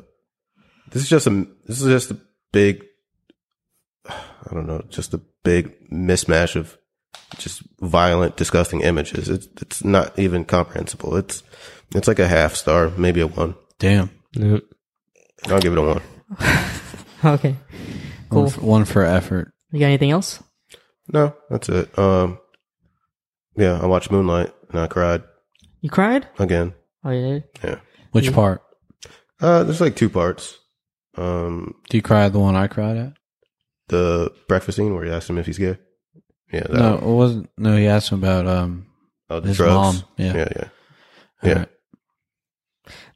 S4: This is just a. This is just a big. I don't know, just a big mismatch of just violent, disgusting images. It's it's not even comprehensible. It's it's like a half star, maybe a one.
S3: Damn.
S2: Nope.
S4: I'll give it a one.
S1: okay. Cool.
S3: One, for, one for effort.
S1: You got anything else?
S4: No, that's it. Um, yeah, I watched Moonlight and I cried
S1: You cried?
S4: again.
S1: Oh, you did?
S4: Yeah.
S3: Which
S2: Mm-hmm.
S1: Yeah.
S3: part?
S4: Uh, there's like two parts. Um,
S3: Do you cry at the one I cried at?
S4: the breakfast scene where he asked him if he's gay. Yeah, that
S3: No,
S4: one.
S3: it wasn't. No, he asked him about um
S4: Oh, the
S3: his
S4: drugs.
S3: mom. Yeah,
S4: Yeah, yeah, yeah,
S3: Alright.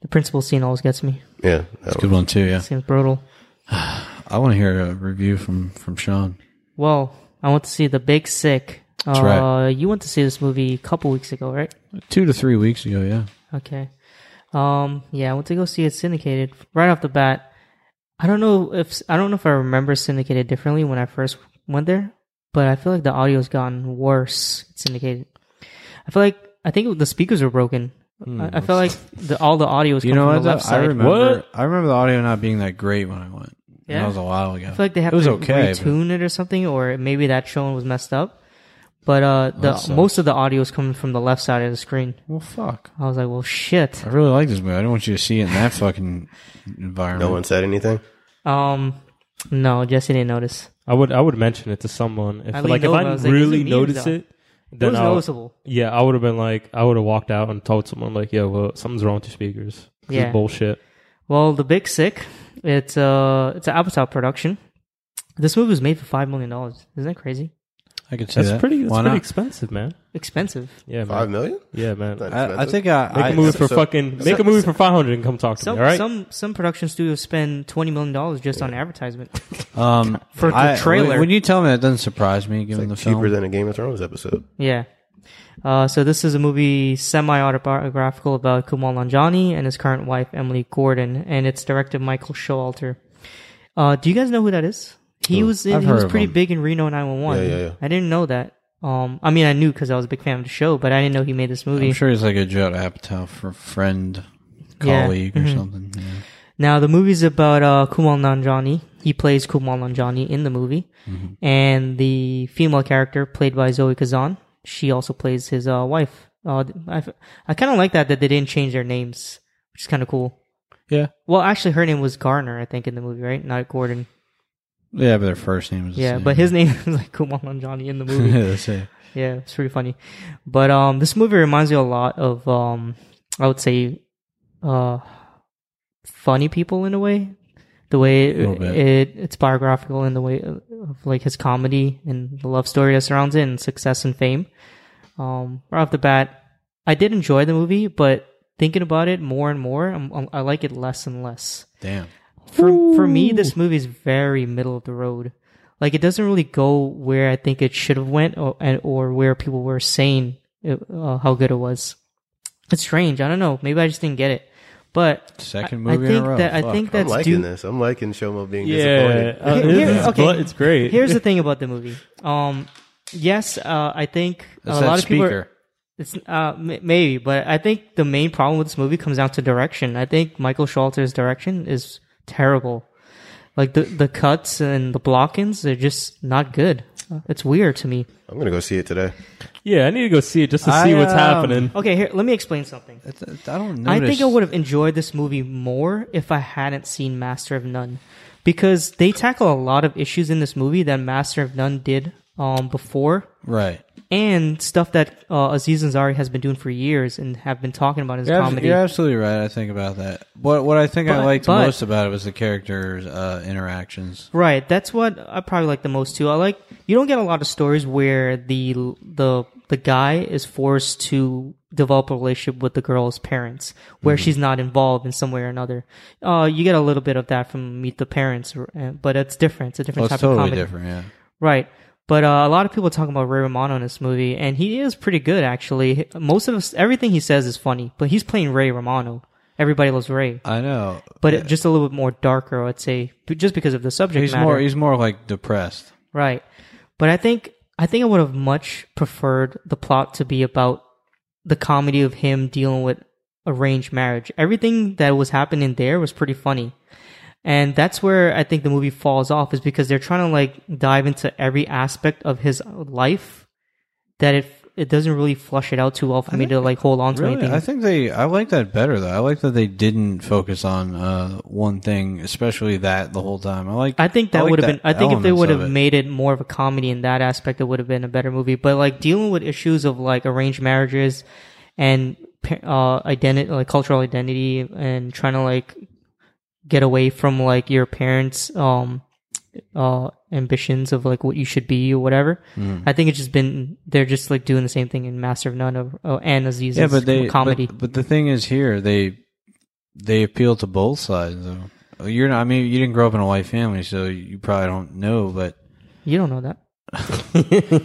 S1: The principal scene always gets me.
S4: yeah. That
S3: It's a good
S4: one.
S3: one too. Yeah,
S1: Seems brutal.
S3: I want to hear a review from from Sean.
S1: Well, I went to see The Big Sick.
S3: That's
S1: uh,
S3: right.
S1: You went to see this movie a couple weeks ago, right?
S3: Two to three weeks ago. Yeah,
S1: Okay. Um. Yeah, I went to go see it syndicated right off the bat. I don't know if I don't know if I remember syndicated differently when I first went there, but I feel like the audio's gotten worse at syndicated. I feel like I think the speakers were broken. I, I felt like the, all the audio was
S3: Hmm, you
S1: coming
S3: know
S1: from
S3: what?
S1: the
S3: though?
S1: left
S3: I
S1: side.
S3: remember.
S2: What?
S3: I remember the audio not being that great when I went.
S1: Yeah?
S3: that was a while ago.
S1: I feel like they had
S3: it was
S1: to
S3: okay. but-
S1: retune it or something, or maybe that showing was messed up. But uh, the most of the audio is coming from the left side of the screen.
S3: well, fuck.
S1: I was like, well, shit.
S3: I really like this movie. I didn't want you to see it in that fucking
S4: No
S3: environment.
S4: one said anything.
S1: Um, no, Jesse didn't notice.
S2: I would I would mention it to someone if
S1: I
S2: like
S1: leaned
S2: if
S1: over,
S2: I
S1: I was
S2: didn't
S1: like, this is
S2: really
S1: memes,
S2: notice
S1: though.
S2: it,
S1: It
S2: then
S1: was
S2: I would,
S1: noticeable.
S2: yeah I would have been like I would have walked out and told someone like yo well something's wrong with your speakers this
S1: Yeah.
S2: is bullshit
S1: Well, The Big Sick, it's uh it's an Avatar production. This movie was made for five million dollars. Isn't that crazy?
S3: I could see
S2: that's
S3: that.
S2: pretty that's
S3: Why
S2: pretty
S3: not?
S2: expensive man
S1: Expensive.
S2: yeah man
S4: Five million?
S2: yeah man make
S4: That's
S3: I, I
S4: expensive.
S3: think I,
S2: a
S3: I,
S2: movie for
S4: so-
S2: fucking make a movie for five hundred and come talk to
S1: Some
S2: me all right
S1: some some production studios spend twenty million dollars just on advertisement.
S3: um
S1: for the
S3: I-
S1: trailer.
S3: When you tell me that, it doesn't surprise me. Given the
S4: cheaper
S3: film,
S4: than a Game of Thrones episode.
S1: yeah. Uh, so this is a movie semi-autobiographical about Kumail Nanjiani and his current wife Emily Gordon, and it's directed Michael Showalter. Uh, do you guys know who that is? He was in,
S3: Oh, I've
S1: he
S3: heard
S1: was
S3: of
S1: pretty
S3: him.
S1: big in Reno 911.
S4: Yeah, yeah, yeah.
S1: I didn't know that. Um, I mean, I knew because I was a big fan of the show, but I didn't know he made this movie.
S3: I'm sure he's like a Judd Apatow for friend,
S1: Yeah. Mm-hmm.
S3: colleague, or something. yeah.
S1: Now the movie's about uh, Kumail Nanjiani. He plays Kumail Nanjiani in the movie, and the female character played by Zoe Kazan. She also plays his uh, wife. Uh, I, I kind of like that that they didn't change their names, which is kind of cool.
S3: Yeah.
S1: Well, actually, her name was Garner, I think, in the movie, right? Not Gordon.
S3: Yeah, but their first name is the
S1: Yeah,
S3: same.
S1: but his name is like Kumail Nanjiani in the movie.
S3: yeah, that's it.
S1: Yeah, it's pretty funny. But um, this movie reminds me a lot of um, I would say, uh, funny people in a way. The way
S3: Little
S1: it,
S3: bit.
S1: it's biographical in the way of, of like his comedy and the love story that surrounds it and success and fame. Um, right off the bat, I did enjoy the movie, but thinking about it more and more, I'm, I'm- I like it less and less
S3: Damn.
S1: for for me this movie is very middle of the road like it doesn't really go where i think it should have went or, and, or where people were saying it, uh, how good it was it's strange i don't know maybe i just didn't get it but
S3: Second
S1: I, I
S3: movie
S1: think
S3: in a row.
S1: that i
S3: Fuck.
S1: think
S4: I'm
S1: that's
S4: liking
S1: due
S4: this. I'm liking Shomo being
S2: yeah
S4: disappointed.
S2: uh,
S1: Here- here-
S2: it's,
S1: okay.
S2: blo- it's great
S1: here's the thing about the movie um yes uh, i think
S3: That's
S1: a
S3: that
S1: lot of people
S3: speaker.
S1: are, it's uh m- maybe, but I think the main problem with this movie comes down to direction. I think Michael Showalter's direction is terrible. Like the the cuts and the blockings, they're just not good. It's weird to me.
S4: I'm gonna go see it today.
S2: Yeah, I need to go see it just to
S3: I,
S2: see what's
S3: um,
S2: happening.
S1: Okay, here let me explain something.
S3: It's- it's- I don't know.
S1: I think I would have enjoyed this movie more if I hadn't seen Master of None, because they tackle a lot of issues in this movie that Master of None did um, before,
S3: Right.
S1: and stuff that uh, Aziz Ansari has been doing for years and have been talking about in his
S3: You're, abs-
S1: comedy.
S3: you're absolutely right. I think about that. What what I think I
S1: But-
S3: liked
S1: but-
S3: most about it was the characters' uh, interactions.
S1: Right, that's what I probably like the most too. I like you don't get a lot of stories where the the the guy is forced to develop a relationship with the girl's parents,
S3: Mm-hmm.
S1: where she's not involved in some way or another. Uh, you get a little bit of that from Meet the Parents, or- uh, but it's different. It's a different
S3: Well, Oh, it's
S1: type
S3: totally
S1: of comedy,
S3: different. Yeah.
S1: right? But uh, a lot of people talk about Ray Romano in this movie, and he is pretty good actually. Most of us, everything he says is funny, but he's playing Ray Romano. Everybody loves Ray,
S3: I know.
S1: but it, just a little bit more darker, I'd say, just because of the subject
S3: He's
S1: matter.
S3: more. He's more like depressed.
S1: Right. But I think I think I would have much preferred the plot to be about the comedy of him dealing with arranged marriage. Everything that was happening there was pretty funny. And that's where I think the movie falls off is because they're trying to like dive into every aspect of his life that it it doesn't really flush it out too well for me to like hold on to
S3: Really,
S1: anything.
S3: I think they. I like that better though. I like that they didn't focus on uh, one thing, especially that the whole time. I like.
S1: I think that
S3: like
S1: would have been. I think if they
S3: elements
S1: would
S3: of
S1: have
S3: it.
S1: made it more of a comedy in that aspect, it would have been a better movie. But like dealing with issues of like arranged marriages and pa- uh, identity, like cultural identity, and trying to like get away from like your parents' um uh ambitions of like what you should be or whatever.
S3: Mm.
S1: I think it's just been they're just like doing the same thing in Master of None of, uh, and Aziz's
S3: yeah, but they
S1: comedy.
S3: But, but the thing is, here they they appeal to both sides. Though you're not. I mean, you didn't grow up in a white family, so you probably don't know. But
S1: you don't know that.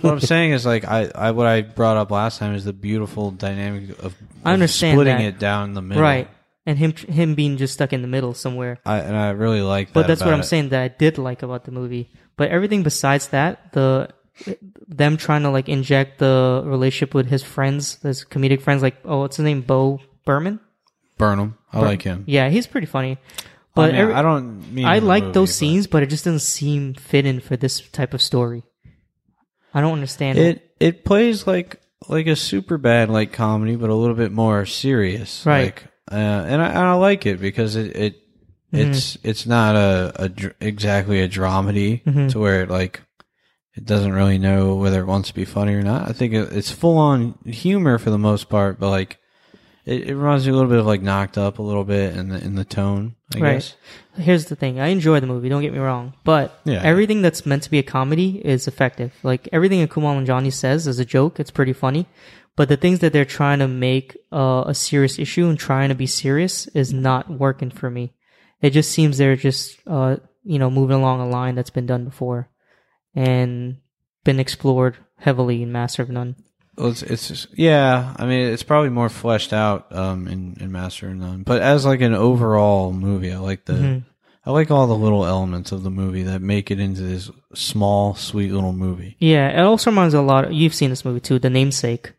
S3: what I'm saying is, like, I, I what I brought up last time is the beautiful dynamic of,
S1: I
S3: of
S1: understand
S3: splitting
S1: that.
S3: it down the middle,
S1: Right. And him him being just stuck in the middle somewhere.
S3: I, and I really like that.
S1: but that's what
S3: about
S1: I'm
S3: it.
S1: saying that I did like about the movie. But everything besides that, the them trying to like inject the relationship with his friends, his comedic friends, like oh, what's his name, Bo Berman?
S3: Burnham, I like him.
S1: Yeah, he's pretty funny. But
S3: I, mean,
S1: every-
S3: I don't mean
S1: I
S3: in the
S1: like
S3: movie,
S1: those
S3: but-
S1: scenes, but it just doesn't seem fit in for this type of story. I don't understand it.
S3: It it plays like like a super bad like comedy, but a little bit more serious,
S1: Right.
S3: Like, uh, and I and I like it because it it
S1: Mm-hmm.
S3: it's it's not a, a dr- exactly a dramedy
S1: Mm-hmm.
S3: to where it like it doesn't really know whether it wants to be funny or not. I think it, it's full on humor for the most part, but like. It, it reminds me a little bit of like knocked up a little bit in the in the tone, I
S1: Right.
S3: guess.
S1: Here's the thing: I enjoy the movie. Don't get me wrong, but
S3: Yeah.
S1: everything that's meant to be a comedy is effective. Like everything that Kumail and Johnny says is a joke. It's pretty funny, but the things that they're trying to make uh, a serious issue and trying to be serious is not working for me. It just seems they're just uh, you know moving along a line that's been done before and been explored heavily in Master of None.
S3: Well, it's, it's just- yeah. I mean, it's probably more fleshed out um, in in Master and None, but as like an overall movie, I like the
S1: Mm-hmm.
S3: I like all the little elements of the movie that make it into this small, sweet little movie.
S1: Yeah, it also reminds a lot. you've seen this movie too, The Namesake.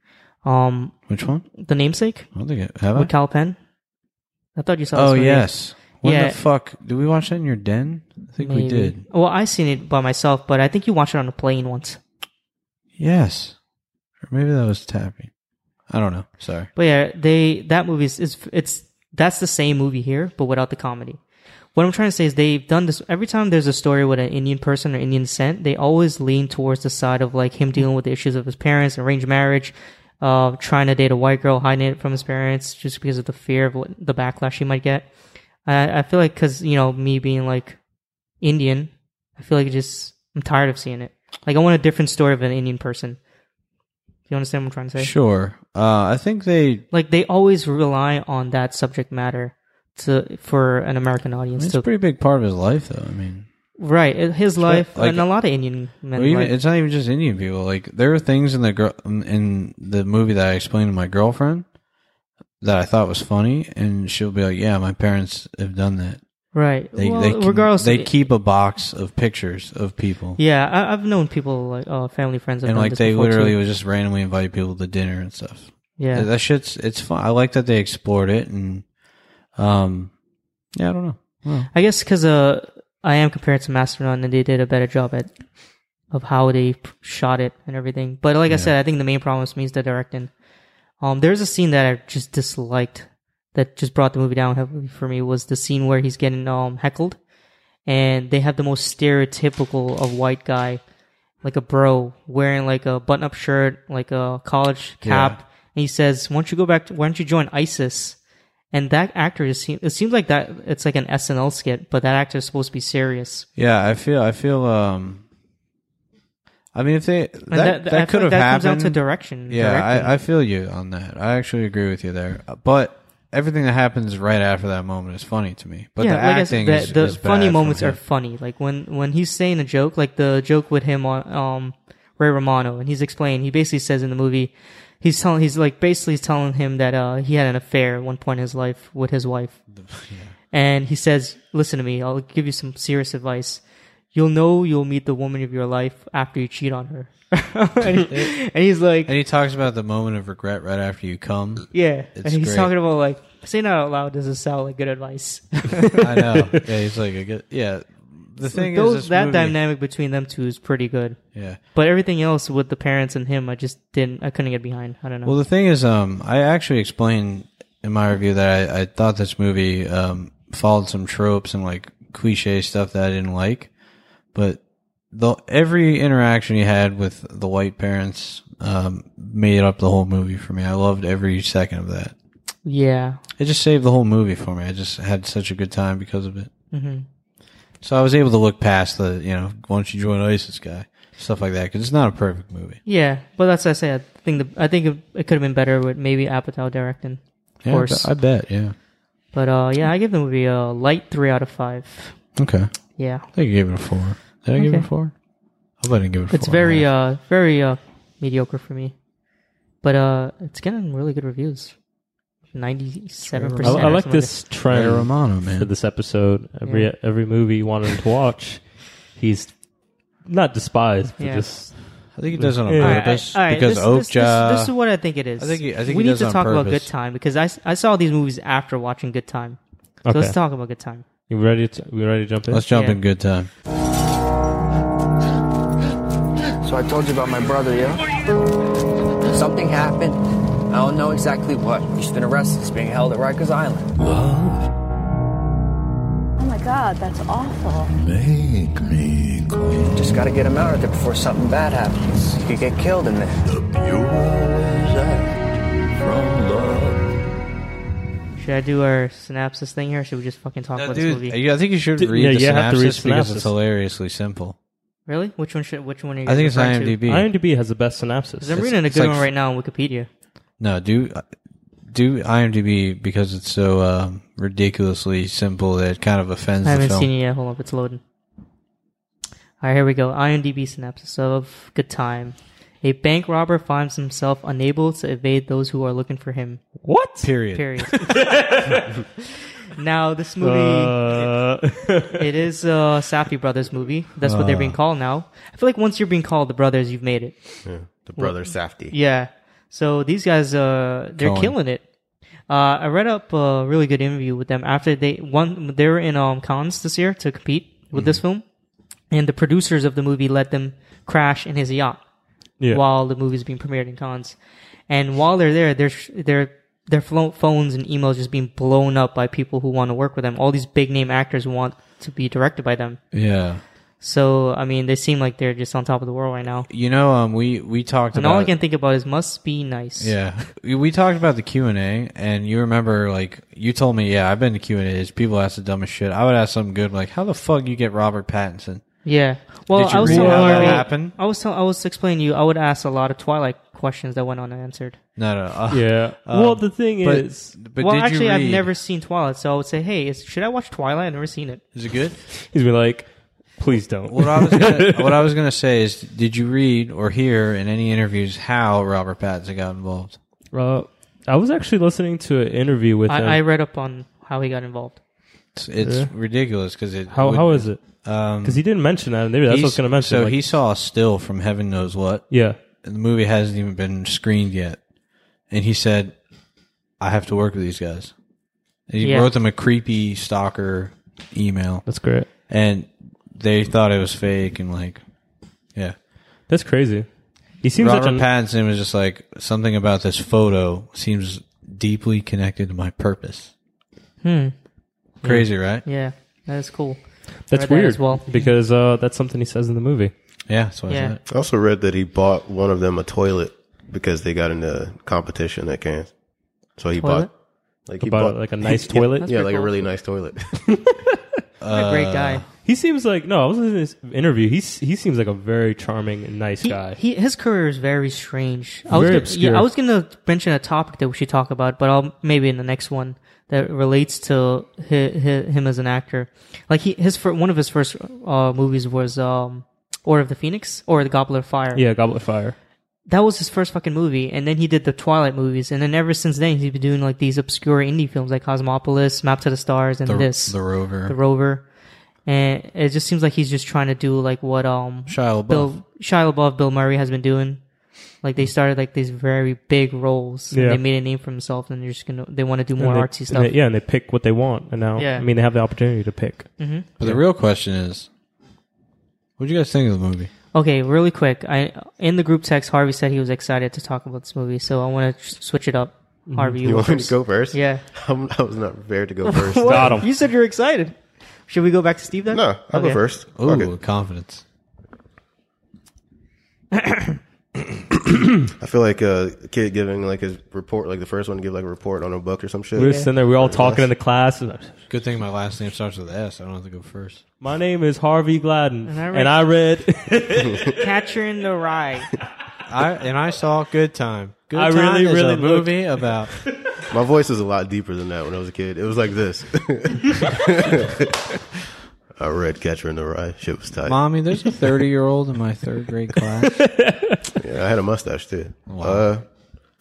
S1: Um,
S3: Which one?
S1: The Namesake
S3: I don't think it have I.
S1: with Cal Penn. I thought you saw.
S3: Oh
S1: this movie.
S3: yes. When
S1: Yeah.
S3: the fuck did we watch that in your den? I think we
S1: Maybe.
S3: did.
S1: Well, I seen it by myself, but I think you watched it on a plane once.
S3: Yes. Or maybe that was tapping. I don't know. Sorry.
S1: But yeah, they that movie is, is it's that's the same movie here, but without the comedy. What I'm trying to say is they've done this every time there's a story with an Indian person or Indian descent, they always lean towards the side of like him dealing with the issues of his parents, arranged marriage, uh, trying to date a white girl, hiding it from his parents just because of the fear of what, the backlash he might get. I, I feel like because you know me being like Indian, I feel like it just I'm tired of seeing it. Like I want a different story of an Indian person. You understand what I'm trying to say?
S3: Sure. Uh, I think they.
S1: like they always rely on that subject matter to for an American audience
S3: It's
S1: to
S3: a pretty big part of his life, though. I mean.
S1: right it- his life
S3: like-
S1: and a lot of Indian men.
S3: Well, even,
S1: like-
S3: it's not even just Indian people. Like there are things in the gr- in the movie that I explained to my girlfriend that I thought was funny, and she'll be like, "Yeah, my parents have done that.
S1: right.
S3: They
S1: well,
S3: they keep-
S1: regardless,
S3: they keep a box of pictures of people,
S1: yeah, I, I've known people like uh, family friends have
S3: and
S1: done
S3: like
S1: this
S3: they
S1: before,
S3: literally
S1: too.
S3: would just randomly invite people to dinner and stuff.
S1: yeah.
S3: That shit's it's fun. I like that they explored it, and um, yeah, I don't know. Well,
S1: I guess because uh, I am comparing it to Mastodon, and they did a better job at of how they p- shot it and everything. But like I said, I think the main problem is me is the directing. Um, there's a scene that I just disliked that just brought the movie down heavily for me was the scene where he's getting um heckled, and they have the most stereotypical of white guy, like a bro wearing like a button up shirt, like a college cap, and he says, "Why don't you go back? To, why don't you join ISIS?" And that actor just seems, it seems like that it's like an SNL skit, but that actor is supposed to be serious.
S3: Yeah, I feel. I feel. Um, I mean, if they that,
S1: And
S3: that,
S1: I feel
S3: could have
S1: like that
S3: happened.
S1: comes down to direction.
S3: yeah,
S1: directing.
S3: I, I feel you on that. I actually agree with you there. Uh, But everything that happens right after that moment is funny to me. But the
S1: like I said,
S3: acting,
S1: the,
S3: is,
S1: the
S3: is
S1: funny
S3: bad from
S1: moments are
S3: him.
S1: funny. Like when when he's saying a joke, like the joke with him on um Ray Romano, and he's explaining. He basically says in the movie, he's telling he's like basically telling him that uh he had an affair at one point in his life with his wife, and he says, "Listen to me. I'll give you some serious advice." You'll know you'll meet the woman of your life after you cheat on her. and, and he's like,
S3: And he talks about the moment of regret right after you come.
S1: Yeah,
S3: It's
S1: and he's
S3: great.
S1: talking about like saying that out loud doesn't sound like good advice.
S3: I know. Yeah, he's like, I get, yeah. The thing
S1: Those,
S3: is, this
S1: that
S3: movie-
S1: dynamic between them two is pretty good,
S3: Yeah.
S1: but everything else with the parents and him, I just didn't. I couldn't get behind. I don't know.
S3: Well, the thing is, um, I actually explained in my review that I, I thought this movie um, followed some tropes and like cliche stuff that I didn't like, but the every interaction he had with the white parents um, made up the whole movie for me. I loved every second of that.
S1: yeah,
S3: It just saved the whole movie for me. I just had such a good time because of it.
S1: hmm
S3: So I was able to look past the you know once you join ISIS guy stuff like that because it's not a perfect movie.
S1: yeah. But that's what I say. I think the I think it, it could have been better with maybe Apatow directing. Of
S3: Yeah, I
S1: course.
S3: bet- I bet. Yeah.
S1: But uh, yeah, I give the movie a light three out of five.
S3: Okay.
S1: Yeah,
S3: I think I gave it a four. Did I give it a
S1: Okay.
S3: four? I bet I didn't give it a four.
S1: it's very uh very uh mediocre for me, but uh, it's getting really good reviews. Ninety-seven
S2: I,
S1: percent.
S2: I like this
S3: Ray
S2: trend
S3: Romano,
S2: for
S3: man.
S2: this episode. Every
S1: Yeah.
S2: every movie you wanted to watch, he's not despised, but
S1: Yeah.
S2: just
S3: I think he does it on
S2: Yeah.
S1: All right,
S3: purpose
S1: all right,
S3: because
S1: this, this,
S3: Oakja.
S1: this, this is what I think it is.
S3: I think he- I think
S1: we
S3: he
S1: need
S3: does it
S1: to talk
S3: on
S1: about Good
S3: purpose.
S1: Time because I, s- I saw these movies after watching Good Time. So
S2: okay.
S1: let's talk about Good Time.
S2: You ready? To, we ready to jump in?
S3: Let's jump
S1: yeah.
S3: in good time.
S5: So I told you about my brother, yeah? Something happened. I don't know exactly what. He's been arrested. He's being held at Rikers Island.
S6: Oh my god, that's awful.
S7: Make me queen.
S5: Just gotta get him out of there before something bad happens. He could get killed in there.
S7: The pure act from love.
S1: Should I do our synopsis thing here? Or should we just fucking talk about this movie?
S3: I think you should
S2: Dude,
S3: read
S2: yeah,
S3: the
S2: you
S3: synopsis
S2: have to read
S3: because
S2: synopsis.
S3: it's hilariously simple.
S1: really? Which one should? Which one are you?
S3: I think it's
S1: referring to?
S3: IMDb.
S2: IMDb has the best synopsis.
S1: 'Cause I'm reading a
S3: it's
S1: good
S3: like-
S1: one right now on Wikipedia.
S3: No, do do IMDb because it's so um, ridiculously simple that it kind of offends
S1: I
S3: the
S1: haven't
S3: film.
S1: seen it yet. Hold up, it's loading. All right, here we go. IMDb synopsis of Good Time. A bank robber finds himself unable to evade those who are looking for him.
S2: What?
S3: Period.
S1: Period. now this movie.
S2: Uh,
S1: It is a Safi Brothers movie. That's what they're being called now. I feel like once you're being called the brothers, you've made it.
S4: The brother Safdie.
S1: Yeah. So these guys, uh, they're
S3: Cohen.
S1: killing it. Uh, I read up a really good interview with them after they one they were in um cons this year to compete with this film, and the producers of the movie let them crash in his yacht
S2: yeah.
S1: while the movie's being premiered in cons, and while they're there, their sh- their their flo- phones and emails just being blown up by people who want to work with them. All these big name actors want to be directed by them.
S3: Yeah.
S1: So I mean, they seem like they're just on top of the world right now.
S3: You know, um, we we talked
S1: And
S3: about
S1: all I can think about is must be nice.
S3: Yeah, we we talked about the Q and A, and you remember like you told me, yeah, I've been to Q and A's. People ask the dumbest shit. I would ask something good, like how the fuck you get Robert Pattinson?
S1: Yeah. Well,
S3: Did you
S1: I was
S3: read
S1: telling
S3: how that
S1: Harvey-
S3: happened?
S1: I was tell- I was explaining to you. I would ask a lot of Twilight questions that went unanswered.
S3: No, no. Uh,
S2: Yeah.
S1: um,
S2: well, the thing
S3: but
S2: is,
S3: but
S1: well,
S3: did
S1: actually,
S3: you
S1: I've
S3: read-
S1: never seen Twilight, so I would say, "Hey, is, should I watch Twilight? I've never seen it."
S3: Is it good?
S2: he's been like, please don't.
S3: What I was gonna, what I was gonna say is, did you read or hear in any interviews how Robert Pattinson got involved?
S2: Uh, I was actually listening to an interview with him.
S1: I, I read up on how he got involved.
S3: It's, it's
S2: Yeah.
S3: ridiculous because it.
S2: how
S3: would-
S2: how is it?
S3: Um,
S2: Because he didn't mention that. and Maybe that's what I was
S3: he's-
S2: going to mention.
S3: So
S2: like-
S3: he saw a still from heaven knows what.
S2: yeah.
S3: and the movie hasn't even been screened yet. And he said, I have to work with these guys. And he
S1: Yeah.
S3: wrote them a creepy stalker email.
S2: That's great.
S3: and they thought it was fake and like, yeah.
S2: That's crazy. He seems
S3: Robert
S2: such a
S3: Pattinson was just like something about this photo seems deeply connected to my purpose.
S1: Hmm.
S3: Crazy, right?
S1: Yeah, that is cool. read
S2: that's
S1: that
S2: weird
S1: as well.
S2: because uh, that's something he says in the movie.
S3: Yeah, that's what I
S1: Yeah.
S3: said.
S4: I also read that he bought one of them a toilet because they got into competition at Cannes. So he
S1: Toilet?
S4: bought like
S2: He bought like a nice toilet.
S4: yeah,
S1: pretty
S4: like a
S1: cool.
S4: really nice toilet.
S1: What a
S3: Uh,
S1: great guy.
S2: He seems like no. I was in this interview. He s- he seems like a very charming and nice
S1: He,
S2: guy.
S1: he his career is very strange. I was
S2: Very
S1: gonna,
S2: obscure.
S1: Yeah, I was gonna mention a topic that we should talk about, but I'll maybe in the next one that relates to hi hi him as an actor. Like he his fir- one of his first uh, movies was um, Order of the Phoenix or The Goblet of Fire.
S2: yeah, Goblet of Fire.
S1: that was his first fucking movie, and then he did the Twilight movies, and then ever since then he's been doing like these obscure indie films like Cosmopolis, Map to the Stars, and
S3: The,
S1: this
S3: the rover.
S1: the rover and it just seems like he's just trying to do like what um
S3: Shia LaBeouf.
S1: bill shia LaBeouf, bill murray has been doing like they started like these very big roles and
S2: Yeah.
S1: they made a name for themself and they're just gonna they want to do
S2: And
S1: more
S2: they-
S1: artsy
S2: and
S1: stuff
S2: they- yeah, and they pick what they want, and now
S1: Yeah.
S2: I mean they have the opportunity to pick.
S3: but the real question is, what do you guys think of the movie?
S1: okay really quick i in the group text harvey said he was excited to talk about this movie so i want to switch it up harvey you,
S4: you
S1: go
S4: want me to
S1: first.
S4: go first?
S1: yeah
S4: I'm, I was not prepared to go first.
S1: What?
S2: Got 'em.
S1: you said you're excited should we go back to steve then
S4: No, I'll
S1: Okay.
S4: go first.
S3: Ooh,
S4: Fuck it.
S3: confidence.
S4: I feel like a kid giving like his report, like the first one to give like a report on a book or some shit.
S2: We were sitting there, we were all talking in the class. and-
S3: Good thing my last name starts with S. I don't have to go first.
S2: My name is Harvey Gladden,
S1: And I read-
S2: and I read,
S1: catcher in the rye
S3: I and I saw Good Time. Good
S2: I
S3: Time
S2: really,
S3: is
S2: really
S3: a movie about.
S4: My voice was a lot deeper than that when I was a kid. It was like this. I read Catcher in the Rye. Shit was tight.
S3: Mommy, there's a 30 year old in my third grade class. All
S4: Yeah, I had a mustache too. Uh,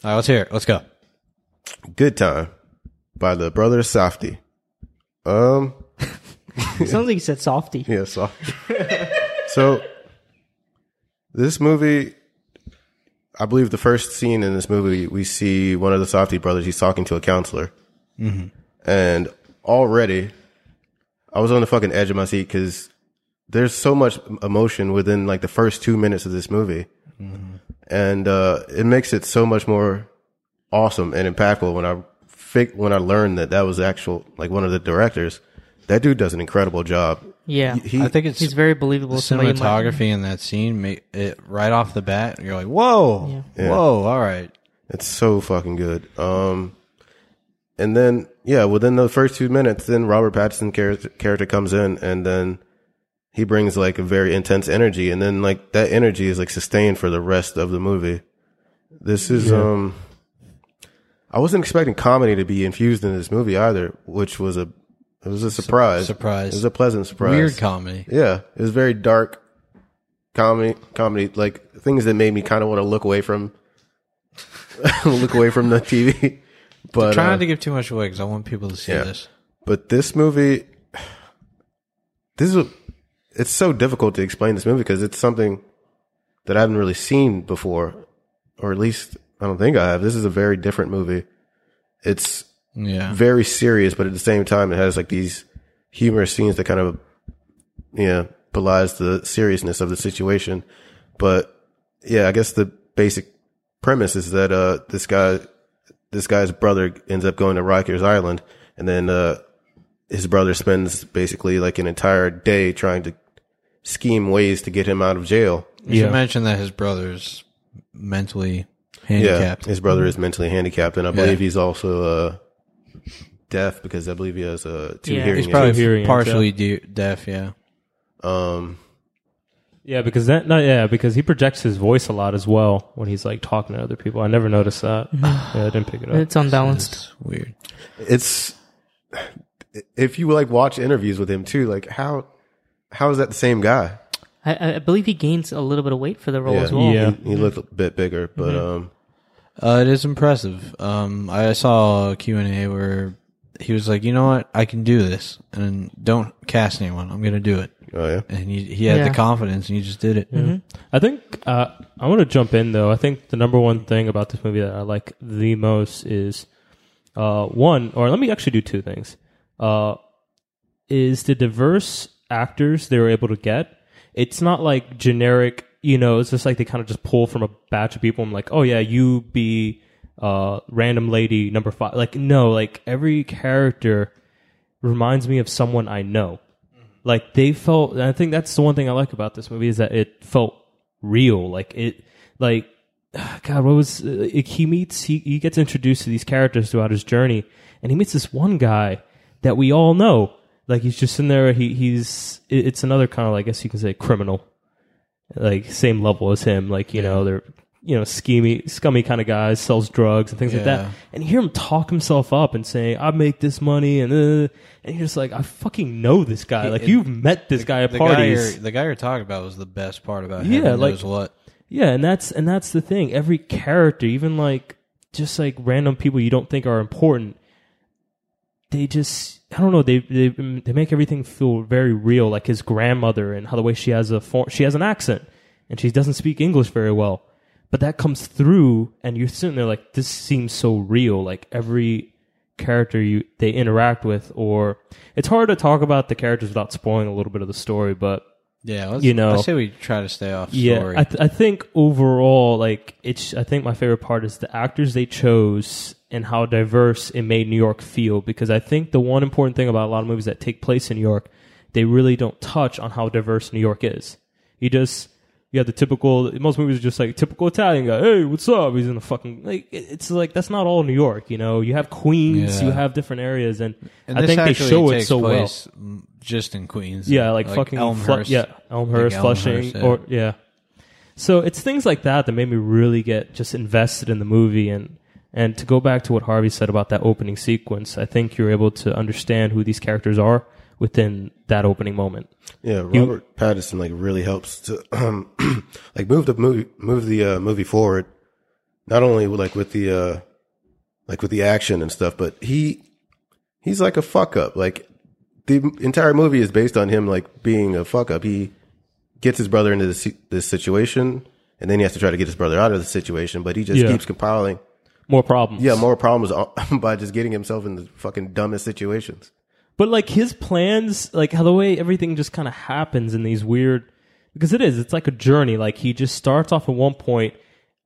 S3: right, let's hear it. Let's go.
S4: Good Time by the brothers Safdie. Um,
S1: sounds like you said softy
S4: yeah, so so this movie, I believe the first scene in this movie, we see one of the Softy brothers. He's talking to a counselor, and already, I was on the fucking edge of my seat because there's so much emotion within like the first two minutes of this movie, and uh, it makes it so much more awesome and impactful when I fig- when I learned that that was actual like one of the directors. That dude does an incredible job.
S1: yeah
S4: He,
S3: I think it's
S1: he's very believable
S3: the
S1: Somebody might-
S3: cinematography in that scene. ma- It, right off the bat, you're like, whoa,
S4: Yeah.
S3: whoa, all right.
S4: It's so fucking good. Um, and then yeah, within the first two minutes, then Robert Pattinson character, character comes in, and then he brings like a very intense energy, and then like that energy is like sustained for the rest of the movie. This is um, I wasn't expecting comedy to be infused in this movie either, which was a it was a surprise.
S3: surprise.
S4: It was a pleasant surprise.
S3: Weird comedy.
S4: Yeah, it was very dark comedy. Comedy like things that made me kind of want to look away from look away from the TV. But
S3: Try
S4: uh,
S3: not to give too much away because I want people to see
S4: Yeah.
S3: this.
S4: but this movie, this is a, it's so difficult to explain this movie because it's something that I haven't really seen before, or at least I don't think I have. This is a very different movie. It's
S3: Yeah.
S4: very serious, but at the same time, it has like these humorous scenes that kind of, you know, belies the seriousness of the situation. But yeah, I guess the basic premise is that, uh, this guy, this guy's brother ends up going to Rikers Island and then, uh, his brother spends basically like an entire day trying to scheme ways to get him out of jail.
S3: You should
S2: Yeah.
S3: mention that his brother's mentally
S4: Yeah,
S3: handicapped.
S4: his brother is mentally handicapped, and I believe he's also uh, deaf because I believe he has uh, two
S1: Yeah.
S4: hearing
S1: He's
S3: He's
S4: aids.
S3: probably
S2: hearing aids,
S3: partially de- deaf. Yeah.
S4: Um,
S2: yeah, because that, no, yeah, because he projects his voice a lot as well when he's like talking to other people. I never noticed that. yeah, I didn't pick it up.
S1: it's unbalanced
S3: It's weird.
S4: it's if you like watch interviews with him too, like how how is that the same guy?
S1: I, I believe he gains a little bit of weight for the role as well.
S2: Yeah.
S4: he, he looked a bit bigger, but um,
S3: Uh, it is impressive. Um, I saw a Q&A where he was like, you know what? I can do this and don't cast anyone. I'm going to do it.
S4: oh yeah,
S3: And he, he had
S1: Yeah.
S3: the confidence and he just did it.
S2: I think uh, I want to jump in though. I think the number one thing about this movie that I like the most is uh, one, or let me actually do two things. Uh, is the diverse actors they were able to get. It's not like generic, you know, it's just like they kind of just pull from a batch of people and like, oh yeah, you be uh random lady number 5. Like no, like every character reminds me of someone I know. Like they felt and I think that's the one thing I like about this movie is that it felt real. Like it like God, what was uh, he meets? He, he gets introduced to these characters throughout his journey, and he meets this one guy that we all know. Like he's just in there. He he's it- it's another kind of I guess you can say criminal, like same level as him. Like you know they're you know schemy scummy kind of guys sells drugs and things like
S3: Yeah.
S2: that. And you hear him talk himself up and say, "I make this money," and uh, and you're just like, "I fucking know this guy. Like
S3: it-
S2: you've met this guy at
S3: The guy, you're,
S2: parties."
S3: the guy you're talking about was the best part about him.
S2: Yeah,
S3: He
S2: like-
S3: knows what.
S2: Yeah, and that's and that's the thing. Every character, even like just like random people you don't think are important, they just I don't know, they they they make everything feel very real like his grandmother and how the way she has a for, she has an accent and she doesn't speak English very well. But that comes through and you're sitting there like this seems so real like every character you they interact with or it's hard to talk about the characters without spoiling a little bit of the story, but
S3: Yeah, let's,
S2: You know.
S3: I say we try to stay off story.
S2: yeah, I, th- I think overall, like it's. I think my favorite part is the actors they chose and how diverse it made New York feel. Because I think the one important thing about a lot of movies that take place in New York, they really don't touch on how diverse New York is. You just you have the typical. Most movies are just like typical Italian guy. Hey, what's up? He's in a fucking like. it- It's like that's not all New York. You know, you have Queens,
S3: Yeah.
S2: you have different areas, and,
S3: And
S2: I
S3: this
S2: think they
S3: actually
S2: show it
S3: takes
S2: so well.
S3: place m- Just in Queens.
S2: Yeah, like, fucking Elmhurst. yeah, Elmhurst,
S3: Like
S2: Flushing,
S3: Elmhurst, yeah.
S2: or yeah. So it's things like that that made me really get just invested in the movie and and to go back to what Harvey said about that opening sequence, I think you're able to understand who these characters are within that opening moment.
S4: Yeah, Robert Pattinson like really helps to um, like move the movie move the uh, movie forward. Not only with, like with the uh, like with the action and stuff, but he he's like a fuck up. Like the entire movie is based on him like being a fuck up. He gets his brother into this this situation, and then he has to try to get his brother out of the situation. But he just
S2: Yeah.
S4: keeps compiling
S2: More problems.
S4: yeah more problems by just getting himself in the fucking dumbest situations.
S2: But like his plans, like how the way everything just kind of happens in these weird because it is, it's like a journey. Like he just starts off at one point,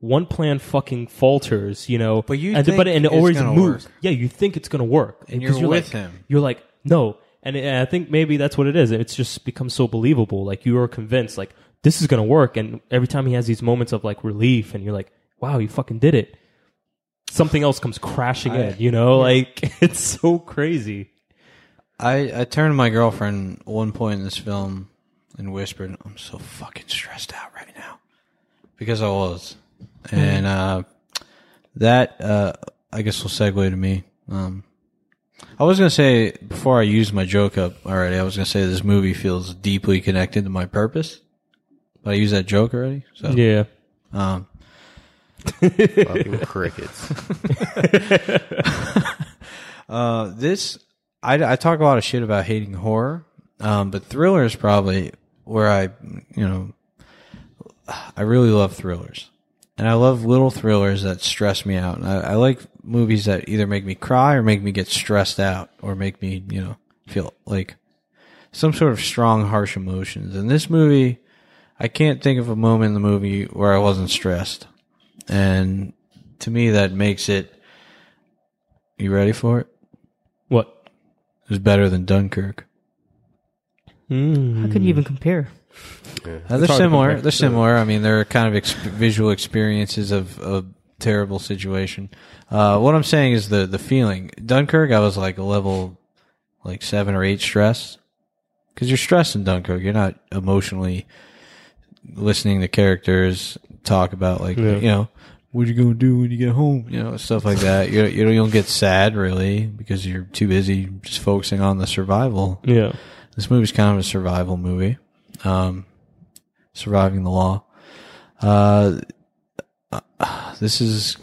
S2: one plan fucking falters, you know.
S3: But you
S2: and,
S3: think
S2: but and it
S3: it's
S2: always
S3: gonna
S2: moves.
S3: work.
S2: Yeah, you think it's gonna work,
S3: And
S2: because
S3: you're with
S2: like,
S3: him.
S2: You're like no, and, and I think maybe that's what it is. It's just become so believable. Like you are convinced, like this is gonna work. And every time he has these moments of like relief, and you're like, wow, you fucking did it. Something else comes crashing in, you know. Like it's so crazy.
S3: I, I turned to my girlfriend at one point in this film and whispered, I'm so fucking stressed out right now. Because I was. And uh, that, uh, I guess, will segue to me. Um, I was going to say, before I used my joke up already, I was going to say this movie feels deeply connected to my purpose. But I used that joke already. So,
S2: Yeah.
S3: um,
S4: Fucking crickets.
S3: Uh, this I, I talk a lot of shit about hating horror, um, but thriller is probably where I, you know, I really love thrillers, and I love little thrillers that stress me out. And I, I like movies that either make me cry or make me get stressed out or make me, you know, feel like some sort of strong, harsh emotions. And this movie, I can't think of a moment in the movie where I wasn't stressed, and to me that makes it. You ready for it?
S2: What?
S3: It was better than Dunkirk.
S1: I couldn't even compare.
S3: Uh, they're similar. They're similar. I mean, they're kind of ex- visual experiences of a terrible situation. Uh, what I'm saying is the the feeling. Dunkirk, I was like a level like seven or eight stress because you're stressed in Dunkirk. You're not emotionally listening to characters talk about like you know what you gonna do when you get home, you know stuff like that. you you don't- you don't get sad really because you're too busy just focusing on the survival
S2: Yeah.
S3: This movie's kind of a survival movie, um, surviving the law. Uh, uh, this is,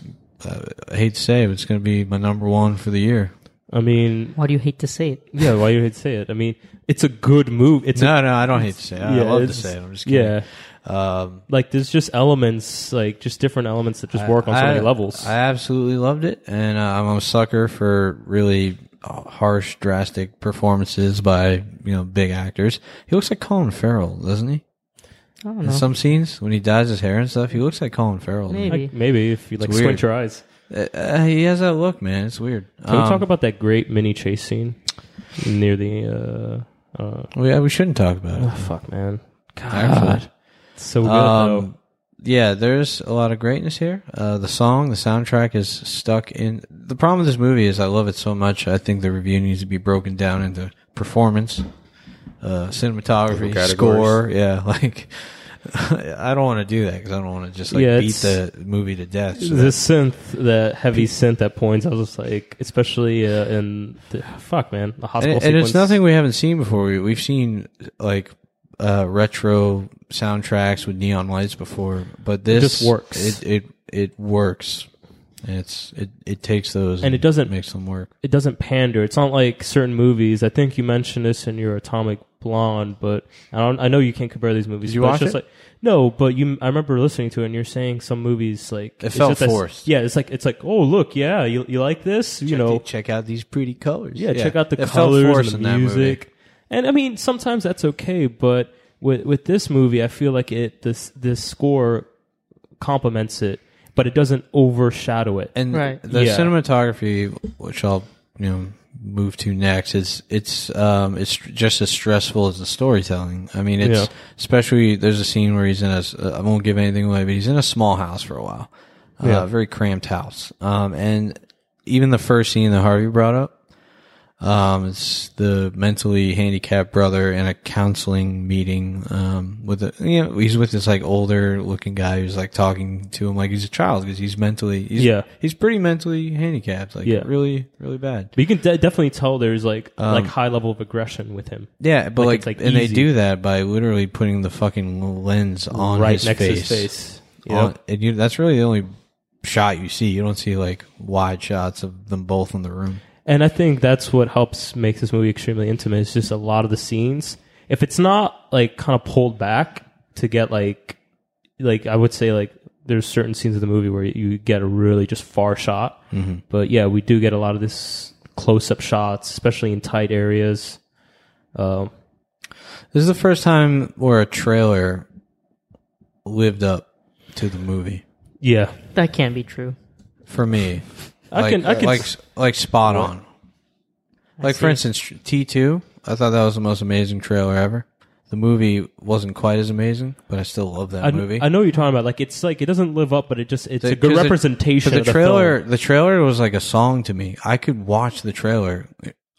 S3: uh, I hate to say it, but it's going to be my number one for the year.
S2: I mean,
S1: Why do you hate to say it?
S2: yeah, why you would say it? I mean, it's a good move. It's
S3: No, no, I don't hate to say it.
S2: a, yeah,
S3: I love to
S2: it's-
S3: say it. I'm just kidding.
S2: Yeah.
S3: Um,
S2: Like there's just elements, like just different elements that just work on so
S3: I-
S2: many levels.
S3: I absolutely loved it, and uh, I'm a sucker for really harsh, drastic performances by you know big actors. He looks like Colin Farrell, doesn't he?
S1: I don't
S3: In
S1: know.
S3: some scenes, when he dyes his hair and stuff, he looks like Colin Farrell. to me.
S1: Maybe.
S2: Like, Uh-huh. maybe if you like
S3: It's weird.
S2: squint your eyes.
S3: Uh, uh, he has that look, man. It's weird.
S2: Can we
S3: Um,
S2: talk about that great mini chase scene near the? Uh, uh,
S3: well, yeah, we shouldn't talk about
S2: oh,
S3: it.
S2: fuck, man,
S3: Actually.
S2: it's so good
S3: Um, yeah, there's a lot of greatness here. Uh, the song, the soundtrack is stuck in. The problem with this movie is I love it so much. I think the review needs to be broken down into performance, uh, cinematography,
S4: Different categories.
S3: score. Yeah, like I don't want to do that because I don't want to just like
S2: Yeah,
S3: beat
S2: it's-
S3: the movie to death.
S2: though.
S3: So
S2: The synth, the heavy synth at points, I was just like, especially uh, in the, fuck, man,
S3: and,
S2: the hospital
S3: it- and
S2: sequence.
S3: it's nothing we haven't seen before. We, we've seen like uh, retro soundtracks with neon lights before, but this
S2: just works.
S3: It it, it works. And it's it, it takes those
S2: And it doesn't-
S3: makes them work.
S2: it doesn't pander. It's not like certain movies. I think you mentioned this in your Atomic Blonde, but I don't. I know you can't compare these movies.
S3: Did you
S2: but
S3: watch
S2: it's just
S3: it?
S2: Like, no, but you. I remember listening to it, and you're saying some movies like
S3: It
S2: it's
S3: felt
S2: just a-
S3: forced.
S2: yeah, it's like it's like oh look, yeah, you you like this, you know,
S3: check out these pretty colors.
S2: yeah, check out the
S3: It felt
S2: colors
S3: forced
S2: and
S3: in
S2: the
S3: that movie.
S2: music. And I mean, sometimes that's okay, but with with this movie, I feel like it this this score complements it, but it doesn't overshadow it.
S3: And
S1: Right.
S3: the
S2: Yeah.
S3: cinematography, which I'll you know move to next, is it's um it's just as stressful as the storytelling. I mean, it's
S2: Yeah.
S3: especially there's a scene where he's in a s- uh, I won't give anything away, but he's in a small house for a while, uh,
S2: Yeah.
S3: very cramped house. Um, and even the first scene that Harvey brought up. Um, it's the mentally handicapped brother in a counseling meeting. Um, with a, you know, he's with this like older looking guy who's like talking to him like he's a child because he's mentally, he's,
S2: Yeah.
S3: he's pretty mentally handicapped, like
S2: Yeah.
S3: really, really bad.
S2: But you can de- definitely tell there's like
S3: Um,
S2: like high level of aggression with him.
S3: Yeah, but
S2: Like,
S3: like,
S2: it's, like,
S3: and they
S2: easy.
S3: do that by literally putting the fucking lens on
S2: right
S3: his
S2: next
S3: face.
S2: to his face.
S3: On-
S2: Yep.
S3: and you, that's really the only shot you see. You don't see like wide shots of them both in the room.
S2: And I think that's what helps make this movie extremely intimate. It's just a lot of the scenes. If it's not like kind of pulled back to get like like I would say like there's certain scenes of the movie where you get a really just far shot.
S3: Mm-hmm.
S2: But yeah, we do get a lot of this close up shots, especially in tight areas. Um,
S3: This is the first time where a trailer lived up to the movie
S2: yeah.
S1: That can't be true.
S3: for me.
S2: I
S3: like,
S2: can- I can
S3: like
S2: s-
S3: like spot on. Like for instance, T two. I thought that was the most amazing trailer ever. The movie wasn't quite as amazing, but I still love that
S2: I,
S3: movie.
S2: I know what you're talking about. Like it's like it doesn't live up, but it just it's
S3: The-
S2: a good
S3: 'cause it-
S2: representation.
S3: but
S2: of
S3: the
S2: the
S3: trailer,
S2: film.
S3: the trailer was like a song to me. I could watch the trailer.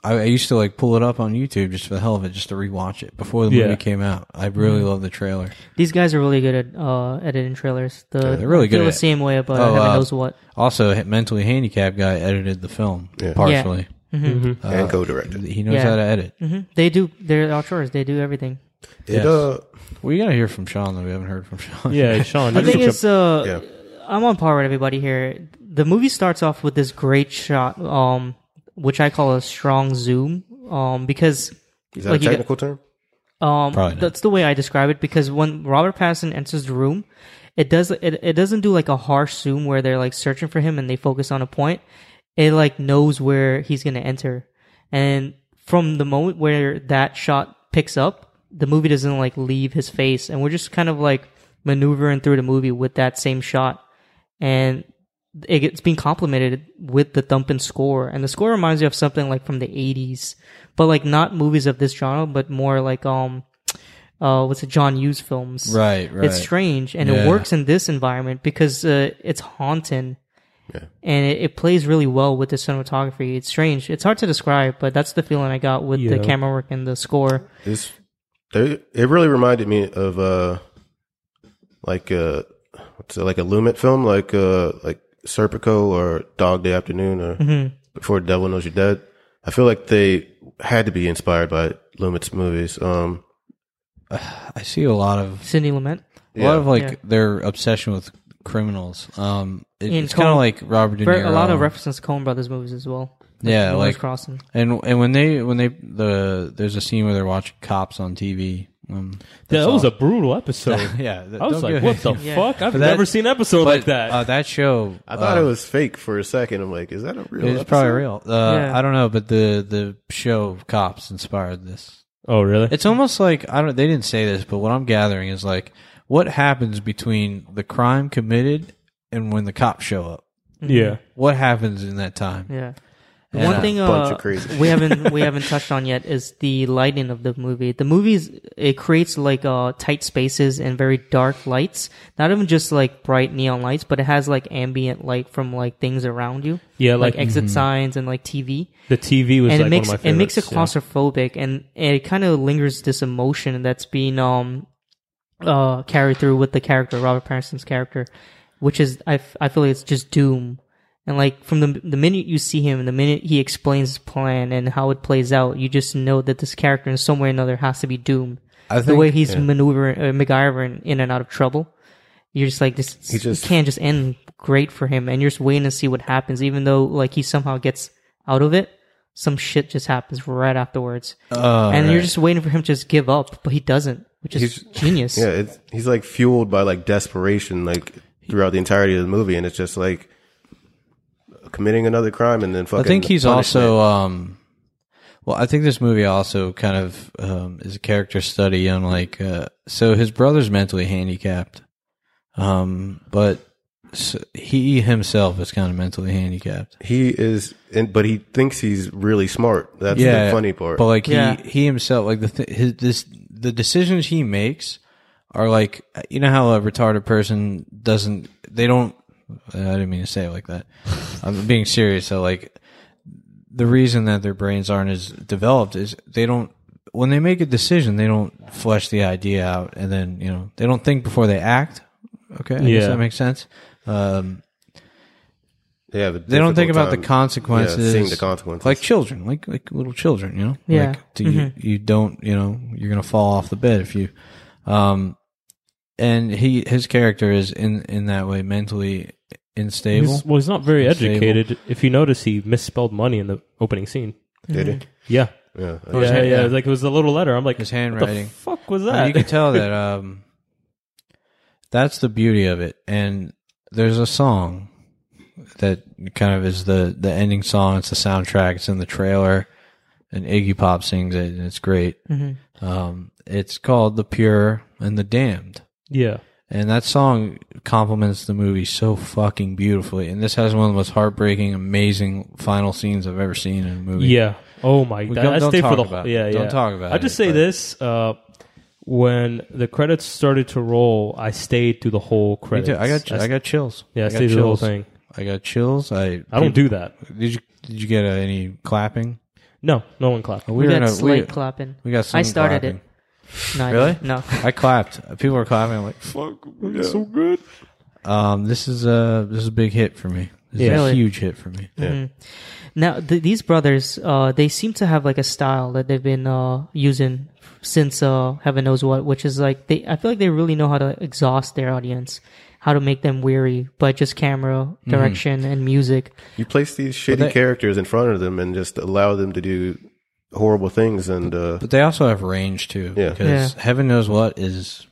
S3: I, I used to like pull it up on YouTube just for the hell of it, just to rewatch it before the
S2: Yeah. Mm-hmm.
S3: movie came out. I really love the trailer.
S1: These guys are really good at uh, editing trailers. The,
S3: they're really
S1: I feel
S3: good
S1: the
S3: at it.
S1: same way about
S3: Oh,
S1: heaven
S3: uh,
S1: knows what.
S3: Also, ha- mentally handicapped guy edited the film
S4: Yeah.
S3: partially.
S4: and co-directed.
S3: He knows
S1: Yeah.
S3: how to edit.
S2: Mm-hmm.
S1: hmm They do. They're outdoors. They do everything.
S3: Yes.
S4: It uh,
S3: We gotta hear from Sean though. We haven't heard from Sean.
S2: Yeah, Sean.
S1: The
S2: you're
S1: thing
S2: such a-
S1: is, uh,
S4: yeah,
S1: I'm on par with everybody here. The movie starts off with this great shot, um, which I call a strong zoom, um, because
S4: is that
S1: like
S4: a
S1: you got-
S4: technical term?
S1: Um,
S3: Probably not.
S1: that's the way I describe it because when Robert Pattinson enters the room, it does it, it doesn't do like a harsh zoom where they're like searching for him and they focus on a point. It like knows where he's gonna enter, and from the moment where that shot picks up, the movie doesn't like leave his face, and we're just kind of like maneuvering through the movie with that same shot, and it- it's being complemented with the thumping score and the score reminds you of something like from the 80s but like not movies of this genre but more like um uh what's it john hughes films
S3: Right, right.
S1: it's strange and
S3: Yeah.
S1: it works in this environment because uh, it's haunting and it, it plays really well with the cinematography it's strange it's hard to describe but that's the feeling i got with the
S2: Yeah.
S1: camera work and the score
S4: It's they, it really reminded me of uh like uh what's it like a Lumet film like uh like Serpico or Dog Day Afternoon or
S3: Mm-hmm.
S4: Before the Devil Knows You're Dead. I feel like they had to be inspired by Lumet's movies. Um
S3: I see a lot of
S1: cindy lament
S3: a lot of like
S1: Yeah.
S3: their obsession with criminals. Um, it-
S1: And
S3: it's kind of
S1: Coen-
S3: like Robert De
S1: Ver-
S3: Niro.
S1: a lot of references to Coen brothers movies as well
S3: Yeah,
S1: Miller's
S3: like
S1: crossing
S3: and and when they when they the there's a scene where they're watching cops on TV Um,
S2: that
S3: that's
S2: was
S3: all.
S2: a brutal episode.
S3: yeah. that-
S2: I
S3: don't
S2: was like,
S3: give-
S2: what the
S1: Yeah.
S2: fuck? I've
S3: But that-
S2: never seen an episode
S3: But,
S2: like that.
S3: Uh, that show.
S4: I thought
S3: uh,
S4: it was fake for a second. I'm like, is that a real?
S3: It's
S4: episode?
S3: probably real. Uh,
S1: Yeah.
S3: I don't know, but the the show Cops inspired this.
S2: oh, really?
S3: It's almost like I don't. They didn't say this, but what I'm gathering is like what happens between the crime committed and when the cops show up.
S2: yeah.
S3: What happens in that time?
S1: Yeah. The
S3: And,
S1: one
S3: uh,
S1: thing uh,
S4: bunch of crazy
S1: we haven't we haven't touched on yet is the lighting of the movie. The movie's it creates like uh, tight spaces and very dark lights. Not even just like bright neon lights, but it has like ambient light from like things around you.
S2: Yeah,
S1: like,
S2: like-
S1: exit signs and like TV.
S2: The TV was
S1: and
S2: like
S1: it makes
S2: one of my
S1: it makes it
S2: favorites, yeah.
S1: claustrophobic and it kind of lingers this emotion that's being um uh carried through with the character Robert Pattinson's character, which is I, f- I feel like it's just doom. And like from the the minute you see him, the minute he explains his plan and how it plays out, you just know that this character in some way or another has to be doomed.
S3: I
S1: the
S3: think-
S1: way he's maneuvering, uh, MacGyvering in and out of trouble, you're just like this. He
S4: just-
S1: can't just end great for him, and you're just waiting to see what happens. Even though like he somehow gets out of it, some shit just happens right afterwards,
S3: Oh,
S1: and you're just waiting for him to just give up, but he doesn't, which is genius.
S4: Yeah, it's, he's like fueled by like desperation, like throughout the entirety of the movie, and it's just like committing another crime and then
S3: I
S4: fucking.
S3: think he's
S4: punishment.
S3: also. Um, well, I think this movie also kind of um, is a character study on like. Uh, so his brother's mentally handicapped, um, but s he himself is kind of mentally handicapped.
S4: he is, and, but he thinks he's really smart. That's the funny part.
S3: But like
S1: Yeah.
S3: he he himself, like the th- his this the decisions he makes are like you know how a retarded person doesn't they don't. I didn't mean to say it like that. I'm being serious. So like the reason that their brains aren't as developed is they don't when they make a decision they don't flesh the idea out and then you know they don't think before they act. Okay, I guess
S2: Yeah.
S3: that makes sense. Um,
S4: they have a
S3: they don't think
S4: difficult
S3: about the
S4: time,
S3: consequences,
S4: yeah, seeing the consequences.
S3: like children, like like little children, you know.
S1: Yeah.
S3: Like, do you you don't you know you're gonna fall off the bed if you, um, and he his character is in in that way mentally unstable.
S2: He's- well, he's not very
S3: Unstable.
S2: educated. If you notice, he misspelled money in the opening scene.
S4: did he?
S2: Yeah.
S3: mm-hmm.
S4: Yeah, I
S2: Yeah,
S3: hand-
S2: yeah,
S3: yeah.
S2: Like it was a little letter. I'm like,
S3: His
S2: What
S3: handwriting.
S2: the fuck was
S3: Uh,
S2: that?
S3: you can tell that um, that's the beauty of it. And there's a song that kind of is the the ending song. It's the soundtrack. It's in the trailer, and Iggy Pop sings it, and it's great. Um, it's called "The Pure and the Damned,"
S2: yeah.
S3: and that song complements the movie so fucking beautifully. And this has one of the most heartbreaking, amazing final scenes I've ever seen in a movie.
S2: Yeah. Oh my
S3: We
S2: god.
S3: don't-
S2: I
S3: don't
S2: stayed for
S3: talk
S2: the
S3: about
S2: whole.
S3: it.
S2: Yeah, yeah.
S3: Don't talk about
S2: I just
S3: it,
S2: say
S3: but-
S2: this: uh, when the credits started to roll, I stayed through the whole
S3: Me
S2: credits.
S3: too. I got I,
S2: s-
S3: got chills.
S2: Yeah, I,
S3: got
S2: stayed through the whole
S3: chills.
S2: thing.
S3: I got chills. I
S2: I don't do that.
S3: Did you did you get uh, any clapping?
S2: No, no one clapped.
S3: We,
S1: we,
S3: were
S1: got
S3: in a-
S1: slight clapping.
S3: we got some
S1: I started
S3: clapping.
S1: it. No, I
S3: Really?
S1: didn't. No.
S3: I clapped. People were clapping. I'm like,
S2: Fuck, so good.
S3: um, this is a this is a big hit for me. This is
S2: Yeah.
S3: a
S1: Really?
S3: huge hit for me.
S1: Now th- these brothers, uh, they seem to have like a style that they've been uh, using since uh, heaven knows what, which is like they. I feel like they really know how to exhaust their audience, how to make them weary by just camera
S3: Mm-hmm.
S1: direction and music.
S4: You place these shitty
S3: they-
S4: characters in front of them and just allow them to do horrible things. And uh,
S3: But they also have range too.
S4: Yeah.
S3: Because heaven knows what is.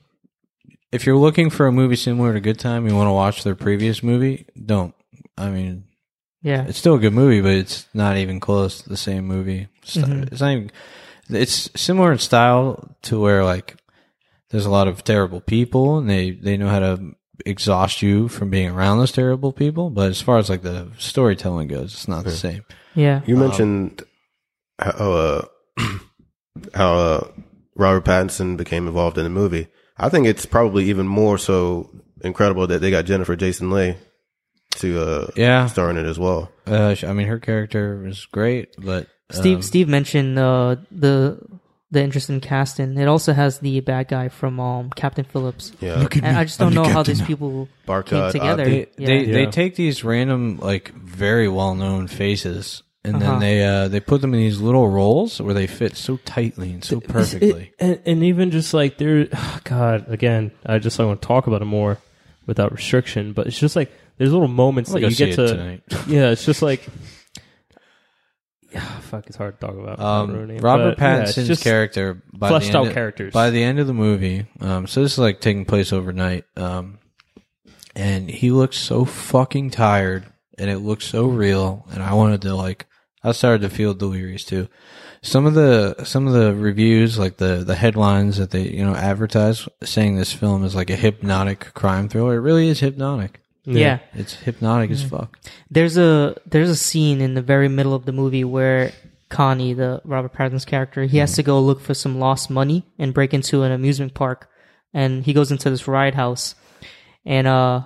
S3: If you're looking for a movie similar to Good Time, you want to watch their previous movie. Don't. I mean,
S1: Yeah,
S3: it's still a good movie, but it's not even close to the same movie. It's, it's not even. It's similar in style to where like there's a lot of terrible people, and they they know how to exhaust you from being around those terrible people. But as far as like the storytelling goes, it's not the same.
S1: yeah,
S3: Um,
S4: you mentioned how uh, how uh, Robert Pattinson became involved in the movie. I think it's probably even more so incredible that they got Jennifer Jason Leigh to uh,
S3: Yeah.
S4: star in it as well.
S3: Uh, sh- I mean, her character was great, but
S1: Steve
S3: um,
S1: Steve mentioned uh, the the interest in casting. It also has the bad guy from um, Captain Phillips.
S4: Yeah,
S1: And I just don't know how these people came
S4: Barkhad,
S1: together.
S4: Abdi.
S3: uh, they they,
S1: yeah.
S3: they
S2: Yeah.
S3: take these random like very well known faces. And then they uh, they put them in these little roles where they fit so tightly and so perfectly.
S2: It- and, and even just like there, God, again, I just I want to talk about it more without restriction. But it's just like there's little moments
S3: I'll
S2: that
S3: go
S2: you
S3: see
S2: get
S3: it
S2: to.
S3: tonight.
S2: Yeah, it's just like fuck, it's hard to talk about. without
S3: Um,
S2: ruining it,
S3: Robert
S2: but, yeah, it's
S3: Pattinson's
S2: just-
S3: character by
S2: fleshed
S3: the end
S2: out
S3: of,
S2: characters.
S3: by the end of the movie. Um, so this is like taking place overnight, um, and he looks so fucking tired, and it looks so real. And I wanted to like, I started to feel delirious too. Some of the some of the reviews, like the the headlines that they you know advertise, saying this film is like a hypnotic crime thriller. It really is hypnotic.
S1: yeah.
S3: It's hypnotic
S2: Mm-hmm.
S3: as fuck.
S1: There's a there's a scene in the very middle of the movie where Connie, the Robert Pattinson's character, he has to go look for some lost money and break into an amusement park, and he goes into this ride house, and uh,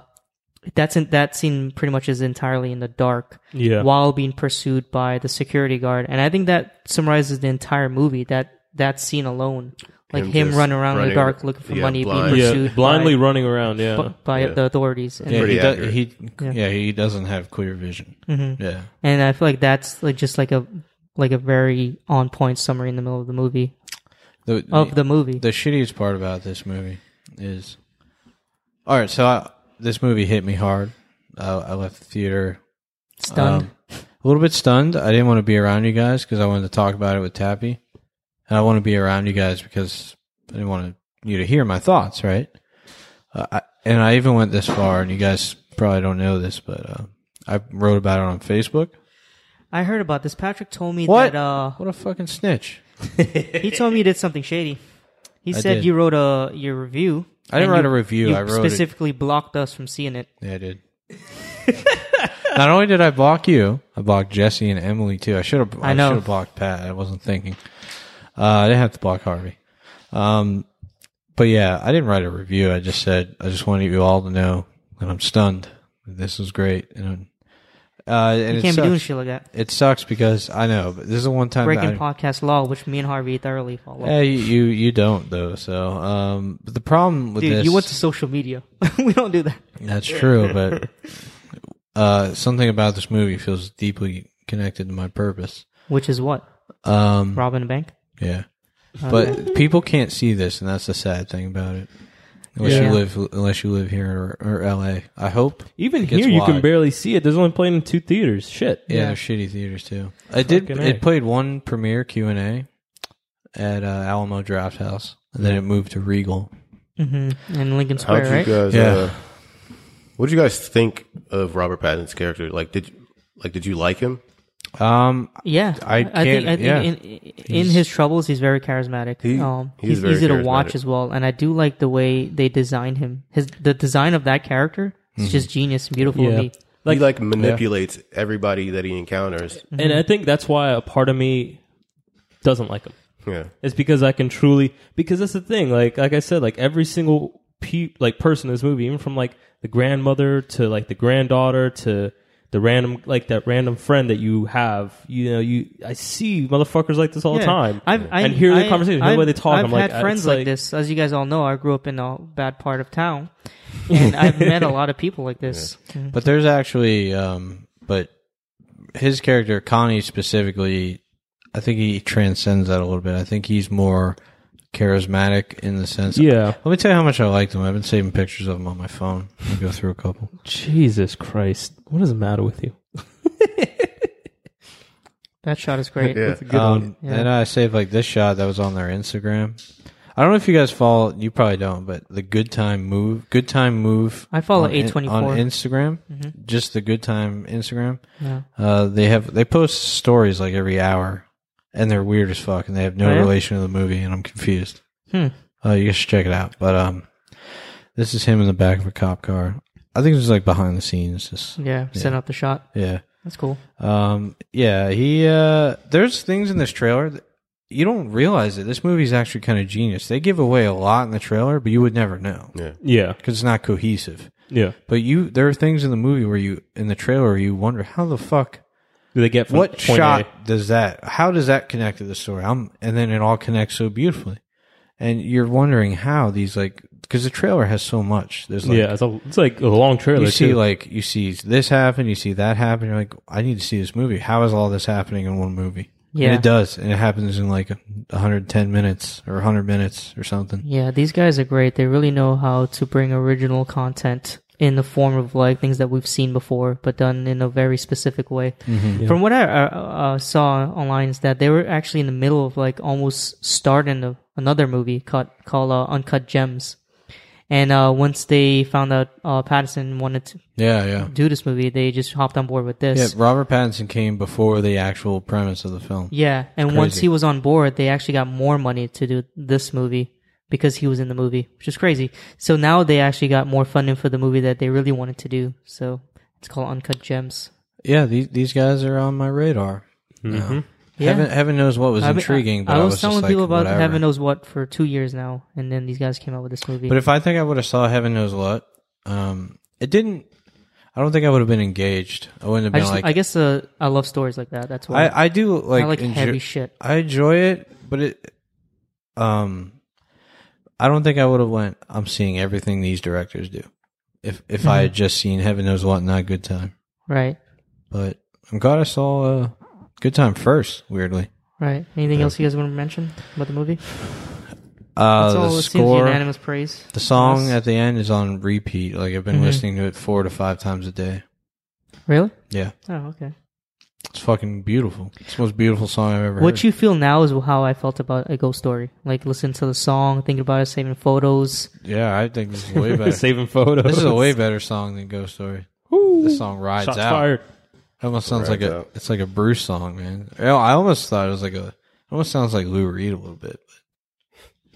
S1: that's in, that scene pretty much is entirely in the dark,
S2: Yeah.
S1: while being pursued by the security guard, and I think that summarizes the entire movie. That that scene alone, like
S4: Him
S1: him,
S4: just
S1: running around in the
S4: running-
S1: dark looking for
S4: yeah,
S1: money,
S4: blind.
S1: being
S2: yeah,
S1: pursued
S2: blindly
S1: by,
S2: running around. Yeah,
S1: bu- by
S4: Yeah.
S1: the authorities, and,
S3: Yeah,
S4: Pretty
S3: he, does,
S4: accurate.
S3: he
S1: Yeah.
S3: yeah. he doesn't have clear vision.
S2: Mm-hmm.
S3: Yeah.
S1: and I feel like that's like just like a like a very on point summary in the middle of the movie
S3: The-
S2: Oh,
S1: of the movie.
S3: The shittiest part about this movie is, all right. So I, this movie hit me hard. I, I left the theater
S1: Stunned.
S3: um, a little bit stunned. I didn't want to be around you guys because I wanted to talk about it with Tappy, and I want to be around you guys because I didn't want you to hear my thoughts. Right. Uh, I, and I even went this far, and you guys probably don't know this, but uh, I wrote about it on Facebook.
S1: I heard about this. Patrick told me
S3: What?
S1: that uh,
S3: What a fucking snitch!
S1: he told me you did something shady. He
S3: I
S1: said
S3: did.
S1: you wrote a your review.
S3: I didn't
S1: and
S3: write a review,
S1: You
S3: I wrote it.
S1: specifically blocked us from seeing it.
S3: Yeah, I did. Not only did I block you, I blocked Jesse and Emily too. I should have. I,
S1: I know.
S3: should have blocked Pat. I wasn't thinking. Uh, I didn't have to block Harvey. Um, but yeah, I didn't write a review. I just said I just wanted you all to know that I'm stunned. This was great, and uh, and
S1: You can't
S3: it
S1: be
S3: sucks.
S1: doing shit like that.
S3: It sucks because I know, but this is the one time that
S1: Breaking
S3: I,
S1: podcast law, which me and Harvey thoroughly follow.
S3: Yeah, you, you you don't though. So, um, but the problem with
S1: Dude,
S3: this,
S1: you went to social media. we don't do that.
S3: That's true, but uh, something about this movie feels deeply connected to my purpose.
S1: Which is what?
S3: Um,
S1: Robbing a bank?
S3: yeah, but people can't see this, and that's the sad thing about it. Unless
S1: Yeah.
S3: you live, unless you live here or, or L.A. I hope.
S2: even
S3: It gets
S2: here you can
S3: wide.
S2: barely see it. There's only playing in two theaters. Shit.
S3: Yeah, they're shitty theaters too. I did.
S2: Fucking A.
S3: It played one premiere Q and A at uh, Alamo Draft House, and then it moved to Regal.
S1: hmm In Lincoln
S4: How'd
S1: Square, right?
S4: you guys?
S3: Yeah.
S4: Uh, what did you guys think of Robert Pattinson's character? Like, did you- like did you like him?
S3: Um,
S1: Yeah,
S3: I can't-
S1: I think,
S3: yeah.
S1: I think in, in his troubles, he's very charismatic.
S4: He-
S1: um,
S4: he's
S1: he's,
S4: very
S1: easy to watch
S4: charismatic.
S1: as well, and I do like the way they designed him. His the design of that character is just genius, and beautiful to
S2: Yeah.
S1: me.
S4: he like manipulates everybody that he encounters.
S2: And I think that's why a part of me doesn't like him.
S4: Yeah,
S2: It's because I can truly because that's the thing. Like like I said, like every single pe- like person in this movie, even from like the grandmother to like the granddaughter to the random like that random friend that you have. You know, you I see motherfuckers like this all the
S1: Yeah.
S2: time.
S1: I've, I,
S2: and hear
S1: I,
S2: their conversation, hear the way they talk.
S1: I've
S2: I'm
S1: had
S2: like, uh,
S1: friends
S2: it's
S1: like, this, as you guys all know. I grew up in a bad part of town, and I've met a lot of people like this. Mhm.
S3: But there's actually, um, but his character Connie specifically, I think he transcends that a little bit. I think he's more charismatic in the sense.
S2: Yeah.
S3: Let me tell you how much I liked him. I've been saving pictures of him on my phone. I'll go through a couple.
S2: Jesus Christ, what is the matter with you?
S1: That shot is great.
S4: yeah.
S3: Um,
S1: Yeah.
S3: And I saved like this shot that was on their Instagram. I don't know if you guys follow. You probably don't, but the Good Time Move, Good Time Move.
S1: I follow
S3: on in- on
S1: 824.
S3: Instagram. Just the Good Time Instagram.
S1: Yeah.
S3: Uh, they have they post stories like every hour, and they're weird as fuck, and they have no
S1: Oh, yeah?
S3: relation to the movie, and I'm confused.
S1: Hmm.
S3: Uh, you guys should check it out. But um, this is him in the back of a cop car. I think it's like behind the scenes. Just
S1: yeah, send out the shot.
S3: yeah,
S1: That's cool.
S3: um, yeah. He uh, there's things in this trailer. That you don't realize it. This movie's actually kind of genius. They give away a lot in the trailer, but you would never know
S4: yeah.
S2: Yeah,
S3: because it's not cohesive.
S2: yeah.
S3: But you, there are things in the movie where you, in the trailer, where you wonder how the fuck
S2: Do they get from
S3: what
S2: point
S3: shot
S2: A-
S3: does that how does that connect to the story I'm, and then it all connects so beautifully and you're wondering how these like because the trailer has so much there's like
S2: yeah, it's, a, it's like a long trailer.
S3: you see
S2: too.
S3: like you see this happen you see that happen you're like i need to see this movie how is all this happening in one movie
S1: Yeah.
S3: and it does and it happens in like 110 minutes or 100 minutes or something
S1: Yeah, these guys are great. They really know how to bring original content in the form of like things that we've seen before, but done in a very specific way. From what I uh, uh, saw online is that they were actually in the middle of like almost starting a, another movie called, called uh, Uncut Gems. And uh, once they found out uh, Pattinson wanted to
S3: Yeah, yeah.
S1: do this movie, they just hopped on board with this.
S3: Yeah, Robert Pattinson came before the actual premise of the film.
S1: Yeah, and once
S3: crazy.
S1: he was on board, they actually got more money to do this movie because he was in the movie, which is crazy. So now they actually got more funding for the movie that they really wanted to do. So it's called Uncut Gems.
S3: Yeah, these, these guys are on my radar. now.
S1: Yeah.
S3: Heaven, heaven knows what was
S1: I've been-
S3: intriguing, but I, was,
S1: telling
S3: just like,
S1: people about
S3: whatever.
S1: Heaven Knows What for two years now, and then these guys came out with this movie.
S3: But if I think I would have saw Heaven Knows What, um, it didn't. I don't think I would have been engaged. I wouldn't have
S1: I
S3: been
S1: just,
S3: like.
S1: I guess uh, I love stories like that. That's why I,
S3: I, I do like,
S1: like
S3: enjo-
S1: heavy shit.
S3: I enjoy it, but it, um, I don't think I would have went. I'm seeing everything these directors do. If if I
S1: Hmm.
S3: had just seen Heaven Knows What, not Good Time,
S1: Right,
S3: but I'm glad I saw uh, Good Time first. Weirdly,
S1: right. Anything else you guys want to mention about the movie?
S3: uh,
S1: That's all.
S3: the
S1: it seems
S3: score,
S1: unanimous praise.
S3: the song
S1: Us.
S3: at the end is on repeat. Like I've been
S1: Mm-hmm.
S3: listening to it four to five times a day.
S1: Really?
S3: Yeah,
S1: Oh, okay.
S3: it's fucking beautiful. It's the most beautiful song I've ever heard.
S1: What you feel now is how I felt about a ghost story. Like listen to the song, thinking about it, saving photos.
S3: yeah, I think this is way better.
S2: Saving photos.
S3: this is a way better song than Ghost Story. This song rides
S2: Shots
S3: out.
S2: fired.
S3: It almost sounds like a
S4: out.
S3: it's like a Bruce song, man. You know, I almost thought it was like a it almost sounds like Lou Reed a little bit.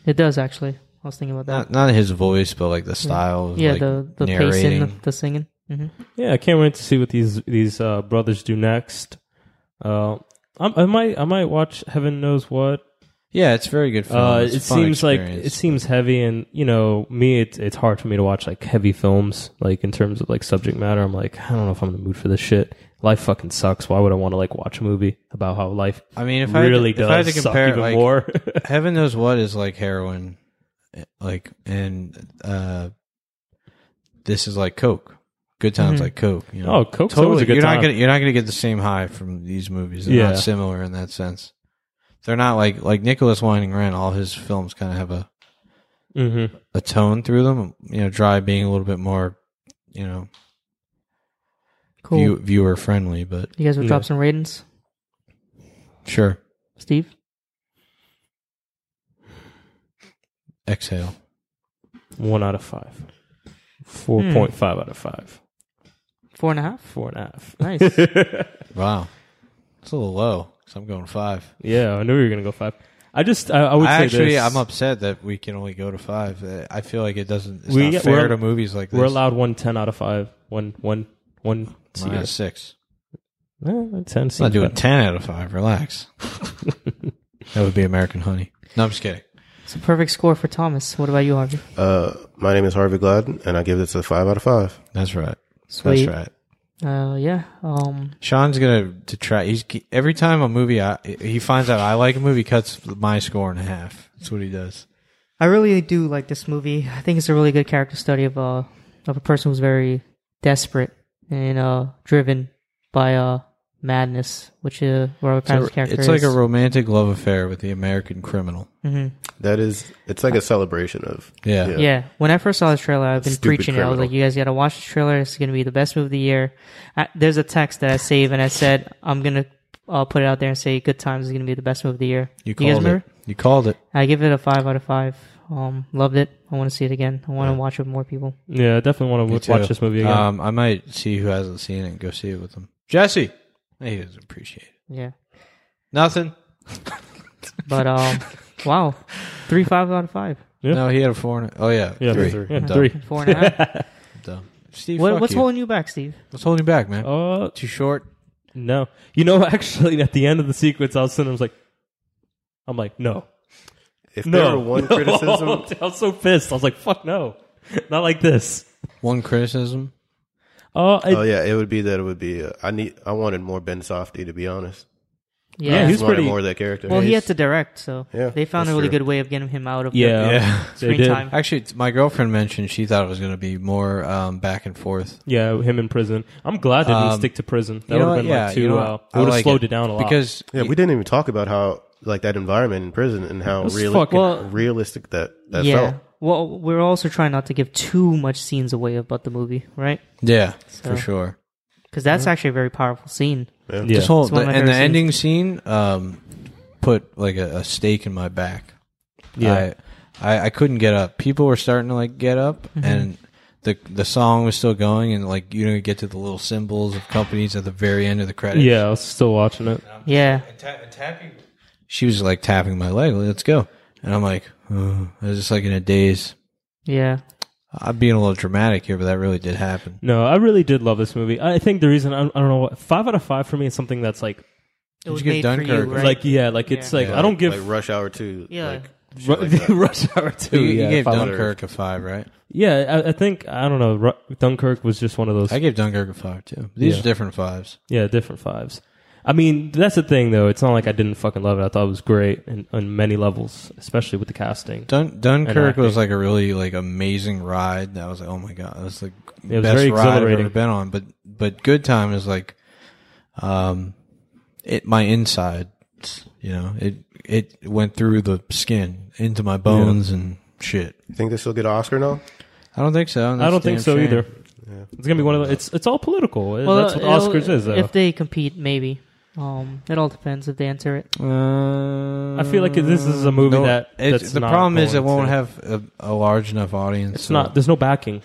S1: It does actually. I was thinking about that.
S3: Not not his voice, but like the style.
S1: yeah,
S3: like
S1: the the
S3: narrating.
S1: pacing, the, the singing. hmm
S2: Yeah, I can't wait to see what these these uh, brothers do next. Uh, I, I might I might watch Heaven Knows What.
S3: Yeah, it's very good. Film.
S2: Uh,
S3: Oh, It's a
S2: it
S3: fun
S2: seems like
S3: experience.
S2: it seems heavy, and you know me, it's it's hard for me to watch like heavy films, like in terms of like subject matter. I'm like, I don't know if I'm in the mood for this shit. Life fucking sucks. Why would I want to like watch a movie about how life
S3: I mean, if I had to-
S2: really
S3: if
S2: does
S3: I had to
S2: suck
S3: compare it,
S2: even
S3: like-
S2: more?
S3: Heaven knows what is like heroin, eh, like and uh, this is like coke. Good times
S1: Mm-hmm.
S3: like coke. You know?
S2: Oh, Coke's always a good
S3: you're
S2: time.
S3: Not gonna, you're not going to get the same high from these movies. They're
S2: Yeah.
S3: not similar in that sense. They're not like like Nicholas Winding Refn. All his films kind of have a
S2: hmm
S3: a tone through them. You know, Dry being a little bit more, you know,
S1: Cool.
S3: view,
S1: You,
S3: viewer friendly. But
S1: guys would drop some ratings,
S3: sure,
S1: Steve.
S3: exhale.
S2: One out of five.
S3: Hmm.
S2: Four point five out of five.
S1: Four and a half.
S2: Four and a half.
S1: Nice.
S3: Wow, it's a little low. So I'm going five.
S2: yeah, I knew you were gonna go five. I just I, I would
S3: I
S2: say
S3: actually,
S2: this.
S3: I'm upset that we can only go to five. Uh, I feel like it doesn't. It's
S2: We
S3: not
S2: get-
S3: fair
S2: we're-
S3: to movies like this.
S2: We're allowed one ten out of five. One one one.
S3: Mine
S2: Yes.
S3: is six.
S2: Eh, ten.
S3: I'm not
S2: seems
S3: doing
S2: better.
S3: ten out of five. Relax. that would be American Honey. No, I'm just kidding.
S1: it's a perfect score for Thomas. What about you, Harvey?
S4: Uh, my name is Harvey Gladden, and I give this a five out of five.
S3: That's right.
S1: Sweet.
S3: That's right.
S1: Uh, yeah. Um,
S3: Sean's gonna to try. He's every time a movie I, he finds out I like a movie, cuts my score in half. That's what he does.
S1: I really do like this movie. I think it's a really good character study of uh of a person who's very desperate and uh driven by uh madness, which uh Robert
S3: So
S1: Pattinson's character
S3: it's
S1: is.
S3: like a romantic love affair with the American criminal.
S4: That is, it's like a celebration of
S3: Yeah.
S1: yeah. When I first saw this trailer, I've been
S4: Stupid
S1: preaching it. I was
S4: criminal.
S1: like, "You guys got to watch this trailer. It's going to be the best movie of the year." I, there's a text that I save, and I said, "I'm going to uh, put it out there and say, Good Times is going to be the best movie of the year."
S3: You
S1: guys
S3: called it.
S1: remember?
S3: You called it.
S1: I give it a five out of five. Um, loved it. I want to see it again. I want to watch it with more people.
S2: Yeah, I definitely want to
S3: Me
S2: w- watch
S3: too.
S2: this movie again.
S3: Um, I might see who hasn't seen it and go see it with them. Jesse, he doesn't appreciate it.
S1: Yeah.
S3: Nothing.
S1: But um, wow, three five out of five.
S2: Yeah.
S3: No, he had a four. And a, oh yeah,
S2: yeah,
S3: three.
S2: three. Yeah,
S3: I'm done.
S2: three.
S1: Four and a half.
S3: I'm done. Steve,
S1: what,
S3: fuck
S1: what's
S3: you.
S1: holding you back, Steve?
S3: What's holding you back, man?
S2: Uh,
S3: Too short.
S2: no. You know, actually, at the end of the sequence, I was sitting. I was like, I'm like, no,
S4: If there
S2: no.
S4: were one
S2: no.
S4: criticism,
S2: I was so pissed. I was like, fuck no, not like this.
S3: One criticism.
S2: Uh, I,
S4: oh yeah, it would be that it would be. Uh, I need, I wanted more Ben Softy to be honest.
S1: Yeah.
S2: he's
S4: Just wanted
S2: pretty-
S4: more of that character.
S1: well, he had to direct, so
S4: Yeah,
S1: they found a
S4: that's
S1: really
S4: true.
S1: good way of getting him out of the
S2: yeah,
S3: Yeah.
S2: they
S1: screen
S2: did.
S1: time.
S3: Actually, it's- my girlfriend mentioned she thought it was going to be more um, back and forth.
S2: Yeah, him in prison. I'm glad they didn't
S3: Um,
S2: stick to prison. That
S3: You know
S2: would
S3: what?
S2: have been like too.
S3: you know what?
S2: uh, it
S3: I
S2: would have
S3: like
S2: slowed it. down a lot.
S3: because
S4: Yeah, we didn't even talk about how like that environment in prison and how
S2: was
S4: reali-
S2: fucking-
S1: Well-
S4: realistic that that
S1: yeah.
S4: felt.
S1: well, we're also trying not to give too much scenes away about the movie, right?
S3: Yeah,
S1: So-
S3: for sure.
S1: Because that's actually a very powerful scene.
S2: Yeah.
S3: This whole
S1: It's one of my
S3: and the
S1: favorite
S3: ending scene um, put like a, a stake in my back.
S2: Yeah.
S3: I, I I couldn't get up. People were starting to like get up,
S2: Mm-hmm.
S3: and the the song was still going, and like you know, you get to the little symbols of companies at the very end of the credits.
S2: yeah, I was still watching it.
S1: Yeah,
S3: tapping. She was like tapping my leg. like, Let's go, and I'm like, oh. I was just like in a daze.
S1: yeah.
S3: I'm being a little dramatic here, but that really did happen.
S2: No, I really did love this movie. I think the reason I, I don't know what five out of five for me is something that's like
S1: It was
S3: you
S1: made
S3: get
S1: for you,
S3: Dunkirk?
S1: right?
S2: like yeah, like it's
S1: Yeah.
S2: like I don't give
S4: like Rush Hour Two.
S1: Yeah.
S4: like, shit
S2: Ru-
S4: like that.
S2: Rush Hour
S3: You,
S2: two.
S3: you
S2: yeah,
S3: gave
S2: five out of-
S3: Dunkirk a five, right?
S2: Yeah, I, I think I don't know. Ru- Dunkirk was just one of those.
S3: I gave Dunkirk a five too. These
S2: Yeah.
S3: are different fives.
S2: Yeah, different fives. I mean, that's the thing though. It's not like I didn't fucking love it. I thought it was great in, on many levels, especially with the casting.
S3: Dun-
S2: And
S3: Dunkirk
S2: acting.
S3: was like a really like amazing ride. That was like, oh my god, that was like
S2: It was
S3: best
S2: very
S3: ride I've
S2: exhilarating.
S3: ever been on. But but Good Time is like, um, it my inside, you know, it it went through the skin into my bones and shit.
S4: You think they still get an Oscar now?
S3: I don't think so. and
S2: I
S3: that's
S2: don't
S3: a
S2: think
S3: damn
S2: so
S3: shame.
S2: either. It's gonna be one of the, it's it's all political. that's what
S1: it'll-
S2: Oscars is though.
S1: If they compete, maybe. Um, it all depends if they enter it.
S3: Uh,
S2: I feel like this is a movie
S3: no,
S2: that
S3: it's-
S2: that's
S3: the
S2: not
S3: problem is
S2: going
S3: it won't
S2: to-
S3: have a, a large enough audience.
S2: It's
S3: so-
S2: not. There's no backing.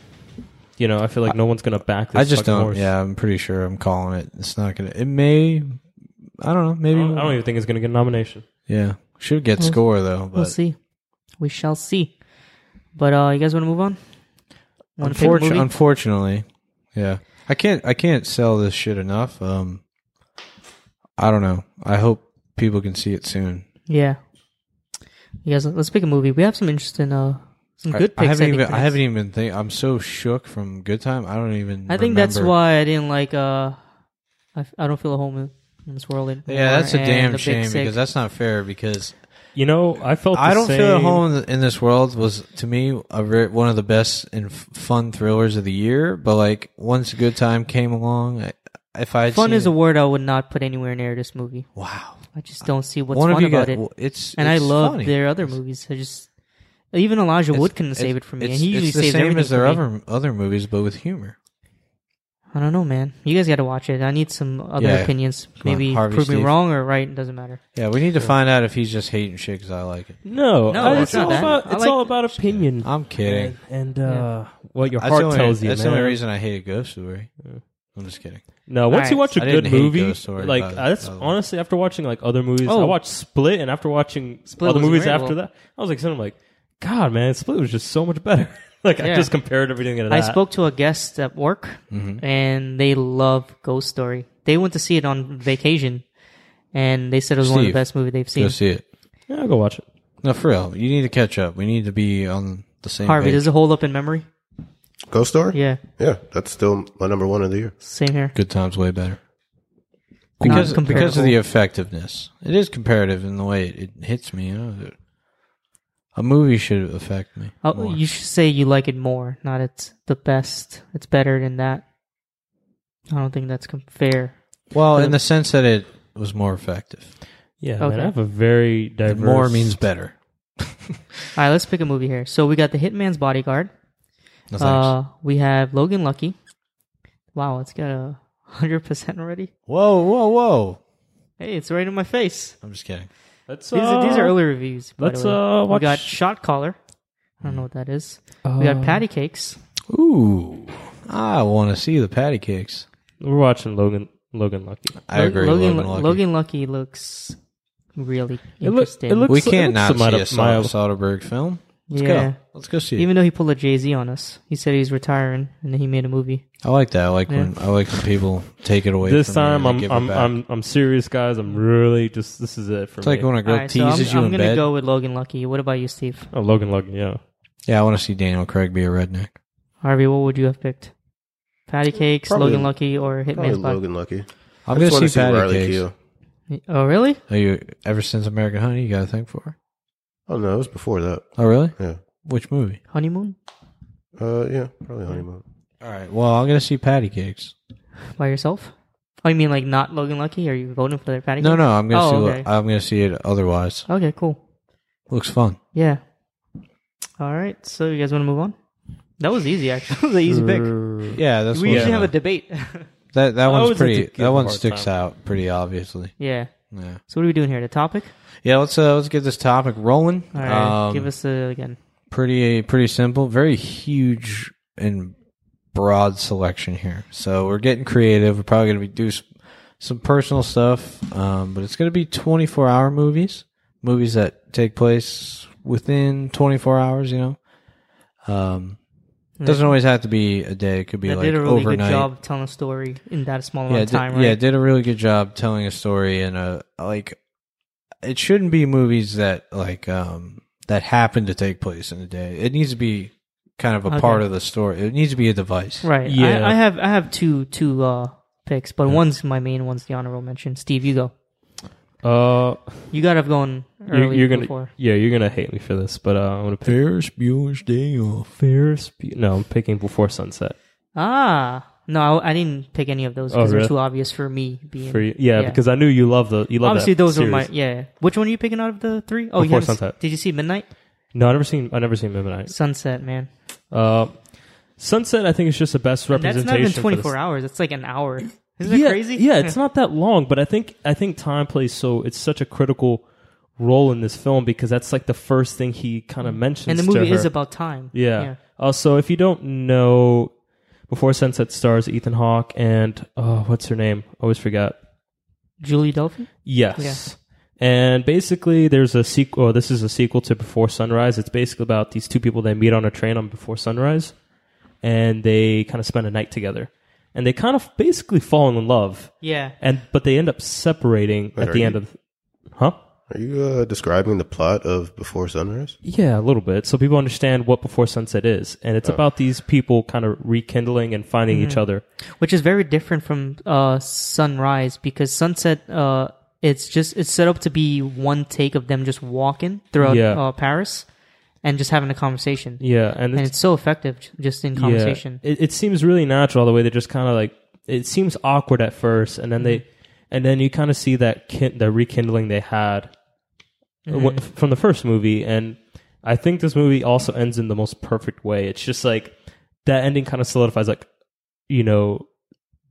S2: You know, I feel like no one's gonna back this.
S3: I just
S2: fucking
S3: don't.
S2: Horse.
S3: Yeah, I'm pretty sure I'm calling it. It's not gonna. It may. I don't know.
S2: I
S3: Maybe.
S2: don't, I don't even think it's gonna get a nomination.
S3: Yeah. Should get score though, but
S1: We'll see. We shall see. But uh, you guys want to move on? Wanna pick a
S3: unfortu-
S1: movie?
S3: unfortunately, yeah, I can't. I can't sell this shit enough. Um, I don't know. I hope people can see it soon.
S1: yeah. You guys, let's pick a movie. We have some interesting, uh, some
S3: I-
S1: good
S3: I,
S1: picks.
S3: haven't
S1: think,
S3: even.
S1: for
S3: I
S1: this.
S3: haven't even think. I'm so shook from Good Time. I don't even.
S1: I think that's
S3: remember.
S1: why I didn't like. Uh, I, f- I don't feel a home in, in this world anymore.
S3: Yeah, that's a
S1: and
S3: damn
S1: The Big
S3: shame
S1: Sick.
S3: because that's not fair. Because
S2: You know, I felt.
S3: I
S2: the
S3: don't feel
S2: same-
S3: at home in- in this world was to me a ver- one of the best and f- fun thrillers of the year. But like once Good Time came along, I, if I
S1: fun is a word I would not put anywhere near this movie.
S3: wow.
S1: I just don't see what's
S3: one
S1: fun
S3: of you
S1: about
S3: got,
S1: it.
S3: well, It's
S1: and I
S3: it's
S1: love
S3: funny.
S1: their other movies. I just even Elijah
S3: It's-
S1: Wood couldn't save it
S3: it's-
S1: for me,
S3: It's,
S1: and he usually
S3: it's the
S1: saves
S3: same
S1: everything
S3: as their
S1: for me.
S3: other other movies, but with humor.
S1: I don't know, man. You guys got to watch it. I need some other
S3: Yeah.
S1: opinions.
S3: on,
S1: Maybe
S3: Harvey
S1: prove me
S3: Steve.
S1: wrong or right. It doesn't matter.
S3: Yeah, we need to find out if he's just hating shit because I like it.
S2: No,
S1: No,
S2: I-
S1: it's
S2: it's
S1: not
S2: all
S1: that.
S2: about
S1: I
S2: it's
S1: like-
S2: all about opinion.
S3: I'm kidding.
S2: and, and, uh, what your
S3: That's,
S2: heart
S3: the only,
S2: tells you.
S3: that's
S2: man.
S3: the only reason I hate a ghost story. I'm just kidding.
S2: No, once you
S1: Alright.
S2: watch a
S3: I
S2: good
S3: didn't hate
S2: movie,
S3: Ghost Story,
S2: like
S3: but-
S2: that's
S3: but-
S2: honestly after watching like other movies, I
S1: Oh.
S2: watched Split, and after watching
S1: Split
S2: other
S1: was
S2: movies
S1: great.
S2: after
S1: Well-
S2: that, I was like, sitting, I'm like, God, man, Split was just so much better. like I
S1: Yeah.
S2: just compared everything to that.
S1: I spoke to a guest at work,
S3: Mm-hmm.
S1: and they love Ghost Story. They went to see it on vacation, and they said it was one of the
S3: Steve,
S1: best movies they've
S3: Go
S1: seen.
S3: see it.
S2: Yeah, I'll go watch it.
S3: No, for real. You need to catch up. We need to be on the same
S1: Harvey,
S3: page.
S1: does it hold up in memory?
S4: Ghost Story?
S1: Yeah,
S4: yeah, that's still my number one of the year.
S1: same here.
S3: Good times way better. Because,
S1: Not
S3: because of
S1: comparable.
S3: the effectiveness. It is comparative in the way it, it hits me. You know? A movie should affect me.
S1: Oh,
S3: more.
S1: you should say you like it more, not it's the best. It's better than that. I don't think that's com- fair.
S3: well, in the sense that it was more effective.
S2: Yeah,
S1: Okay.
S2: man, I have a very diverse.
S3: More means better.
S1: All right, let's pick a movie here. So we got The Hitman's Bodyguard.
S3: No, thanks.
S1: Uh, we have Logan Lucky. Wow, it's got a hundred percent already.
S3: whoa, whoa, whoa.
S1: Hey, it's right in my face.
S3: I'm just kidding.
S2: Let's,
S1: These are, these
S2: uh,
S1: are early reviews. By
S2: let's,
S1: the way.
S2: uh,
S1: we
S2: watch- Oh.
S1: got Shot Caller. I don't know what that is. we got Patty Cakes.
S3: Ooh, I want to see the patty cakes.
S2: We're watching Logan. Logan Lucky.
S3: I
S1: Lo-
S3: agree.
S1: Logan,
S3: Logan,
S1: Lu-
S3: Lucky.
S1: Logan Lucky looks really
S2: It looks.
S1: interesting.
S2: It looks.
S3: we
S2: it
S3: can't
S2: looks
S3: not
S2: mild-
S3: see a Sol-
S2: mild-
S3: Soderbergh film. Let's
S1: Yeah.
S3: go. Let's go see. it.
S1: Even though he pulled a Jay Z on us, he said he's retiring, and then he made a movie.
S3: I like that. I like when I like when people take it away.
S2: This
S3: from you
S2: time,
S3: and they
S2: I'm
S3: give it
S2: I'm,
S3: back.
S2: I'm I'm serious, guys. I'm really just. This is it for
S3: It's
S2: me.
S3: like when a girl
S1: All right, so I'm,
S3: teases
S1: I'm
S3: you in
S1: gonna
S3: bed.
S1: go with Logan Lucky. What about you, Steve?
S2: oh, Logan Lucky. Yeah.
S3: Yeah, I want to see Daniel Craig be a redneck.
S1: Harvey, what would you have picked? Patty
S2: Mm,
S1: Cakes,
S4: Probably-
S1: Logan Lucky, or
S4: Probably
S1: Hitman's Bodyguard?
S4: Logan Lucky.
S3: I'm
S4: just
S3: gonna
S4: wanna
S3: see patty
S4: Riley
S3: cakes.
S4: Keough.
S1: Oh, really?
S3: Are you ever since American Honey? You got a thing for? her?
S4: Oh no, it was before that.
S3: Oh, really?
S4: Yeah.
S3: Which movie?
S1: Honeymoon
S4: Uh, yeah, probably honeymoon.
S3: All right. Well, I'm gonna see patty cakes.
S1: by yourself? Oh, you mean like not Logan Lucky? Are you voting for their Patty?
S3: No,
S1: Cakes?
S3: no, I'm gonna
S1: Oh,
S3: see.
S1: okay.
S3: What, I'm gonna see it. Otherwise,
S1: Okay, cool.
S3: looks fun.
S1: Yeah, All right. So you guys want to move on? That was easy, actually. that was an easy pick.
S3: Yeah, that's
S1: We
S3: what
S1: usually
S3: Uh, yeah.
S1: have a debate.
S3: that that
S2: always
S3: one's
S2: like
S3: pretty.
S2: to give
S3: That one
S2: them hard
S3: sticks out pretty obviously.
S1: yeah.
S3: Yeah,
S1: So what are we doing here? The topic?
S3: yeah. Let's uh, let's get this topic rolling.
S1: All right.
S3: Um,
S1: give us uh, again.
S3: pretty pretty simple. Very huge and broad selection here. So we're getting creative. We're probably going to be do some, some personal stuff, um, but it's going to be 24 hour movies, movies that take place within 24 hours. You know, um, doesn't always have to be a day. It could be
S1: I
S3: like
S1: did a really
S3: overnight.
S1: good job telling a story in that small amount
S3: Yeah,
S1: of
S3: di-
S1: time, right?
S3: yeah, did a really good job telling a story and a like. It shouldn't be movies that like um that happen to take place in a day. It needs to be kind of a
S1: Okay.
S3: part of the story. It needs to be a device.
S1: Right.
S2: Yeah.
S1: I, I have I have two two uh picks, but one's my main, one's the honorable mention. Steve, you go.
S2: Uh,
S1: You gotta have gone
S2: you're,
S1: early
S2: you're gonna
S1: before.
S2: yeah, you're gonna hate me for this, but uh, I'm gonna pick
S3: Ferris Bueller's Day Off.
S2: Ferris. Bu- no, I'm picking Before Sunset.
S1: Ah. No, I, I didn't pick any of those
S2: Oh,
S1: because
S2: really?
S1: they're too obvious for me being
S2: For you. Yeah,
S1: yeah.
S2: because I knew you love the you love.
S1: Obviously,
S2: that
S1: those
S2: series.
S1: were my yeah. Which one are you picking out of the three? Oh, you
S2: Before
S1: haven't s-
S2: Sunset.
S1: Did you see Midnight
S2: No, I never seen. I never seen Midnight.
S1: Sunset? Man,
S2: Uh, Sunset. I think it's just the best
S1: that's
S2: representation.
S1: not even
S2: for
S1: twenty four
S2: this-
S1: hours. It's like an hour. Isn't
S2: yeah,
S1: that crazy?
S2: Yeah, it's not that long, but I think I think time plays so it's such a critical role in this film because that's like the first thing he kind of mentions.
S1: Mm. And the
S2: to
S1: movie is
S2: her.
S1: about time.
S2: Yeah. Also, if you don't know, Before Sunset stars Ethan Hawke and oh, what's her name? Always forgot.
S1: Julie Delphi.
S2: Yes. And basically, there's a sequel. This is a sequel to Before Sunrise. It's basically about these two people they meet on a train on Before Sunrise, and they kind of spend a night together, and they kind of basically fall in love,
S1: Yeah.
S2: and but they end up separating
S4: Wait,
S2: at
S4: are
S2: the
S4: you-
S2: end of, huh?
S4: Are you uh, describing the plot of Before Sunrise?
S2: Yeah, a little bit. So people understand what Before Sunset is, and it's about these people kind of rekindling and finding each other.
S1: which is very different from uh, sunrise because sunset uh, it's just it's set up to be one take of them just walking throughout
S2: Yeah.
S1: uh, paris and just having a conversation
S2: Yeah, and
S1: and
S2: it's,
S1: it's so effective j- just in conversation
S2: Yeah. It, it seems really natural the way they just kind of like it seems awkward at first, and then
S1: Mm-hmm.
S2: they and then you kind of see that kin- the rekindling they had wh-
S1: Mm-hmm.
S2: from the first movie, and I think this movie also ends in the most perfect way. It's just like that ending kind of solidifies like you know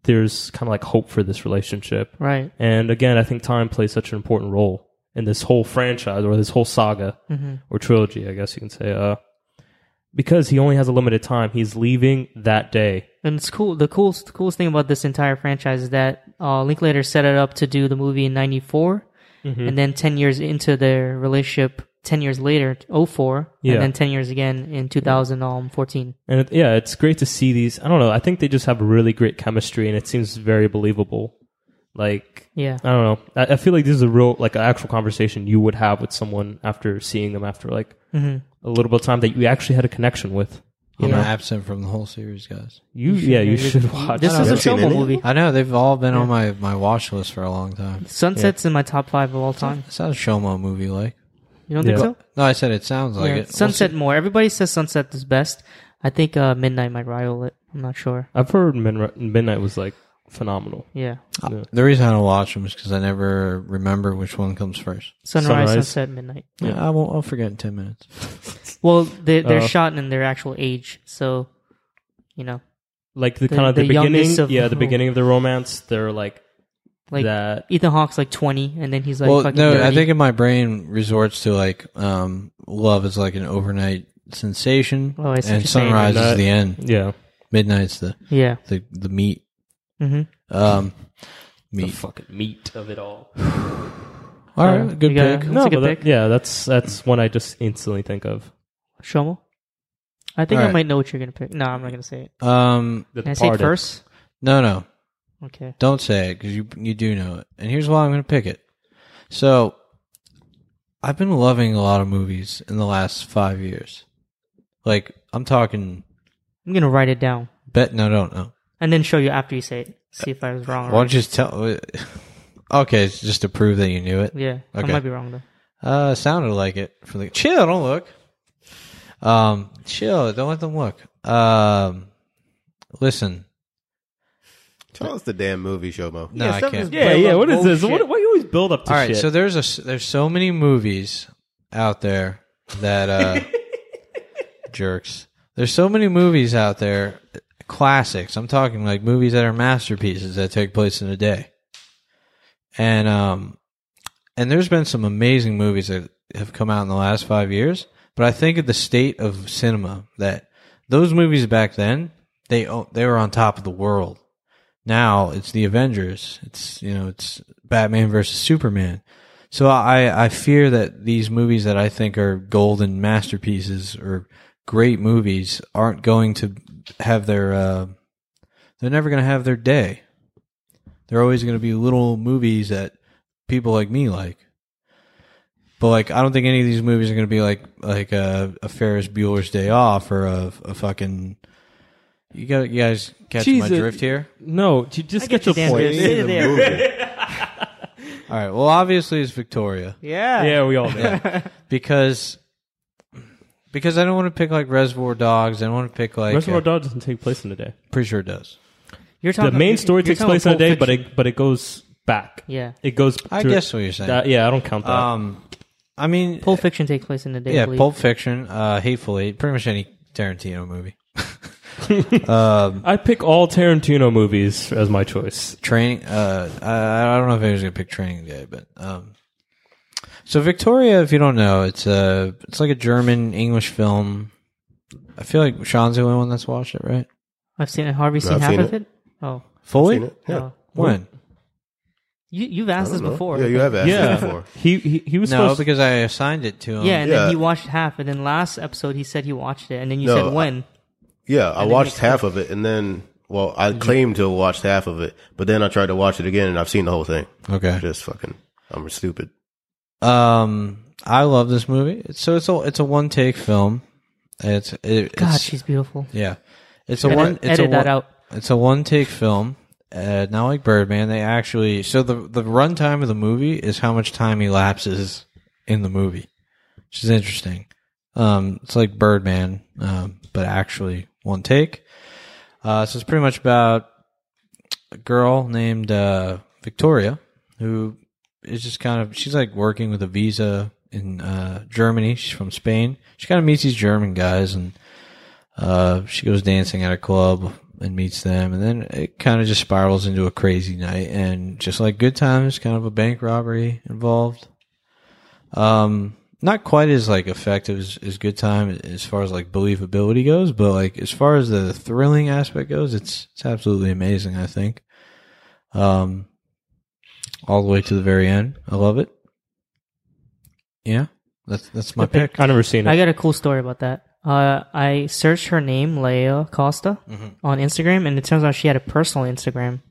S2: there's kind of like hope for this relationship,
S1: right
S2: and again, I think time plays such an important role in this whole franchise or this whole saga
S1: Mm-hmm.
S2: or trilogy, I guess you can say. Uh, because he only has a limited time, he's leaving that day.
S1: and it's cool the coolest the coolest thing about this entire franchise is that uh, linklater set it up to do the movie in 94
S2: Mm-hmm.
S1: and then 10 years into their relationship 10 years later 04
S2: Yeah.
S1: and then 10 years again in 2014
S2: And it, yeah, it's great to see these. I don't know. I think they just have really great chemistry, and it seems very believable. Like
S1: yeah
S2: I don't know. I, I feel like this is a real, like, an actual conversation you would have with someone after seeing them after like
S1: Mm-hmm.
S2: a little bit of time that you actually had a connection with.
S3: I'm absent from the whole series, guys.
S2: You, yeah, you should watch.
S1: this is a
S4: haven't seen
S1: Shomo
S4: any of
S1: movie
S3: I know they've all been on my my watch list for a long time.
S1: Sunset's in my top five of all time.
S3: It sounds Shomo movie like.
S1: You don't
S2: Yeah.
S1: think so?
S3: No, I said it sounds like
S1: Yeah.
S3: it. We'll
S1: Sunset more. Everybody says Sunset is best. I think uh, Midnight might rival it. I'm not sure.
S2: I've heard Midnight, Midnight was like phenomenal.
S1: Yeah.
S3: see. the reason I don't watch them is because I never remember which one comes first.
S1: Sunrise,
S2: Sunrise.
S1: Sunset, Midnight.
S3: Yeah, I won't. I'll forget in ten minutes.
S1: Well, they, they're
S2: Oh.
S1: shot in their actual age, so, you know,
S2: like the,
S1: The-
S2: kind of the,
S1: the
S2: beginning
S1: youngest of
S2: yeah
S1: the
S2: the
S1: whole-
S2: beginning of the romance they're like,
S1: like
S2: that
S1: Ethan Hawke's like 20, and then he's like
S3: well,
S1: fucking
S3: no,
S1: 30.
S3: I think in my brain resorts to like um, love is like an overnight sensation,
S1: Oh, I see what you're
S3: and
S1: saying.
S3: sunrise is
S2: Midnight.
S3: the end.
S2: yeah
S3: Midnight's the
S1: yeah.
S3: the the meat.
S1: Mhm.
S3: Um, meat.
S2: fucking meat of it all
S3: All right, good
S1: You got-
S3: pick.
S1: That's
S2: no
S1: a good
S2: but that-
S1: pick.
S2: yeah that's that's one i just instantly think of
S1: Shomo? I think I
S3: Alright.
S1: might know what you're going to pick. No, I'm not going to say it.
S3: Um,
S2: the
S1: Can I say it
S2: Departed.
S1: first?
S3: no, no,
S1: Okay.
S3: don't say it because you you do know it. And here's why I'm going to pick it. So, I've been loving a lot of movies in the last five years. Like I'm talking,
S1: I'm going to write it down
S3: bet no, don't know.
S1: and then show you after you say it. See if I was wrong or
S3: Why
S1: right.
S3: don't you just tell? Okay, it's just to prove that you knew it.
S1: Yeah. I
S3: Okay.
S1: might be wrong, though.
S3: Uh, sounded like it for the chill. Don't look. Um, chill. Don't let them look. Um, listen.
S4: Tell us the damn movie, Shomo.
S3: No, I
S1: something
S3: can't.
S1: is-
S2: yeah
S1: Well,
S2: yeah
S1: that's
S2: what is this
S1: bullshit.
S2: what, why you always build up to
S3: All right.
S2: shit
S3: So there's a s- there's so many movies out there that uh jerks. There's so many movies out there, classics. I'm talking like movies that are masterpieces that take place in a day. And um and there's been some amazing movies that have come out in the last 5 years, but I think of the state of cinema that those movies back then, they o- they were on top of the world. Now it's the Avengers. It's you know, it's Batman versus Superman. So I, I fear that these movies that I think are golden masterpieces or great movies aren't going to have their uh, they're never going to have their day. They're always going to be little movies that people like me like. But like I don't think any of these movies are going to be like like uh, a, a Ferris Bueller's Day Off or a, a fucking. You got you guys catch my
S2: Jesus.
S3: drift here.
S2: No, j- just
S1: I
S2: get,
S1: get
S2: the
S1: you, Dan.
S2: point.
S1: Sit
S4: the
S1: there.
S4: movie.
S3: All right. Well, obviously it's Victoria.
S1: Yeah.
S2: Yeah, we all know.
S3: because because I don't want to pick like Reservoir Dogs. I don't want to pick like
S2: Reservoir
S3: uh,
S2: Dogs doesn't take place in a day.
S3: Pretty sure it does.
S1: You're
S2: The
S1: talking,
S2: main
S1: you're-
S2: story
S1: you're
S2: takes
S1: talking
S2: place in a
S1: Pulp
S2: day,
S1: Fiction.
S2: but it but it goes back.
S1: yeah,
S2: It goes.
S3: I
S2: to-
S3: guess what you're saying.
S2: that- yeah, I don't count that.
S3: um, I mean,
S1: Pulp Fiction takes place in a day. I
S3: yeah,
S1: believe.
S3: Pulp Fiction, uh, Hateful Eight, pretty much any Tarantino movie.
S2: I pick all Tarantino movies as my choice.
S3: Training. Uh, I, I don't know if anyone's gonna pick Training Day, but um, so Victoria, if you don't know, it's a it's like a German English film. I feel like Sean's the only one that's watched it, right?
S1: I've seen it. Harvey seen
S4: I've
S1: half
S4: seen
S1: of
S4: it.
S1: it. Oh,
S3: Fully.
S4: Seen it? Yeah.
S1: no.
S3: When?
S1: You you've
S4: I
S1: asked
S4: don't
S1: this
S4: know.
S1: before.
S4: Yeah, you have asked
S2: Yeah,
S4: this before.
S2: he, he he was
S3: No,
S2: supposed.
S3: because I assigned it to him.
S1: Yeah, and
S4: Yeah.
S1: then he watched half, and then last episode he said he watched it, and then you
S4: No,
S1: said
S4: I-
S1: when.
S4: Yeah, I watched half of it and then, well, I claimed to have watched half of it, but then I tried to watch it again and I've seen the whole thing.
S3: Okay.
S4: Just fucking, I'm stupid.
S3: Um, I love this movie. It's- So it's a it's a one take film. It's it,
S1: God,
S3: it's,
S1: she's beautiful.
S3: yeah. It's a
S1: Edit-
S3: one. It's a
S1: edit that
S3: one-
S1: out.
S3: It's a one take film. Uh, not like Birdman. They actually so the the runtime of the movie is how much time elapses in the movie, which is interesting. Um, it's like Birdman, um, but actually one take. Uh, so it's pretty much about a girl named uh, Victoria who is just kind of she's like working with a visa in uh, Germany. She's from Spain. She kind of meets these German guys, and uh, she goes dancing at a club and meets them, and then it kind of just spirals into a crazy night. And just like Good Time, there's kind of a bank robbery involved. Um, not quite as like effective as, as Good Time as far as like believability goes, but like as far as the thrilling aspect goes, it's it's absolutely amazing. I think. Um, all the way to the very end. I love it. Yeah, that's that's my pick.
S2: I never seen it.
S1: I got a cool story about that. Uh, I searched her name, Leia Costa,
S3: Mm-hmm.
S1: on Instagram, and it turns out she had a personal Instagram.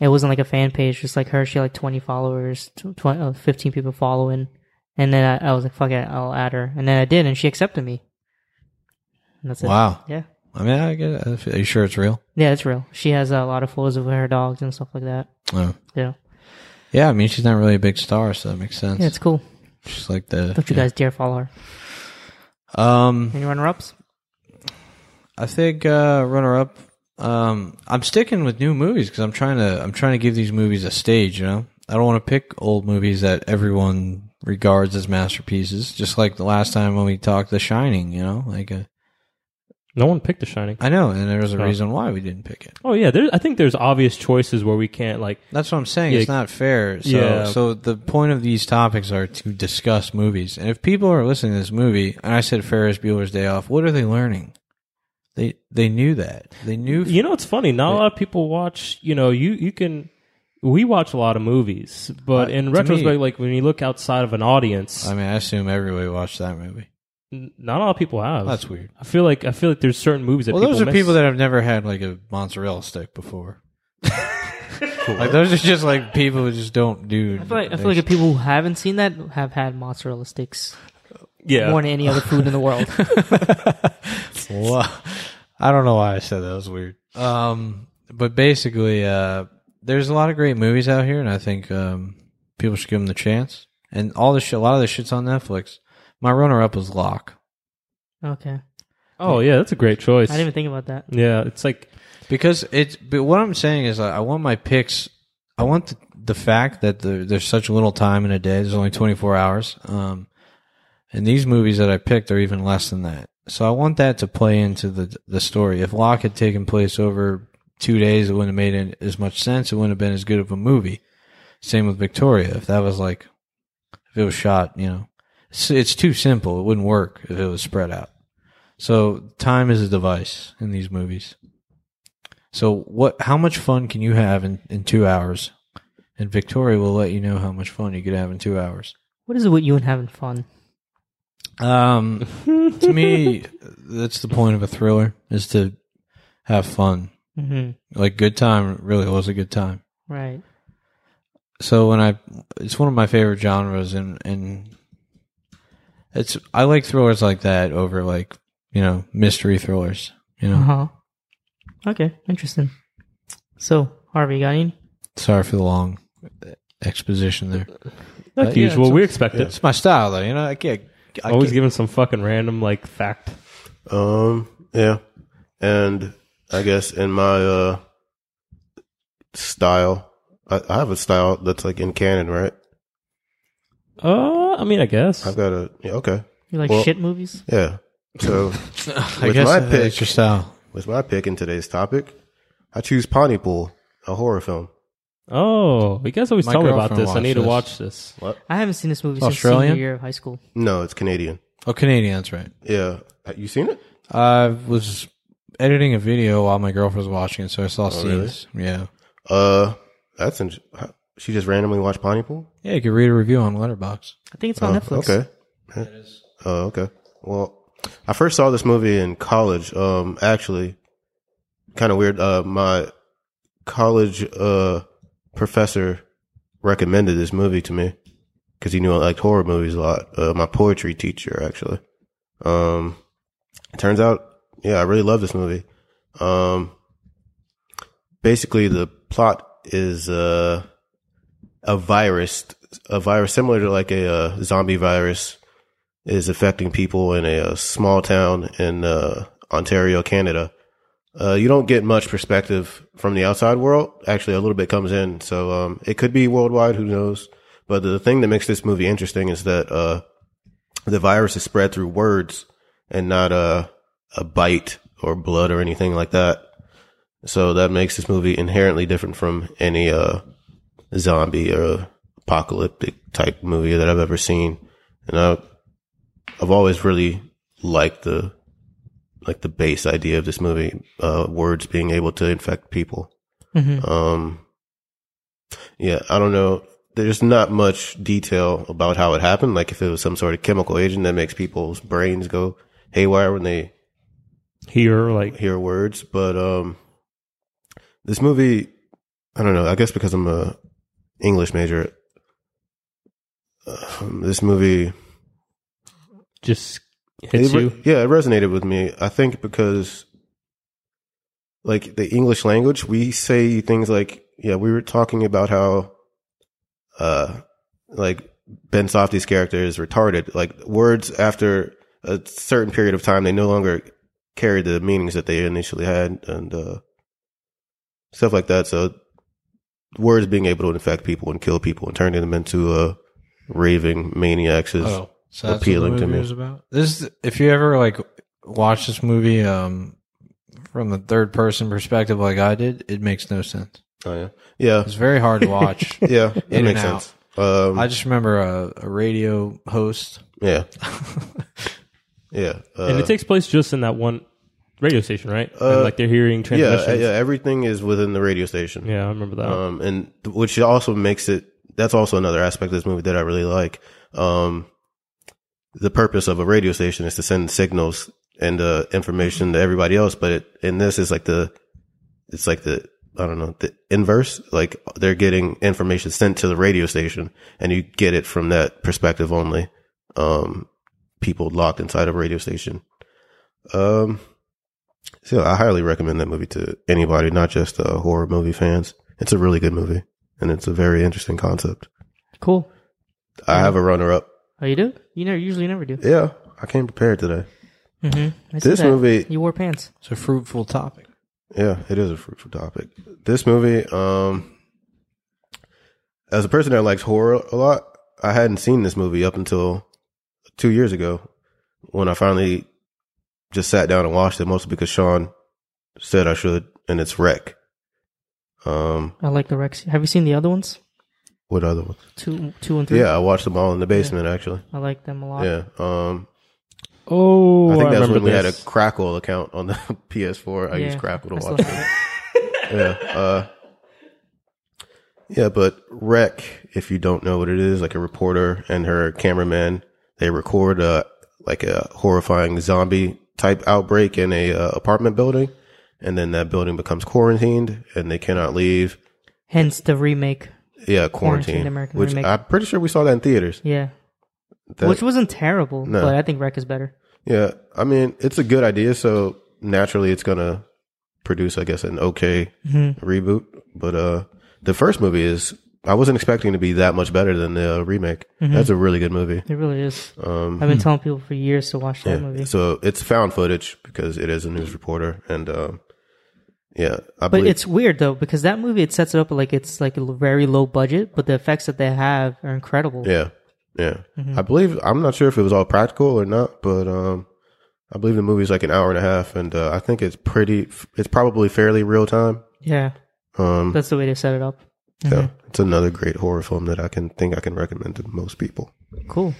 S1: It wasn't like a fan page, just like her. She had like 20 followers, tw- tw- uh, 15 people following. And then I, I was like, fuck it, I'll add her. And then I did, and she accepted me. And that's
S3: Wow.
S1: it. Yeah.
S3: I mean, I guess, I feel- are you sure it's real?
S1: Yeah, it's real. She has a lot of photos of her dogs and stuff like that.
S3: Oh.
S1: Yeah.
S3: Yeah, I mean, she's not really a big star, so that makes sense.
S1: Yeah, it's cool.
S3: she's like the.
S1: Don't you guys dare follow her.
S3: Um,
S1: Any runner ups?
S3: I think uh, runner up. Um, I'm sticking with new movies because I'm trying to. I'm trying to give these movies a stage. You know, I don't want to pick old movies that everyone regards as masterpieces. Just like the last time when we talked The Shining. You know, like uh,
S2: no one picked The Shining.
S3: I know, and there was a
S2: Oh.
S3: reason why we didn't pick it.
S2: oh yeah, there, I think there's obvious choices where we can't like.
S3: That's what I'm saying.
S2: Yeah.
S3: It's not fair. So,
S2: Yeah.
S3: so the point of these topics are to discuss movies. And if people are listening to this movie, and I said Ferris Bueller's Day Off, what are they learning? They they knew that. They knew.
S2: You know, it's funny. Not a lot of people watch. You know, you you can. We watch a lot of movies, but
S3: Uh, to
S2: in retrospect,
S3: me-
S2: like when you look outside of an audience,
S3: I mean, I assume everybody watched that movie.
S2: n- not a lot of people have.
S3: That's weird.
S2: I feel like I feel like there's certain movies that
S3: Well,
S2: people
S3: those are
S2: miss.
S3: people that have never had like a mozzarella stick before. like those are just like people who just don't do.
S1: I feel like, I feel like the people who haven't seen that have had mozzarella sticks
S2: yeah.
S1: more than any other food in the world.
S3: Wha- I don't know why I said that. That was weird. Um, but basically, uh, there's a lot of great movies out here, and I think um, people should give them the chance. And all this shit, a lot of this shit's on Netflix. My runner-up was Locke
S1: Okay.
S2: oh yeah, that's a great choice.
S1: I didn't even think about that.
S2: yeah, it's like
S3: because it's. But what I'm saying is, I I want my picks. I want the, the fact that there, there's such little time in a day. There's only 24 hours. Um, and these movies that I picked are even less than that. So I want that to play into the the story. If Locke had taken place over two days, it wouldn't have made it as much sense. It wouldn't have been as good of a movie. Same with Victoria. If that was like, if it was shot, you know, it's, it's too simple. It wouldn't work if it was spread out. So time is a device in these movies. So what? How much fun can you have in, in two hours? And Victoria will let you know how much fun you could have in two hours.
S1: What is it with you and having fun?
S3: Um, to me, that's the point of a thriller is to have fun.
S1: hmm
S3: Like good time really was a good time.
S1: Right.
S3: So when I, it's one of my favorite genres, and and it's I like thrillers like that over like you know mystery thrillers. You know,
S1: Uh huh. Okay. Interesting. So Harvey, you got any?
S3: sorry for the long exposition there.
S2: Like
S3: Uh, yeah,
S2: usual.
S3: it's-
S2: we expect it.
S3: It's my style though. You know, I can't. I
S2: Always
S3: can't-
S2: giving some fucking random like fact.
S4: Um, yeah. And I guess in my uh style, I, I have a style that's like in canon, right?
S2: Uh, I mean, I guess.
S4: I've got a yeah, okay.
S1: You like
S4: Well-
S1: shit movies?
S4: Yeah. So
S3: I
S4: with
S3: guess
S4: my
S3: that's
S4: pick-
S3: your style.
S4: with my pick in today's topic, I choose Pontypool, a horror film.
S2: Oh, you guys always
S3: My
S2: tell me about
S3: girlfriend
S2: this. I
S3: watched
S2: need to
S3: this.
S2: watch this.
S1: I haven't seen this movie since
S3: Australian?
S1: senior year of high school.
S4: No, it's Canadian.
S3: Oh, Canadian. That's right.
S4: Yeah. Have you seen it?
S3: I was editing a video while my girlfriend was watching it, so I saw scenes. Yeah.
S4: Uh that's in, she just randomly watched Pontypool?
S3: Yeah, you could read a review on Letterbox.
S1: I think it's on Netflix.
S4: Okay. Oh, okay. Well, I first saw this movie in college. Um, actually, kind of weird. Uh, my college uh professor recommended this movie to me because he knew I liked horror movies a lot. Uh, my poetry teacher actually. Um, it turns out, yeah, I really love this movie. Um, basically, the plot is uh a virus, a virus similar to like a, uh zombie virus, is affecting people in a, uh small town in uh, Ontario, Canada. Uh, you don't get much perspective from the outside world. Actually, a little bit comes in, so um, it could be worldwide. Who knows? But the thing that makes this movie interesting is that uh, the virus is spread through words and not a a bite or blood or anything like that. So that makes this movie inherently different from any uh, zombie or apocalyptic type movie that I've ever seen, and I, I've always really liked the like the base idea of this movie, uh, words being able to infect people.
S1: Mhm.
S4: Um, yeah, I don't know. There's not much detail about how it happened. Like if it was some sort of chemical agent that makes people's brains go haywire when they
S2: Here, like
S4: hear words, but um, this movie, I don't know. I guess because I'm a English major, um, this movie
S2: just hits
S4: it re-
S2: you.
S4: Yeah, it resonated with me. I think because, like, the English language, we say things like, yeah, we were talking about how, uh, like, Ben Softy's character is retarded. Like, words after a certain period of time, they no longer carry the meanings that they initially had and, uh, stuff like that. So, words being able to infect people and kill people and turning them into, uh, raving maniacs is.
S3: Oh, so
S4: appealing to me.
S3: was about. This, is- if you ever like watch this movie um, from the third person perspective, like I did, it makes no sense.
S4: Oh, yeah. Yeah.
S3: It's very hard to watch.
S4: Yeah. That
S3: In
S4: makes
S3: and
S4: sense. Um,
S3: I just remember a, a radio host.
S4: Yeah. yeah. Uh,
S2: and it takes place just in that one radio station, right? and, like they're
S4: yeah,
S2: hearing
S4: uh,
S2: transmissions.
S4: yeah,
S2: Yeah,
S4: everything is within the radio station.
S2: I remember that.
S4: Um, and th- which also makes it, that's also another aspect of this movie that I really like. Um, the purpose of a radio station is to send signals and, uh, information to everybody else. But it, in this is like the, it's like the, I don't know, the inverse. Like they're getting information sent to the radio station and you get it from that perspective only. Um, people locked inside of a radio station. Um, so I highly recommend that movie to anybody, not just uh, horror movie fans. It's a really good movie, and it's a very interesting concept.
S1: Cool.
S4: I have a runner up.
S1: Oh, you do? You never usually never do.
S4: Yeah, I came prepared today.
S1: Mm-hmm.
S4: This movie-
S1: You wore pants.
S3: It's a fruitful topic.
S4: Yeah, it is a fruitful topic. This movie, um, as a person that likes horror a lot, I hadn't seen this movie up until two years ago when I finally just sat down and watched it mostly because Sean said I should, and it's Wreck. Um,
S1: I like the Rex. Have you seen the other ones?
S4: what other ones?
S1: Two, two and three.
S4: Yeah, I watched them all in the basement actually.
S1: I like them a lot.
S4: Yeah. Um,
S2: Oh,
S4: I think that's
S2: remember
S4: when we had a
S2: this.
S4: Crackle account on the PS4. I
S1: Yeah,
S4: used Crackle to
S1: I still
S4: watch it.
S1: have it.
S4: yeah. Uh, yeah, but Wreck, if you don't know what it is, like a reporter and her cameraman, they record uh, like a horrifying zombie type outbreak in a uh, apartment building, and then that building becomes quarantined and they cannot leave.
S1: Hence the remake.
S4: Yeah,
S1: Quarantined
S4: quarantine,
S1: American
S4: which
S1: remake.
S4: I'm pretty sure we saw that in theaters.
S1: Yeah.
S4: That-
S1: Which wasn't terrible,
S4: No.
S1: but I think Wreck is better.
S4: yeah, I mean it's a good idea, so naturally it's gonna produce, I guess, an okay
S1: Mm-hmm.
S4: reboot. But uh, the first movie is I wasn't expecting to be that much better than the uh, remake.
S1: Mm-hmm.
S4: That's a really good movie.
S1: It really is.
S4: Um,
S1: I've been telling people for years to watch that
S4: yeah.
S1: movie.
S4: So it's found footage because it is a news reporter, and um, yeah, I
S1: But
S4: believe
S1: it's weird though because that movie it sets it up like it's like a l- very low budget, but the effects that they have are incredible.
S4: yeah, yeah.
S1: Mm-hmm.
S4: I believe I'm not sure if it was all practical or not, but um, I believe the movie's like an hour and a half, and uh, I think it's pretty. It's probably fairly real time.
S1: Yeah.
S4: Um,
S1: that's the way they set it up.
S4: yeah,
S2: Mm-hmm.
S4: it's another great horror film that I can think I can recommend to most people.
S1: Cool.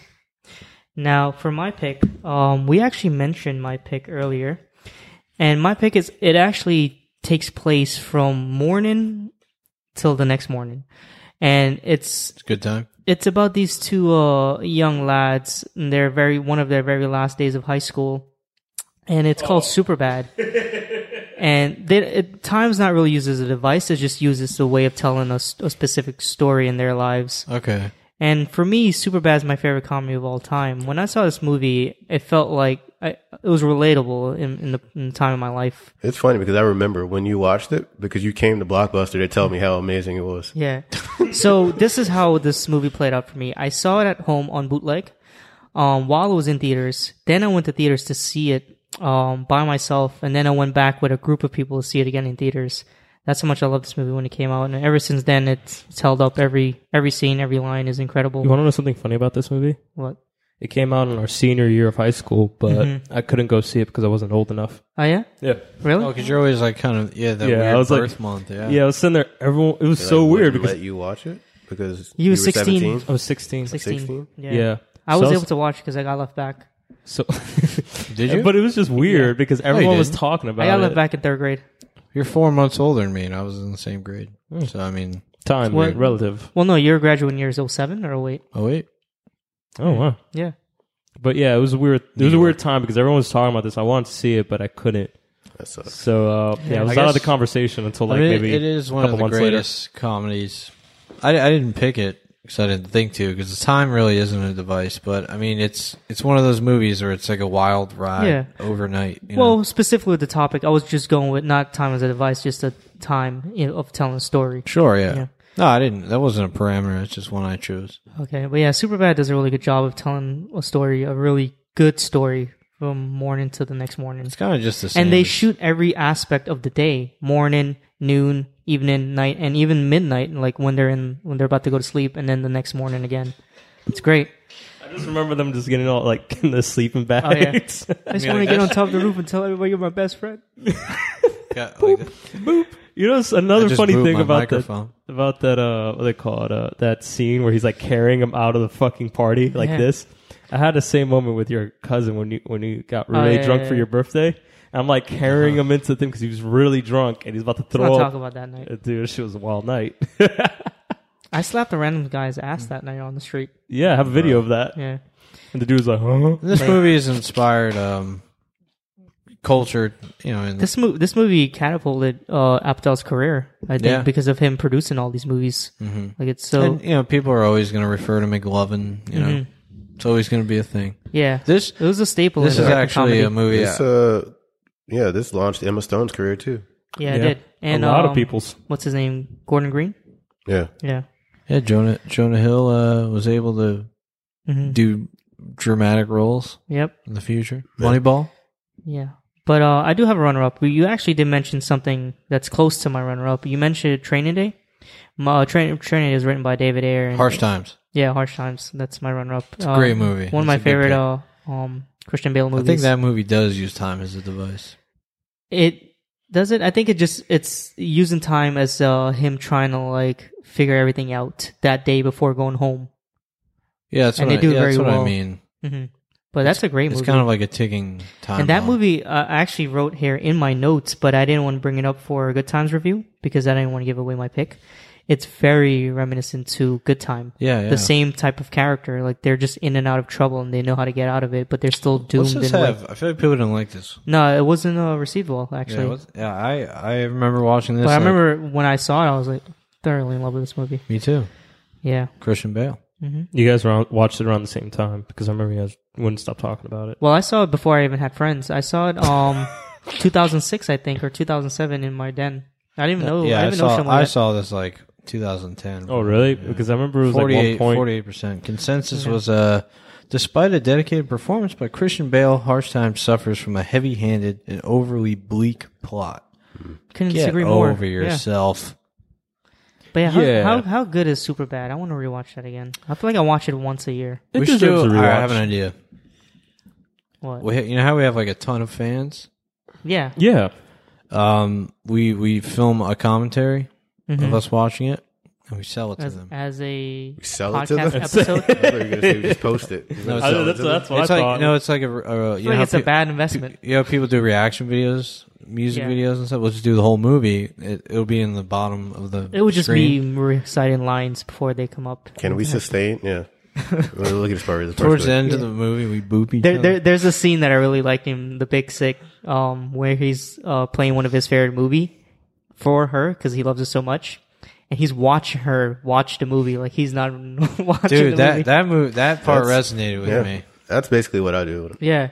S1: Now for my pick, um, we actually mentioned my pick earlier, and my pick is it actually takes place from morning till the next morning, and it's
S3: It's a good time.
S1: it's about these two uh, young lads and their very one of their very last days of high school and it's called superbad and they, it, time's not really used as a device it just used as a way of telling a, s- a specific story in their lives
S3: Okay.
S1: and for me superbad is my favorite comedy of all time when i saw this movie it felt like I, it was relatable in, in, the, in the time of my life
S4: It's funny because I remember when you watched it because you came to Blockbuster to tell me how amazing it was.
S1: Yeah. so this is how this movie played out for me. I saw it at home on bootleg, um, while it was in theaters. Then I went to theaters to see it um, by myself, and then I went back with a group of people to see it again in theaters. That's how much I loved this movie when it came out, and ever since then, it's, it's held up. Every every scene, every line is incredible.
S2: You want to know something funny about this movie?
S1: what?
S2: It came out in our senior year of high school, but I couldn't go see it because I wasn't old enough.
S1: Oh yeah,
S2: Yeah.
S1: really?
S3: Oh, because you're always like kind of yeah that
S2: Yeah, I
S3: weird
S2: was like-
S3: birth month. Yeah.
S2: Yeah, I was sitting there. Everyone, it was
S4: They,
S2: so
S4: like,
S2: weird
S4: wouldn't
S2: because
S4: let you watch it because
S1: You were 16.
S4: 17?
S2: I was 16.
S1: 16.
S4: 16?
S1: Yeah.
S2: Yeah.
S1: I
S2: So
S1: was able to watch because I got left back.
S2: So,
S3: Did you?
S2: But it was just weird because everyone was
S3: didn't.
S2: talking about
S1: I got left
S2: it.
S1: back in third grade.
S3: You're four months older than me, and I was in the same grade.
S2: Hmm.
S3: So I mean,
S2: Time,
S1: What?
S2: relative.
S1: Well, no, your graduating year is 07 or 08.
S3: oh wait,
S2: Oh, wow.
S1: Yeah.
S2: But yeah, it was a weird. It was a weird time because everyone was talking about this. I wanted to see it, but I couldn't.
S4: That sucks.
S2: So uh, yeah, I was
S3: I
S2: out
S3: guess-
S2: of the conversation until like
S3: I mean, it-
S2: maybe
S3: it is
S2: a
S3: one of
S2: couple
S3: the
S2: months later.
S3: greatest comedies. I, I didn't pick it because I didn't think to because the time really isn't a device. But I mean, it's it's one of those movies where it's like a wild ride
S1: Yeah.
S3: overnight. You
S1: Well,
S3: know?
S1: specifically with the topic, I was just going with not time as a device, just a time you know, of telling a story.
S3: sure, yeah.
S1: yeah.
S3: No, I didn't. That wasn't a parameter. It's just one I chose.
S1: Okay, but yeah, Superbad does a really good job of telling a story, a really good story from morning to the next morning.
S3: It's kind of just the same.
S1: And they
S3: as-
S1: shoot every aspect of the day: morning, noon, evening, night, and even midnight. Like when they're in, when they're about to go to sleep, and then the next morning again. It's great.
S2: I just remember them just getting all like in the sleeping
S3: Oh,
S1: yeah.
S2: bags.
S1: I just want to get on top of the roof and tell everybody you're my best friend.
S3: Yeah, like that.
S2: You know, it's
S3: I
S2: another
S3: just
S2: funny
S3: moved
S2: thing
S3: my
S2: about that
S3: microphone.
S2: about that uh what they call it uh, that scene where he's like carrying him out of the fucking party like
S1: Yeah.
S2: this. I had the same moment with your cousin when you when you got
S3: Oh,
S2: really
S1: yeah,
S2: drunk
S1: yeah,
S2: for
S1: yeah.
S2: your birthday. I'm like carrying
S3: Uh-huh.
S2: him into the thing because he was really drunk and he's about to
S1: Let's not
S2: throw
S1: talk
S2: up.
S1: about that night.
S2: Uh, Dude, she was a wild night.
S1: I slapped a random guy's ass that night on the street.
S2: yeah, I have a video of that.
S1: Yeah.
S2: And the dude's like, huh?
S3: This movie is inspired um, culture. You know, in
S1: This movie, this movie catapulted uh, Apatow's career, I think,
S3: Yeah. Mm-hmm.
S1: because of him producing all these movies. Like it's so,
S3: and, you know, people are always going to refer to McLovin. You know,
S1: Mm-hmm.
S3: it's always going to be a thing.
S1: yeah.
S3: This
S1: it was a staple.
S3: this
S1: in
S3: is
S1: American
S3: actually
S1: comedy.
S3: a movie.
S4: This, uh, yeah, this launched Emma Stone's career too.
S1: yeah, it
S2: Yeah.
S1: did. And
S2: a lot of
S1: um,
S2: people's.
S1: What's his name? Gordon Green.
S4: Yeah.
S1: Yeah.
S3: Yeah, Jonah Jonah Hill uh, was able to
S1: Mm-hmm.
S3: do dramatic roles
S1: Yep.
S3: in the future. Moneyball.
S1: Yeah. But uh, I do have a runner-up. You- You actually did mention something that's close to my runner-up. You mentioned Training Day. My, uh, Train, Training Day is written by David Ayer. And,
S3: Harsh Times.
S1: Yeah, Harsh Times. That's my runner-up. It's
S3: a great movie.
S1: One of my
S3: It's a good
S1: favorite uh, um, Christian Bale
S3: I
S1: movies.
S3: think that movie does use time as a device.
S1: it does it. I think it just it's using time as uh, him trying to like figure everything out that day before going home.
S3: Yeah, that's
S1: And
S3: what,
S1: they
S3: I,
S1: do
S3: yeah, that's
S1: very
S3: what I
S1: well.
S3: mean.
S1: hmm But that's a great
S3: It's
S1: movie.
S3: kind of like a ticking time.
S1: and that
S3: bomb.
S1: movie uh, I actually wrote here in my notes, but I didn't want to bring it up for a Good Times review because I didn't want to give away my pick. It's very reminiscent to Good Time.
S3: Yeah, yeah.
S1: The same type of character. Like they're just in and out of trouble and they know how to get out of it, but they're still doomed
S3: What's this
S1: in a way.
S3: have? I feel like people didn't like this.
S1: No, it wasn't uh, received well actually.
S3: Yeah, what's- yeah, I I remember watching this.
S1: but I
S3: like-
S1: remember when I saw it I was like thoroughly in love with this movie.
S3: me too.
S1: Yeah.
S3: Christian Bale.
S2: You guys were on, watched it around the same time because I remember you guys wouldn't stop talking about it.
S1: Well, I saw it before I even had friends. I saw it um 2006 I think or 2007 in my den. I didn't even know.
S3: yeah,
S1: I
S3: I,
S1: didn't know
S3: saw.
S1: someone
S3: I
S1: that-
S3: saw this like 2010.
S2: Oh, really? Because I remember it was like
S3: 48
S2: one point.
S3: percent consensus was uh despite a dedicated performance by Christian Bale, Harsh Times suffers from a heavy-handed and overly bleak plot.
S1: couldn't
S3: Get
S1: disagree more.
S3: over
S1: Yeah.
S3: yourself.
S1: But yeah, how,
S2: Yeah.
S1: how how good is Super Bad? I want to rewatch that again. I feel like I watch it once a year.
S2: It
S3: we should
S2: deserves
S3: do.
S2: a
S3: all right, I
S2: rewatch.
S3: have an idea.
S1: What?
S3: We, you know how we have like a ton of fans.
S1: yeah.
S2: Yeah.
S3: Um, we we film a commentary
S1: Mm-hmm.
S3: of us watching it and we sell it to
S1: As,
S3: them.
S1: as a
S4: sell it to
S1: podcast
S4: them?
S1: episode,
S4: I thought you were gonna say we just post it.
S3: it's
S2: I,
S3: So-
S2: that's, that's what
S3: it's
S2: I
S3: like
S2: thought.
S3: no, it's like a, a you
S1: I feel
S3: know
S1: like it's a
S3: peop-
S1: bad investment.
S3: You know, people do reaction videos, music
S1: Yeah.
S3: videos, and stuff. We'll just do the whole movie. It, it'll be in the bottom of the.
S1: It would just
S3: screen.
S1: be reciting lines before they come up.
S4: Can we sustain? Yeah. We're looking at probably the
S3: towards
S4: first
S3: the
S4: one.
S3: end of the movie. We boop each
S1: There,
S3: other.
S1: there, there's a scene that I really like in The Big Sick, um, where he's uh, playing one of his favorite movie for her because he loves it so much, and he's watching her watch the movie like he's not watching the
S3: Dude, that
S1: movie.
S3: that movie, that part
S4: That's-
S3: resonated with
S4: Yeah.
S3: me.
S4: That's basically what I do.
S1: yeah,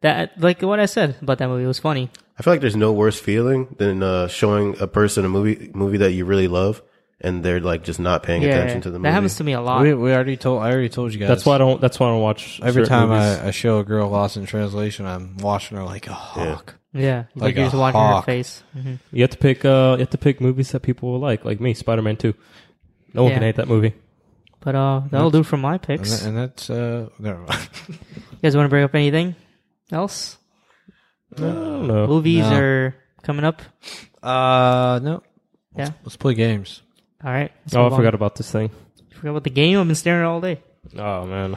S1: that like what I said about that movie it was funny.
S4: I feel like there's no worse feeling than uh, showing a person a movie movie that you really love and they're like just not paying
S1: yeah,
S4: attention to the movie.
S1: that happens to me a lot.
S3: We, we already told I already told you guys.
S2: that's why I don't. That's why I don't watch
S3: every time
S2: certain movies.
S3: I, I show a girl Lost in Translation, I'm watching her like a hawk.
S1: Yeah, like,
S3: Like
S1: you're
S3: a
S1: just watching
S3: hawk.
S1: her face. Mhm.
S2: you have to pick. Uh, you have to pick movies that people will like, like me, Spider Man Two. No one
S1: Yeah.
S2: can hate that movie.
S1: But uh, that'll do for my
S3: And,
S1: picks.
S3: that, and that's uh, never mind.
S1: You guys want to bring up anything else?
S2: I don't know.
S1: Movies
S3: No.
S1: are coming up.
S3: Uh, no.
S1: Yeah.
S3: Let's play games.
S1: All right. let's
S2: oh, I
S1: move on.
S2: forgot about this thing.
S1: Forgot about the game. I've been staring at it all day.
S2: Oh man,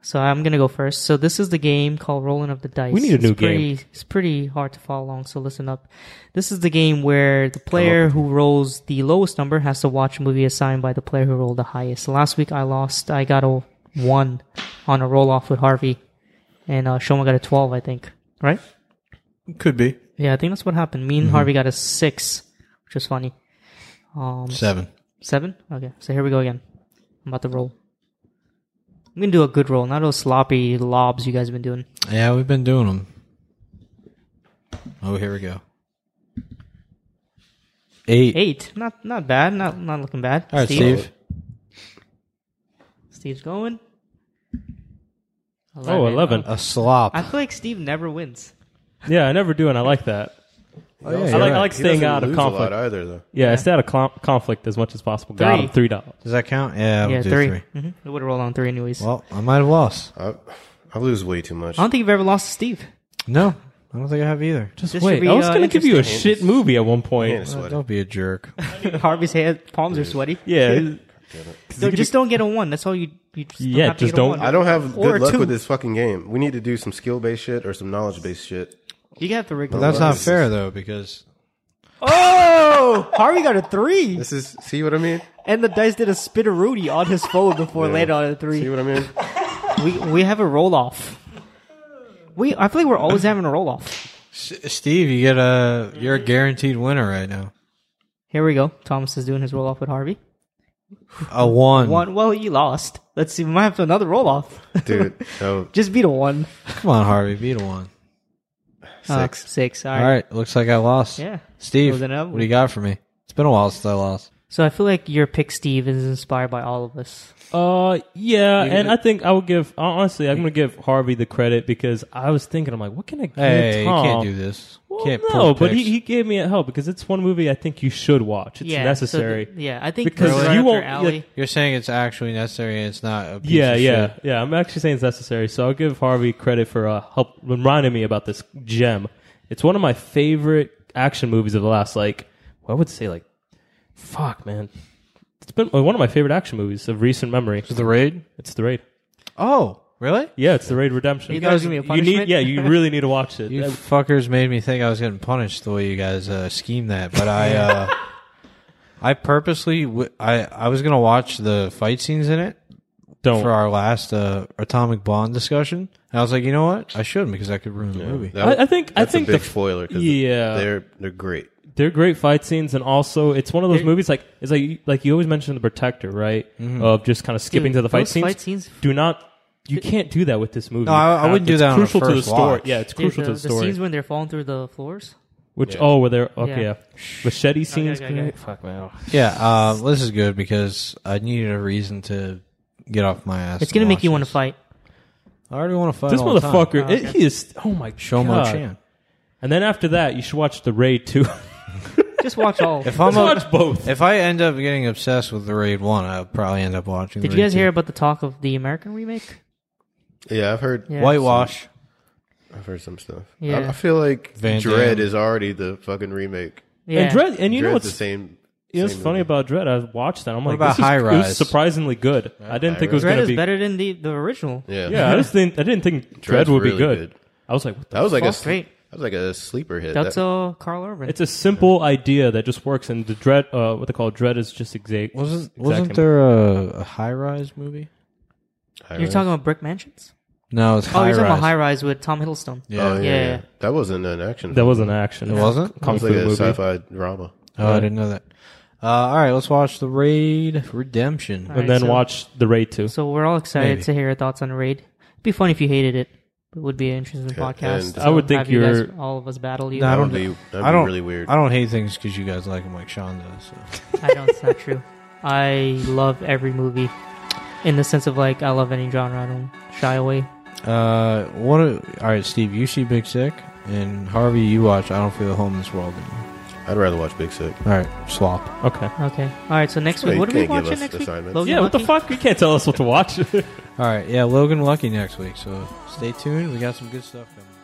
S1: So I'm gonna go first. So this is the game called Rolling of the Dice.
S2: We need a
S1: It's
S2: new
S1: pretty, It's pretty hard to follow along, so listen up. This is the game where the player who rolls the lowest number has to watch a movie assigned by the player who rolled the highest. Last week I lost. I got a one on a roll off with Harvey, and uh, Shoma got a twelve, I think. Right?
S3: Could be
S1: Yeah, I think that's what happened. Me and
S2: Mm-hmm.
S1: Harvey got a six, which is funny. Um,
S3: seven.
S1: Seven? Okay, so here we go again. I'm about to roll. I'm gonna do a good roll, not those sloppy lobs you guys have been doing.
S3: Yeah, we've been doing them. Oh, here we go. Eight.
S1: Eight, not not bad, not not looking bad.
S3: All right,
S1: Steve,
S3: Steve.
S1: Steve's going.
S2: Oh, 11.
S3: A slop.
S1: I feel like Steve never wins.
S2: yeah, I never do, and I like that.
S3: Oh,
S4: Oh,
S3: yeah,
S2: I
S3: you're
S2: like. I
S3: right.
S2: like
S4: He
S2: staying
S4: doesn't
S2: out of
S4: lose a
S2: conflict.
S4: lot either though.
S2: yeah, I stay out of com- conflict as much as possible. Got
S1: Three.
S2: him three dollars.
S3: Does that count? Yeah, we'll
S1: yeah,
S3: do
S1: three.
S3: three.
S1: Mm-hmm. It would have rolled on three anyways.
S3: Well, I might have lost.
S4: I, I lose way too much.
S1: I don't think you've ever lost to Steve.
S3: No, I don't think I have either. Just
S1: This should
S2: Wait,
S1: be,
S2: I was
S1: uh,
S2: gonna give you a
S1: interesting.
S2: shit movie at one
S4: Man,
S2: point.
S4: it's sweaty.
S3: don't be a jerk.
S1: Harvey's hand, palms are sweaty.
S2: Yeah,
S1: No, just don't get a one. That's all you. you just
S2: Yeah,
S1: have to
S2: just
S1: get a
S2: don't-
S1: one.
S4: I don't have
S1: Or
S4: good luck
S1: two.
S4: with this fucking game. We need to do some skill based shit or some knowledge based shit.
S1: You have to rig.
S3: That's not fair though, because
S1: Oh, Harvey got a three,
S4: This is see what I mean?
S1: and the dice did a spitteroonie on his phone before
S4: Yeah.
S1: landing on a three.
S4: See what I mean?
S1: We we have a roll off. We I feel like we're always having a roll off.
S3: S- Steve, you get a you're a guaranteed winner right now.
S1: Here we go. Thomas is doing his roll off with Harvey.
S3: A one.
S1: One. Well, you lost. Let's see. We might have to another roll off.
S4: Dude, no
S1: Just beat a one.
S3: Come on, Harvey, beat a one.
S1: Uh,
S4: six.
S1: six. All
S3: All
S1: right.
S3: right, looks like I lost.
S1: Yeah.
S3: Steve,
S1: Close it up.
S3: what do you got for me? It's been a while since I lost.
S1: So I feel like your pick, Steve, is inspired by all of us.
S2: Uh, yeah, and I think I would give honestly. I'm gonna give Harvey the credit because I was thinking, I'm like, what can I give
S3: Hey, you
S2: Tom?
S3: can't do this.
S2: What
S3: can't
S2: No,
S3: pull
S2: but he,
S3: pics.
S2: he gave me a help because it's one movie I think you should watch. It's
S1: yeah, so
S2: necessary.
S1: th- yeah, I think
S2: Because
S1: because
S2: you
S1: you won't.
S2: won't- yeah.
S1: Alley,
S3: You're saying it's actually necessary and it's not a piece
S2: yeah,
S3: of
S2: yeah,
S3: shit.
S2: yeah. I'm actually saying it's necessary. So I'll give Harvey credit for uh, help reminding me about this gem. It's one of my favorite action movies of the last like well, I would say like fuck man. It's been uh, one of my favorite action movies of recent memory.
S3: The raid?
S2: It's The Raid.
S3: Oh, really?
S2: Yeah, it's The Raid Redemption.
S1: You thought it was gonna be a
S2: You need,
S1: punishment?
S2: yeah, you really need to watch it.
S3: You
S2: Uh,
S3: fuckers made me think I was getting punished the way you guys uh, schemed that, but I, uh, I purposely, w- I, I was gonna watch the fight scenes in it
S2: don't.
S3: for our last uh, Atomic Bond discussion, and I was like, you know what, I shouldn't because that could ruin the movie.
S4: That-
S2: I, I think I
S4: that's
S2: think
S4: a big
S2: the
S4: spoiler. 'cause
S2: yeah.
S4: they're they're great.
S2: they're great fight scenes, and also it's one of those
S1: They're- Mm-hmm.
S2: movies like it's like like you always mention the Protector, right? Of just kind of skipping
S1: Dude,
S2: to the fight
S1: those
S2: scenes.
S1: fight scenes-
S2: Do not. You can't do that with this movie.
S3: No, I- I
S2: Uh,
S3: wouldn't do
S2: it's
S3: that on a
S2: Crucial to the
S3: first
S2: story.
S3: watch.
S2: Yeah, it's
S1: dude,
S2: crucial
S1: the,
S2: to the
S1: the
S2: story.
S1: scenes when they're falling through the floors.
S2: Which oh, where they're okay.
S1: Yeah.
S2: Yeah. Machete scenes.
S1: okay, okay.
S2: great. Fuck man.
S3: Yeah, uh, this is good because I needed a reason to get off my ass.
S1: It's gonna make you want to fight.
S3: I already want to fight.
S2: This
S3: all the time.
S2: motherfucker. it- he is. Oh my
S3: Show my
S2: god.
S3: chin.
S2: And then after that, you should watch The Raid too.
S1: Just watch all.
S3: If I'm a,
S2: watch both.
S3: if I end up getting obsessed with the raid one, I'll probably end up watching.
S1: Did
S3: the
S1: you guys
S3: Raid
S1: hear
S3: two.
S1: about the talk of the American remake?
S4: Yeah, I've heard
S1: Yeah.
S3: Whitewash?
S4: I've heard some stuff. I,
S1: Yeah.
S4: I feel like
S3: Van
S4: Dread
S3: Damme.
S4: is already the fucking remake.
S1: Yeah.
S2: And Dread. And you know
S4: Dread's
S2: what's
S4: the same.
S2: It was
S4: same
S2: funny
S4: movie.
S2: about Dread. I watched that. I'm like,
S3: about
S2: this is,
S3: High
S2: It was
S3: Rise?
S2: surprisingly good. I didn't think it was
S1: Dread
S2: going to
S1: is
S2: be.
S1: better than the, the original.
S4: Yeah,
S2: Yeah, I just didn't. I didn't think Dread
S4: Dread's
S2: would be
S4: really
S2: good.
S4: good.
S2: I was like, what the
S4: That was like a
S1: Fuck,
S4: sl-
S1: great.
S4: that was like a sleeper hit.
S1: That's
S4: That-
S1: uh Carl Urban.
S2: It's a simple idea that just works, and the dread, uh, what they call dread, is just exact.
S3: Wasn't
S2: exactly-
S3: wasn't there a, a high rise movie?
S4: High
S1: you're
S4: Rise.
S1: talking about brick mansions.
S3: No, it's
S1: Oh,
S3: high
S1: you're talking
S3: rise.
S1: about High Rise with Tom Hiddleston.
S4: Oh yeah,
S1: Yeah,
S4: yeah.
S1: yeah.
S4: That wasn't an action.
S2: That wasn't action.
S3: It wasn't.
S4: It
S2: Kung
S4: was
S2: Fu
S4: like a
S2: movie.
S4: sci-fi drama.
S3: Oh, I didn't know that. Uh, all right, let's watch the raid redemption.
S1: All
S2: And
S1: right,
S2: then
S1: so-
S2: watch the raid too.
S1: So we're all excited
S3: Maybe.
S1: to hear your thoughts on Raid. It'd be fun if you hated it. It would be an interesting
S4: Yeah,
S1: podcast.
S4: and-
S1: to
S4: I
S2: would think
S1: have you
S2: you're-
S1: guys- all of us battle you.
S3: No, I
S4: That
S3: don't
S4: would be that'd
S3: I
S4: be
S3: don't
S4: really weird.
S3: I don't hate things because you guys like them like Sean does. So.
S1: I know it's not true. I love every movie, in the sense of like I love any genre. I don't shy away.
S3: Uh, what? A, all right, Steve, you see Big Sick, and Harvey, you watch. I don't feel the home in this world. Anymore.
S4: I'd rather watch Big Sick.
S3: All right, swap.
S2: Okay.
S1: Okay. All right. So next
S4: That's
S1: week,
S4: why
S1: what are
S4: you
S1: we
S4: can't give
S1: watching
S4: us
S1: next week?
S4: assignments.
S1: Logan
S2: Yeah. What the
S1: Lucky?
S2: fuck? You can't tell us what to watch.
S3: All right, yeah, Logan Lucky next week. So stay tuned. We got some good stuff coming.